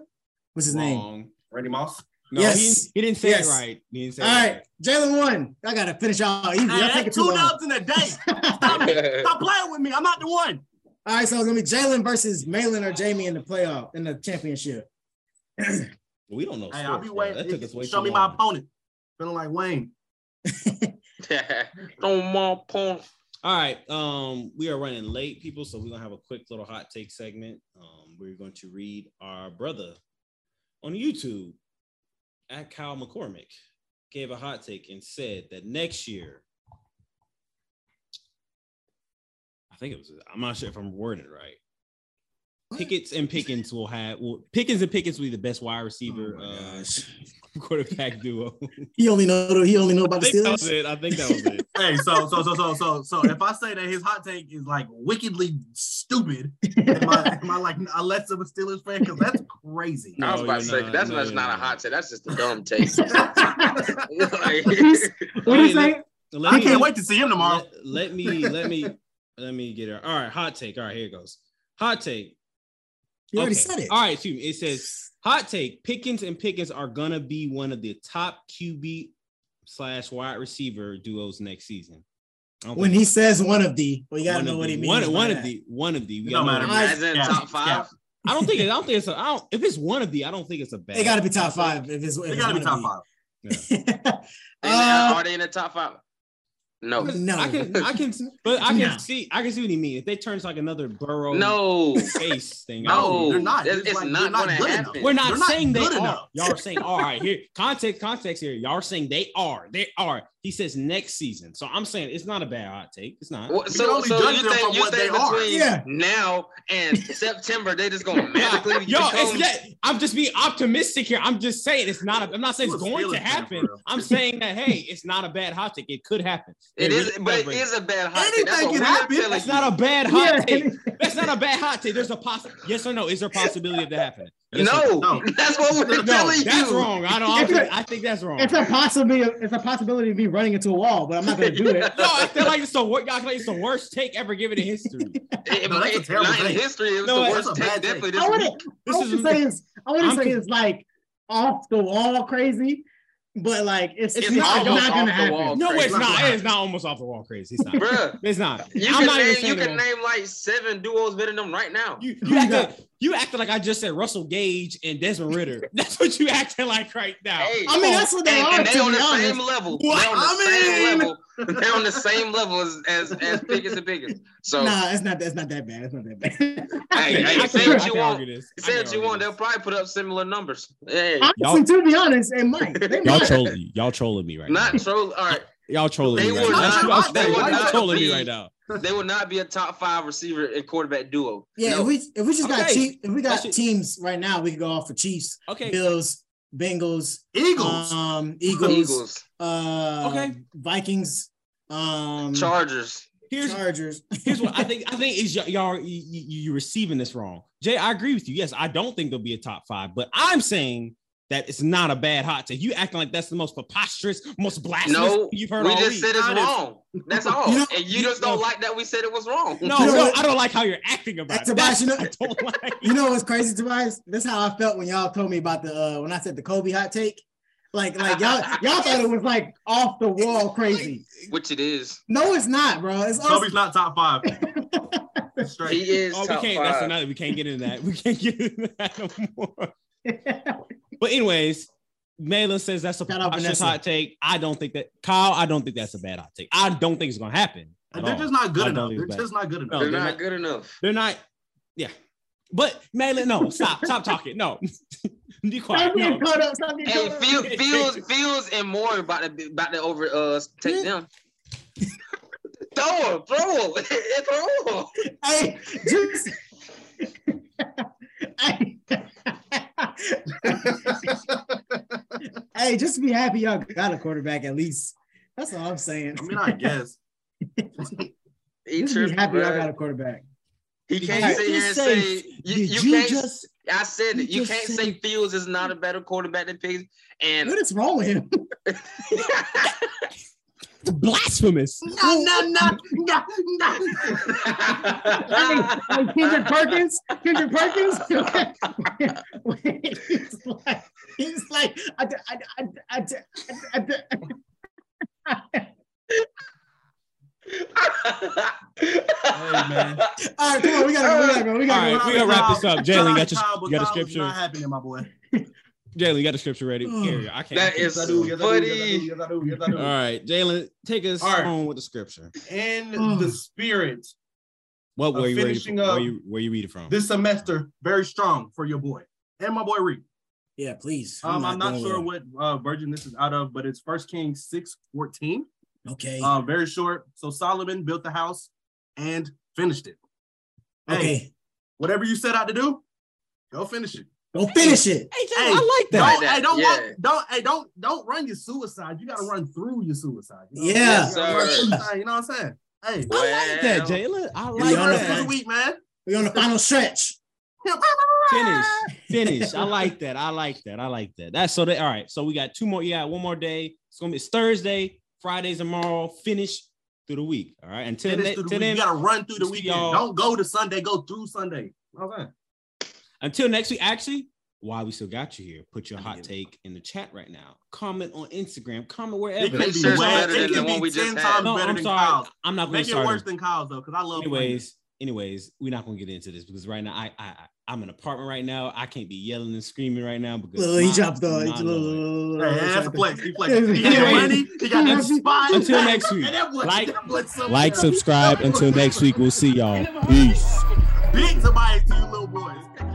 [SPEAKER 5] What's his name?
[SPEAKER 2] Wrong.
[SPEAKER 3] Randy Moss.
[SPEAKER 2] No,
[SPEAKER 5] Yes.
[SPEAKER 2] he, didn't- he didn't say
[SPEAKER 5] Yes.
[SPEAKER 2] it right. He didn't say
[SPEAKER 5] All
[SPEAKER 2] it
[SPEAKER 5] right, Jalen won. I gotta finish y'all easy.
[SPEAKER 3] Hey,
[SPEAKER 5] I take it
[SPEAKER 3] that's
[SPEAKER 5] too
[SPEAKER 3] two
[SPEAKER 5] long.
[SPEAKER 3] dubs in a day. Stop it. Stop playing with me. I'm not the one.
[SPEAKER 5] All right, so it's gonna be Jalen versus Malin or Jamie in the playoff in the championship.
[SPEAKER 2] We don't know.
[SPEAKER 3] Hey, I'll be
[SPEAKER 2] sports, bro. That took us
[SPEAKER 3] waiting.
[SPEAKER 2] way
[SPEAKER 3] Show
[SPEAKER 2] too
[SPEAKER 3] me my
[SPEAKER 2] long.
[SPEAKER 3] opponent. Feeling like Wayne.
[SPEAKER 4] Don't want porn.
[SPEAKER 2] All right. Um, we are running late, people, so we're gonna have a quick little hot take segment. Um, we're going to read our brother on YouTube at Kyle McCormick gave a hot take and said that next year, I think it was. I'm not sure if I'm wording it right. Pickets and Pickens will have well, Pickens and Pickens will be the best wide receiver uh, quarterback duo.
[SPEAKER 5] He only know he only know
[SPEAKER 2] I
[SPEAKER 5] about the
[SPEAKER 2] think that was
[SPEAKER 5] Steelers.
[SPEAKER 2] it. I think that was it.
[SPEAKER 3] Hey, so so so so so so if I say that his hot take is like wickedly stupid, am I, am I like a less of a Steelers fan? Because that's crazy.
[SPEAKER 4] I was
[SPEAKER 2] No,
[SPEAKER 4] about to
[SPEAKER 2] you're
[SPEAKER 4] say
[SPEAKER 2] not.
[SPEAKER 4] that's
[SPEAKER 2] No,
[SPEAKER 4] that's
[SPEAKER 2] you're
[SPEAKER 4] not a
[SPEAKER 2] not.
[SPEAKER 4] hot take. That's just a dumb take.
[SPEAKER 3] I
[SPEAKER 4] Like-
[SPEAKER 5] What is
[SPEAKER 2] let-
[SPEAKER 5] that?
[SPEAKER 2] let me-
[SPEAKER 3] can't wait to see him tomorrow.
[SPEAKER 2] Let, let me let me let me get it. All right, hot take. All right, here it goes. Hot take.
[SPEAKER 5] You already
[SPEAKER 2] Okay.
[SPEAKER 5] said it.
[SPEAKER 2] All right, excuse me. It says hot take. Pickens and Pickens are gonna be one of the top QB slash wide receiver duos next season. I don't
[SPEAKER 5] When
[SPEAKER 2] think-
[SPEAKER 5] he says one of the, well, you gotta
[SPEAKER 2] one
[SPEAKER 5] know
[SPEAKER 2] of
[SPEAKER 5] what
[SPEAKER 2] the-
[SPEAKER 5] he means.
[SPEAKER 2] One,
[SPEAKER 5] by
[SPEAKER 2] one of
[SPEAKER 5] that.
[SPEAKER 2] the one of the.
[SPEAKER 3] It
[SPEAKER 2] We
[SPEAKER 3] don't matter.
[SPEAKER 2] gotta know.
[SPEAKER 5] Alright.
[SPEAKER 4] As in
[SPEAKER 3] Yeah,
[SPEAKER 4] top five.
[SPEAKER 3] yeah.
[SPEAKER 2] I don't think it. I don't think it's. A, I don't. If it's one of the, I don't think it's a bad.
[SPEAKER 5] They gotta be top five if it's if
[SPEAKER 3] They
[SPEAKER 5] it's
[SPEAKER 3] gotta be top
[SPEAKER 5] one of
[SPEAKER 3] five.
[SPEAKER 5] the-
[SPEAKER 4] They-
[SPEAKER 5] Uh,
[SPEAKER 4] are they in the top five? No.
[SPEAKER 5] No.
[SPEAKER 2] I can. I can. But I can
[SPEAKER 5] No.
[SPEAKER 2] see. I can see what he mean. If they turn like another Burrow
[SPEAKER 4] No.
[SPEAKER 2] face thing. I don't
[SPEAKER 4] No.
[SPEAKER 3] they're not.
[SPEAKER 4] It's-
[SPEAKER 3] It's
[SPEAKER 4] it's
[SPEAKER 3] like,
[SPEAKER 4] not
[SPEAKER 3] they're not
[SPEAKER 4] gonna
[SPEAKER 3] good
[SPEAKER 4] happen.
[SPEAKER 3] enough.
[SPEAKER 2] We're
[SPEAKER 3] They're
[SPEAKER 2] not
[SPEAKER 3] not
[SPEAKER 2] saying they
[SPEAKER 3] good
[SPEAKER 2] are.
[SPEAKER 3] enough.
[SPEAKER 2] Y'all are saying all right here. Context, context here. Y'all are saying they are. They are. He says next season. So I'm saying it's not a bad hot take. It's not.
[SPEAKER 4] Well,
[SPEAKER 3] can
[SPEAKER 4] So,
[SPEAKER 3] only
[SPEAKER 4] so
[SPEAKER 3] judge
[SPEAKER 4] you
[SPEAKER 3] them
[SPEAKER 4] think
[SPEAKER 3] from
[SPEAKER 4] you
[SPEAKER 3] what
[SPEAKER 4] think
[SPEAKER 3] they are.
[SPEAKER 4] between
[SPEAKER 5] Yeah.
[SPEAKER 4] now and September they just gonna magically
[SPEAKER 2] Yo,
[SPEAKER 4] become-
[SPEAKER 2] it's yeah, I'm just being optimistic here. I'm just saying it's not. A, I'm not saying it's
[SPEAKER 3] You a
[SPEAKER 2] going
[SPEAKER 3] Steelers
[SPEAKER 2] to
[SPEAKER 3] fan,
[SPEAKER 2] happen.
[SPEAKER 3] bro.
[SPEAKER 2] I'm saying that hey, it's not a bad hot take. It could happen.
[SPEAKER 4] It
[SPEAKER 2] They
[SPEAKER 4] is,
[SPEAKER 2] really
[SPEAKER 4] but it
[SPEAKER 2] celebrate.
[SPEAKER 4] is a bad hot take. That's
[SPEAKER 3] Anything
[SPEAKER 4] what
[SPEAKER 3] can
[SPEAKER 4] we're
[SPEAKER 3] happen.
[SPEAKER 4] telling
[SPEAKER 2] That's
[SPEAKER 4] you.
[SPEAKER 2] not a bad hot
[SPEAKER 5] Yeah.
[SPEAKER 2] take. That's not a bad hot take. There's a possible. Yes or no? Is there a possibility of that happening? Yes or
[SPEAKER 4] no,
[SPEAKER 3] No.
[SPEAKER 4] that's what we're
[SPEAKER 2] No,
[SPEAKER 4] telling
[SPEAKER 2] that's
[SPEAKER 4] you.
[SPEAKER 2] wrong. I don't. I don't think- I think that's wrong.
[SPEAKER 5] It's a possibility. It's a possibility of me running into a wall, but I'm not gonna do it.
[SPEAKER 2] No, I feel like it's the worst. Y'all feel like it's the worst take ever given in history.
[SPEAKER 4] It-
[SPEAKER 3] No, that's a
[SPEAKER 4] it-
[SPEAKER 3] terrible
[SPEAKER 4] not in
[SPEAKER 3] take.
[SPEAKER 4] history. It was
[SPEAKER 2] No,
[SPEAKER 4] the
[SPEAKER 2] that's
[SPEAKER 4] worst
[SPEAKER 3] a
[SPEAKER 4] take,
[SPEAKER 3] bad
[SPEAKER 4] definitely.
[SPEAKER 3] take.
[SPEAKER 4] This
[SPEAKER 5] I wouldn't. I
[SPEAKER 2] This
[SPEAKER 5] wouldn't
[SPEAKER 2] is-
[SPEAKER 5] say it's. I wouldn't
[SPEAKER 2] I'm
[SPEAKER 5] say
[SPEAKER 2] con-
[SPEAKER 5] it's like off the wall crazy, but like it's,
[SPEAKER 4] It's
[SPEAKER 5] it's not,
[SPEAKER 4] almost
[SPEAKER 5] not gonna
[SPEAKER 4] off the wall.
[SPEAKER 5] happen.
[SPEAKER 2] No, it's
[SPEAKER 3] It's not
[SPEAKER 2] not.
[SPEAKER 3] gonna
[SPEAKER 2] It's not almost off the wall crazy. It's not.
[SPEAKER 4] Bruh,
[SPEAKER 2] It's not.
[SPEAKER 4] you
[SPEAKER 2] I'm
[SPEAKER 4] can,
[SPEAKER 2] not even
[SPEAKER 4] name, you
[SPEAKER 2] saying
[SPEAKER 4] can
[SPEAKER 2] that.
[SPEAKER 4] name like seven duos better than them right now.
[SPEAKER 2] You,
[SPEAKER 5] Who
[SPEAKER 2] you,
[SPEAKER 5] you
[SPEAKER 2] acting,
[SPEAKER 5] got?
[SPEAKER 2] you acting like I just said Russell Gage and Desmond Ritter. That's what you acting like right now.
[SPEAKER 4] Hey,
[SPEAKER 5] I mean, that's what they
[SPEAKER 4] and,
[SPEAKER 5] are.
[SPEAKER 4] and they
[SPEAKER 5] to
[SPEAKER 4] on
[SPEAKER 5] be
[SPEAKER 4] the
[SPEAKER 5] honest.
[SPEAKER 4] same level.
[SPEAKER 5] What?
[SPEAKER 4] They're on the
[SPEAKER 5] I
[SPEAKER 4] same
[SPEAKER 5] mean-
[SPEAKER 4] level. They're on the same level as as, as Pickens and Pickens. So
[SPEAKER 5] Nah, it's not. It's not that bad. It's not that bad.
[SPEAKER 4] Hey,
[SPEAKER 2] I
[SPEAKER 4] hey,
[SPEAKER 2] can-
[SPEAKER 4] say
[SPEAKER 2] I
[SPEAKER 4] what
[SPEAKER 2] can
[SPEAKER 4] you want.
[SPEAKER 2] argue this. I
[SPEAKER 4] say
[SPEAKER 2] can
[SPEAKER 4] what you
[SPEAKER 2] argue
[SPEAKER 4] want,
[SPEAKER 2] this.
[SPEAKER 4] they'll probably put up similar numbers. Hey,
[SPEAKER 2] Y'all-
[SPEAKER 5] Honestly, to be honest, it might. They
[SPEAKER 2] Y'all
[SPEAKER 5] might.
[SPEAKER 2] trolling. Y'all trolling me right
[SPEAKER 4] not
[SPEAKER 2] now.
[SPEAKER 4] troll. All right,
[SPEAKER 2] Y'all trolling
[SPEAKER 4] They
[SPEAKER 2] me right
[SPEAKER 4] were
[SPEAKER 2] now.
[SPEAKER 3] not-
[SPEAKER 2] Y'all straight-
[SPEAKER 3] they were
[SPEAKER 2] y'all
[SPEAKER 3] not
[SPEAKER 2] trolling me
[SPEAKER 4] being-
[SPEAKER 2] right now.
[SPEAKER 4] they will not be a top five receiver and quarterback duo.
[SPEAKER 5] Yeah,
[SPEAKER 4] No.
[SPEAKER 5] if we if we just got
[SPEAKER 2] Okay.
[SPEAKER 5] cheap, if we got
[SPEAKER 2] That shit-
[SPEAKER 5] teams right now, we could go off for Chiefs,
[SPEAKER 2] Okay.
[SPEAKER 5] Bills, Bengals,
[SPEAKER 3] Eagles.
[SPEAKER 5] um,
[SPEAKER 4] Eagles,
[SPEAKER 5] Eagles, uh,
[SPEAKER 2] Okay.
[SPEAKER 5] Vikings, um,
[SPEAKER 4] Chargers.
[SPEAKER 2] Here's
[SPEAKER 5] Chargers.
[SPEAKER 2] here's what I think. I think is y- y'all you, you receiving this wrong. Jay, I agree with you. Yes, I don't think there'll be a top five, but I'm saying that it's not a bad hot take. You acting like that's the most preposterous, most blasphemous
[SPEAKER 4] No,
[SPEAKER 2] thing you've heard
[SPEAKER 4] we
[SPEAKER 2] all
[SPEAKER 4] just
[SPEAKER 2] week.
[SPEAKER 4] said it's
[SPEAKER 3] Honest.
[SPEAKER 4] wrong. That's all.
[SPEAKER 5] You know-
[SPEAKER 4] and you,
[SPEAKER 5] you-
[SPEAKER 4] just don't
[SPEAKER 2] no.
[SPEAKER 4] like that we said it was wrong.
[SPEAKER 2] no,
[SPEAKER 5] You know
[SPEAKER 2] no,
[SPEAKER 5] what?
[SPEAKER 2] I don't like how you're acting about
[SPEAKER 5] That's
[SPEAKER 2] it.
[SPEAKER 5] Tobias, you know-
[SPEAKER 2] I don't like.
[SPEAKER 5] You know what's crazy, Tobias? That's how I felt when y'all told me about the uh, when I said the Kobe hot take. Like, like y'all y'all thought it was like off the wall crazy.
[SPEAKER 4] Which it is.
[SPEAKER 5] No, it's not, bro. It's us.
[SPEAKER 3] Kobe's not top five. Straight.
[SPEAKER 4] He is
[SPEAKER 2] Oh, we
[SPEAKER 4] top
[SPEAKER 2] can't. That's
[SPEAKER 4] five.
[SPEAKER 2] another. We can't get into that. We can't get into that no more. But anyways, Malin says that's a
[SPEAKER 5] Shout out
[SPEAKER 2] preposterous
[SPEAKER 5] Vanessa.
[SPEAKER 2] hot take. I don't think that Kyle. I don't think that's a bad hot take. I don't think it's gonna happen. at
[SPEAKER 3] They're
[SPEAKER 2] all.
[SPEAKER 3] just not good
[SPEAKER 2] Oh, I
[SPEAKER 3] enough.
[SPEAKER 2] don't
[SPEAKER 3] They're
[SPEAKER 2] think
[SPEAKER 3] just not good enough.
[SPEAKER 2] No,
[SPEAKER 4] They're
[SPEAKER 2] they're
[SPEAKER 4] not
[SPEAKER 2] not-
[SPEAKER 4] good enough.
[SPEAKER 2] They're not. Yeah, but Malin, no, stop, stop talking. No, be quiet.
[SPEAKER 5] Stop
[SPEAKER 2] No.
[SPEAKER 5] being caught up. Stop being
[SPEAKER 4] Hey,
[SPEAKER 5] caught up.
[SPEAKER 4] Fields, Fields, Fields, and Moore about to be- about to over uh take them. throw him, throw him, throw him.
[SPEAKER 5] Hey, just. hey. hey, just be happy y'all got a quarterback at least. That's all I'm saying.
[SPEAKER 3] I mean, I guess.
[SPEAKER 4] He
[SPEAKER 5] Just be
[SPEAKER 4] tripping,
[SPEAKER 5] happy y'all
[SPEAKER 4] bruh.
[SPEAKER 5] got a quarterback.
[SPEAKER 4] He
[SPEAKER 2] Did
[SPEAKER 4] can't
[SPEAKER 2] you
[SPEAKER 4] sit here and
[SPEAKER 2] just say-
[SPEAKER 4] say you,
[SPEAKER 2] Did
[SPEAKER 4] you
[SPEAKER 2] you
[SPEAKER 4] can't.
[SPEAKER 2] just
[SPEAKER 4] I said
[SPEAKER 2] you
[SPEAKER 4] it. You
[SPEAKER 2] just
[SPEAKER 4] can't
[SPEAKER 2] say-
[SPEAKER 4] say Fields is not a better quarterback than Pigs. And
[SPEAKER 5] What is wrong with him?
[SPEAKER 2] blasphemous?
[SPEAKER 3] No, no, no, no, no.
[SPEAKER 5] I mean, like Kendrick Perkins, Kendrick Perkins. he's like, he's like, I, d- I, d- I, d- I, d- I, d- I, d-
[SPEAKER 2] Hey, man.
[SPEAKER 5] all right, come on, we gotta, go, we gotta go,
[SPEAKER 2] All
[SPEAKER 5] we gotta
[SPEAKER 2] right, we gonna wrap this up. Jalen, you got your
[SPEAKER 3] Kyle-
[SPEAKER 2] you got
[SPEAKER 3] Kyle
[SPEAKER 2] a
[SPEAKER 3] was
[SPEAKER 2] scripture.
[SPEAKER 3] Not happening, my boy.
[SPEAKER 2] Jalen, you got a scripture ready.
[SPEAKER 3] Mm.
[SPEAKER 5] Oh.
[SPEAKER 2] Here, I can't.
[SPEAKER 4] That is-
[SPEAKER 3] Yes, I do. Yes, I do. Yes, I do. Yes, I do. Yes, I do.
[SPEAKER 2] all right, Jalen, take us
[SPEAKER 3] All right.
[SPEAKER 2] home with the scripture. Oh
[SPEAKER 3] In the spirit,
[SPEAKER 2] What
[SPEAKER 3] Uh,
[SPEAKER 2] were you ready
[SPEAKER 3] finishing
[SPEAKER 2] from? Where
[SPEAKER 3] up.
[SPEAKER 2] you where you read it from?
[SPEAKER 3] this semester, very strong for your boy and my boy Reed.
[SPEAKER 5] Yeah, please.
[SPEAKER 2] Oh
[SPEAKER 3] Um, I'm not
[SPEAKER 5] going
[SPEAKER 3] sure
[SPEAKER 5] there.
[SPEAKER 3] what uh, version this is out of, but it's First Kings six fourteen.
[SPEAKER 5] Okay.
[SPEAKER 3] Um, very short. So Solomon built the house and finished it. Hey,
[SPEAKER 5] okay.
[SPEAKER 3] whatever you set out to do, go finish it.
[SPEAKER 5] Go finish it.
[SPEAKER 2] Hey, Jalen,
[SPEAKER 3] Hey,
[SPEAKER 2] I like
[SPEAKER 3] Don't,
[SPEAKER 4] Right there,
[SPEAKER 3] hey, don't,
[SPEAKER 4] yeah.
[SPEAKER 3] walk- don't, hey, don't, don't run your suicide. You gotta run through your suicide. You know what I'm
[SPEAKER 5] Yeah.
[SPEAKER 3] saying? You gotta
[SPEAKER 4] Yes,
[SPEAKER 3] run
[SPEAKER 5] sir.
[SPEAKER 3] suicide, you know what I'm saying? Hey,
[SPEAKER 2] I like that,
[SPEAKER 4] Well,
[SPEAKER 2] Jalen. I
[SPEAKER 3] like
[SPEAKER 2] like
[SPEAKER 5] Yeah,
[SPEAKER 3] verse of
[SPEAKER 2] that.
[SPEAKER 3] the week, man.
[SPEAKER 5] We're on the final stretch.
[SPEAKER 2] Finish, finish. I like that. I like that. I like that. That's so. That all right. So we got two more. Yeah, one more day. It's gonna be it's Thursday, Friday's tomorrow. Finish through the week. All right. Until
[SPEAKER 3] Finish
[SPEAKER 2] ne-
[SPEAKER 3] through the
[SPEAKER 2] till
[SPEAKER 3] week. You
[SPEAKER 2] then,
[SPEAKER 3] gotta run through the
[SPEAKER 2] See
[SPEAKER 3] weekend.
[SPEAKER 2] y'all.
[SPEAKER 3] Don't go to Sunday. Go through Sunday. Okay.
[SPEAKER 2] until next week. Actually, why we still got you here? Put your
[SPEAKER 5] I
[SPEAKER 2] hot
[SPEAKER 5] get
[SPEAKER 2] take in the chat right now. Comment on Instagram. Comment
[SPEAKER 3] It
[SPEAKER 2] wherever.
[SPEAKER 3] could
[SPEAKER 4] Make
[SPEAKER 3] be
[SPEAKER 4] sure it's
[SPEAKER 3] way-
[SPEAKER 4] better
[SPEAKER 3] it
[SPEAKER 4] than
[SPEAKER 3] could
[SPEAKER 4] the one
[SPEAKER 3] be
[SPEAKER 4] we just
[SPEAKER 3] 10
[SPEAKER 4] had.
[SPEAKER 3] times
[SPEAKER 2] No,
[SPEAKER 3] better
[SPEAKER 2] I'm
[SPEAKER 3] than
[SPEAKER 2] sorry.
[SPEAKER 3] Kyle's.
[SPEAKER 2] I'm not going
[SPEAKER 3] Make
[SPEAKER 2] to
[SPEAKER 3] it
[SPEAKER 2] start.
[SPEAKER 3] worse
[SPEAKER 2] it.
[SPEAKER 3] than Kyle's though, because I love. playing.
[SPEAKER 2] anyways, anyways, we're not gonna get into this because right now I I I- I'm in an apartment right now. I can't be yelling and screaming right now because
[SPEAKER 5] Little, he
[SPEAKER 2] my-
[SPEAKER 5] dropped the.
[SPEAKER 2] my
[SPEAKER 5] little-
[SPEAKER 2] Lord.
[SPEAKER 5] little- little-
[SPEAKER 3] Hey, that's a
[SPEAKER 5] little-
[SPEAKER 3] flex. He flexed. He had
[SPEAKER 2] Anyways,
[SPEAKER 3] money. He got that
[SPEAKER 2] until-
[SPEAKER 3] spot.
[SPEAKER 2] until next week.
[SPEAKER 3] And that was-
[SPEAKER 2] Like-
[SPEAKER 3] that was some-
[SPEAKER 2] Like, subscribe. Until next week, we'll see
[SPEAKER 1] You
[SPEAKER 2] y'all.
[SPEAKER 1] never heard of me?
[SPEAKER 2] Peace.
[SPEAKER 1] Motherfucker.
[SPEAKER 3] Big somebody to you little boys.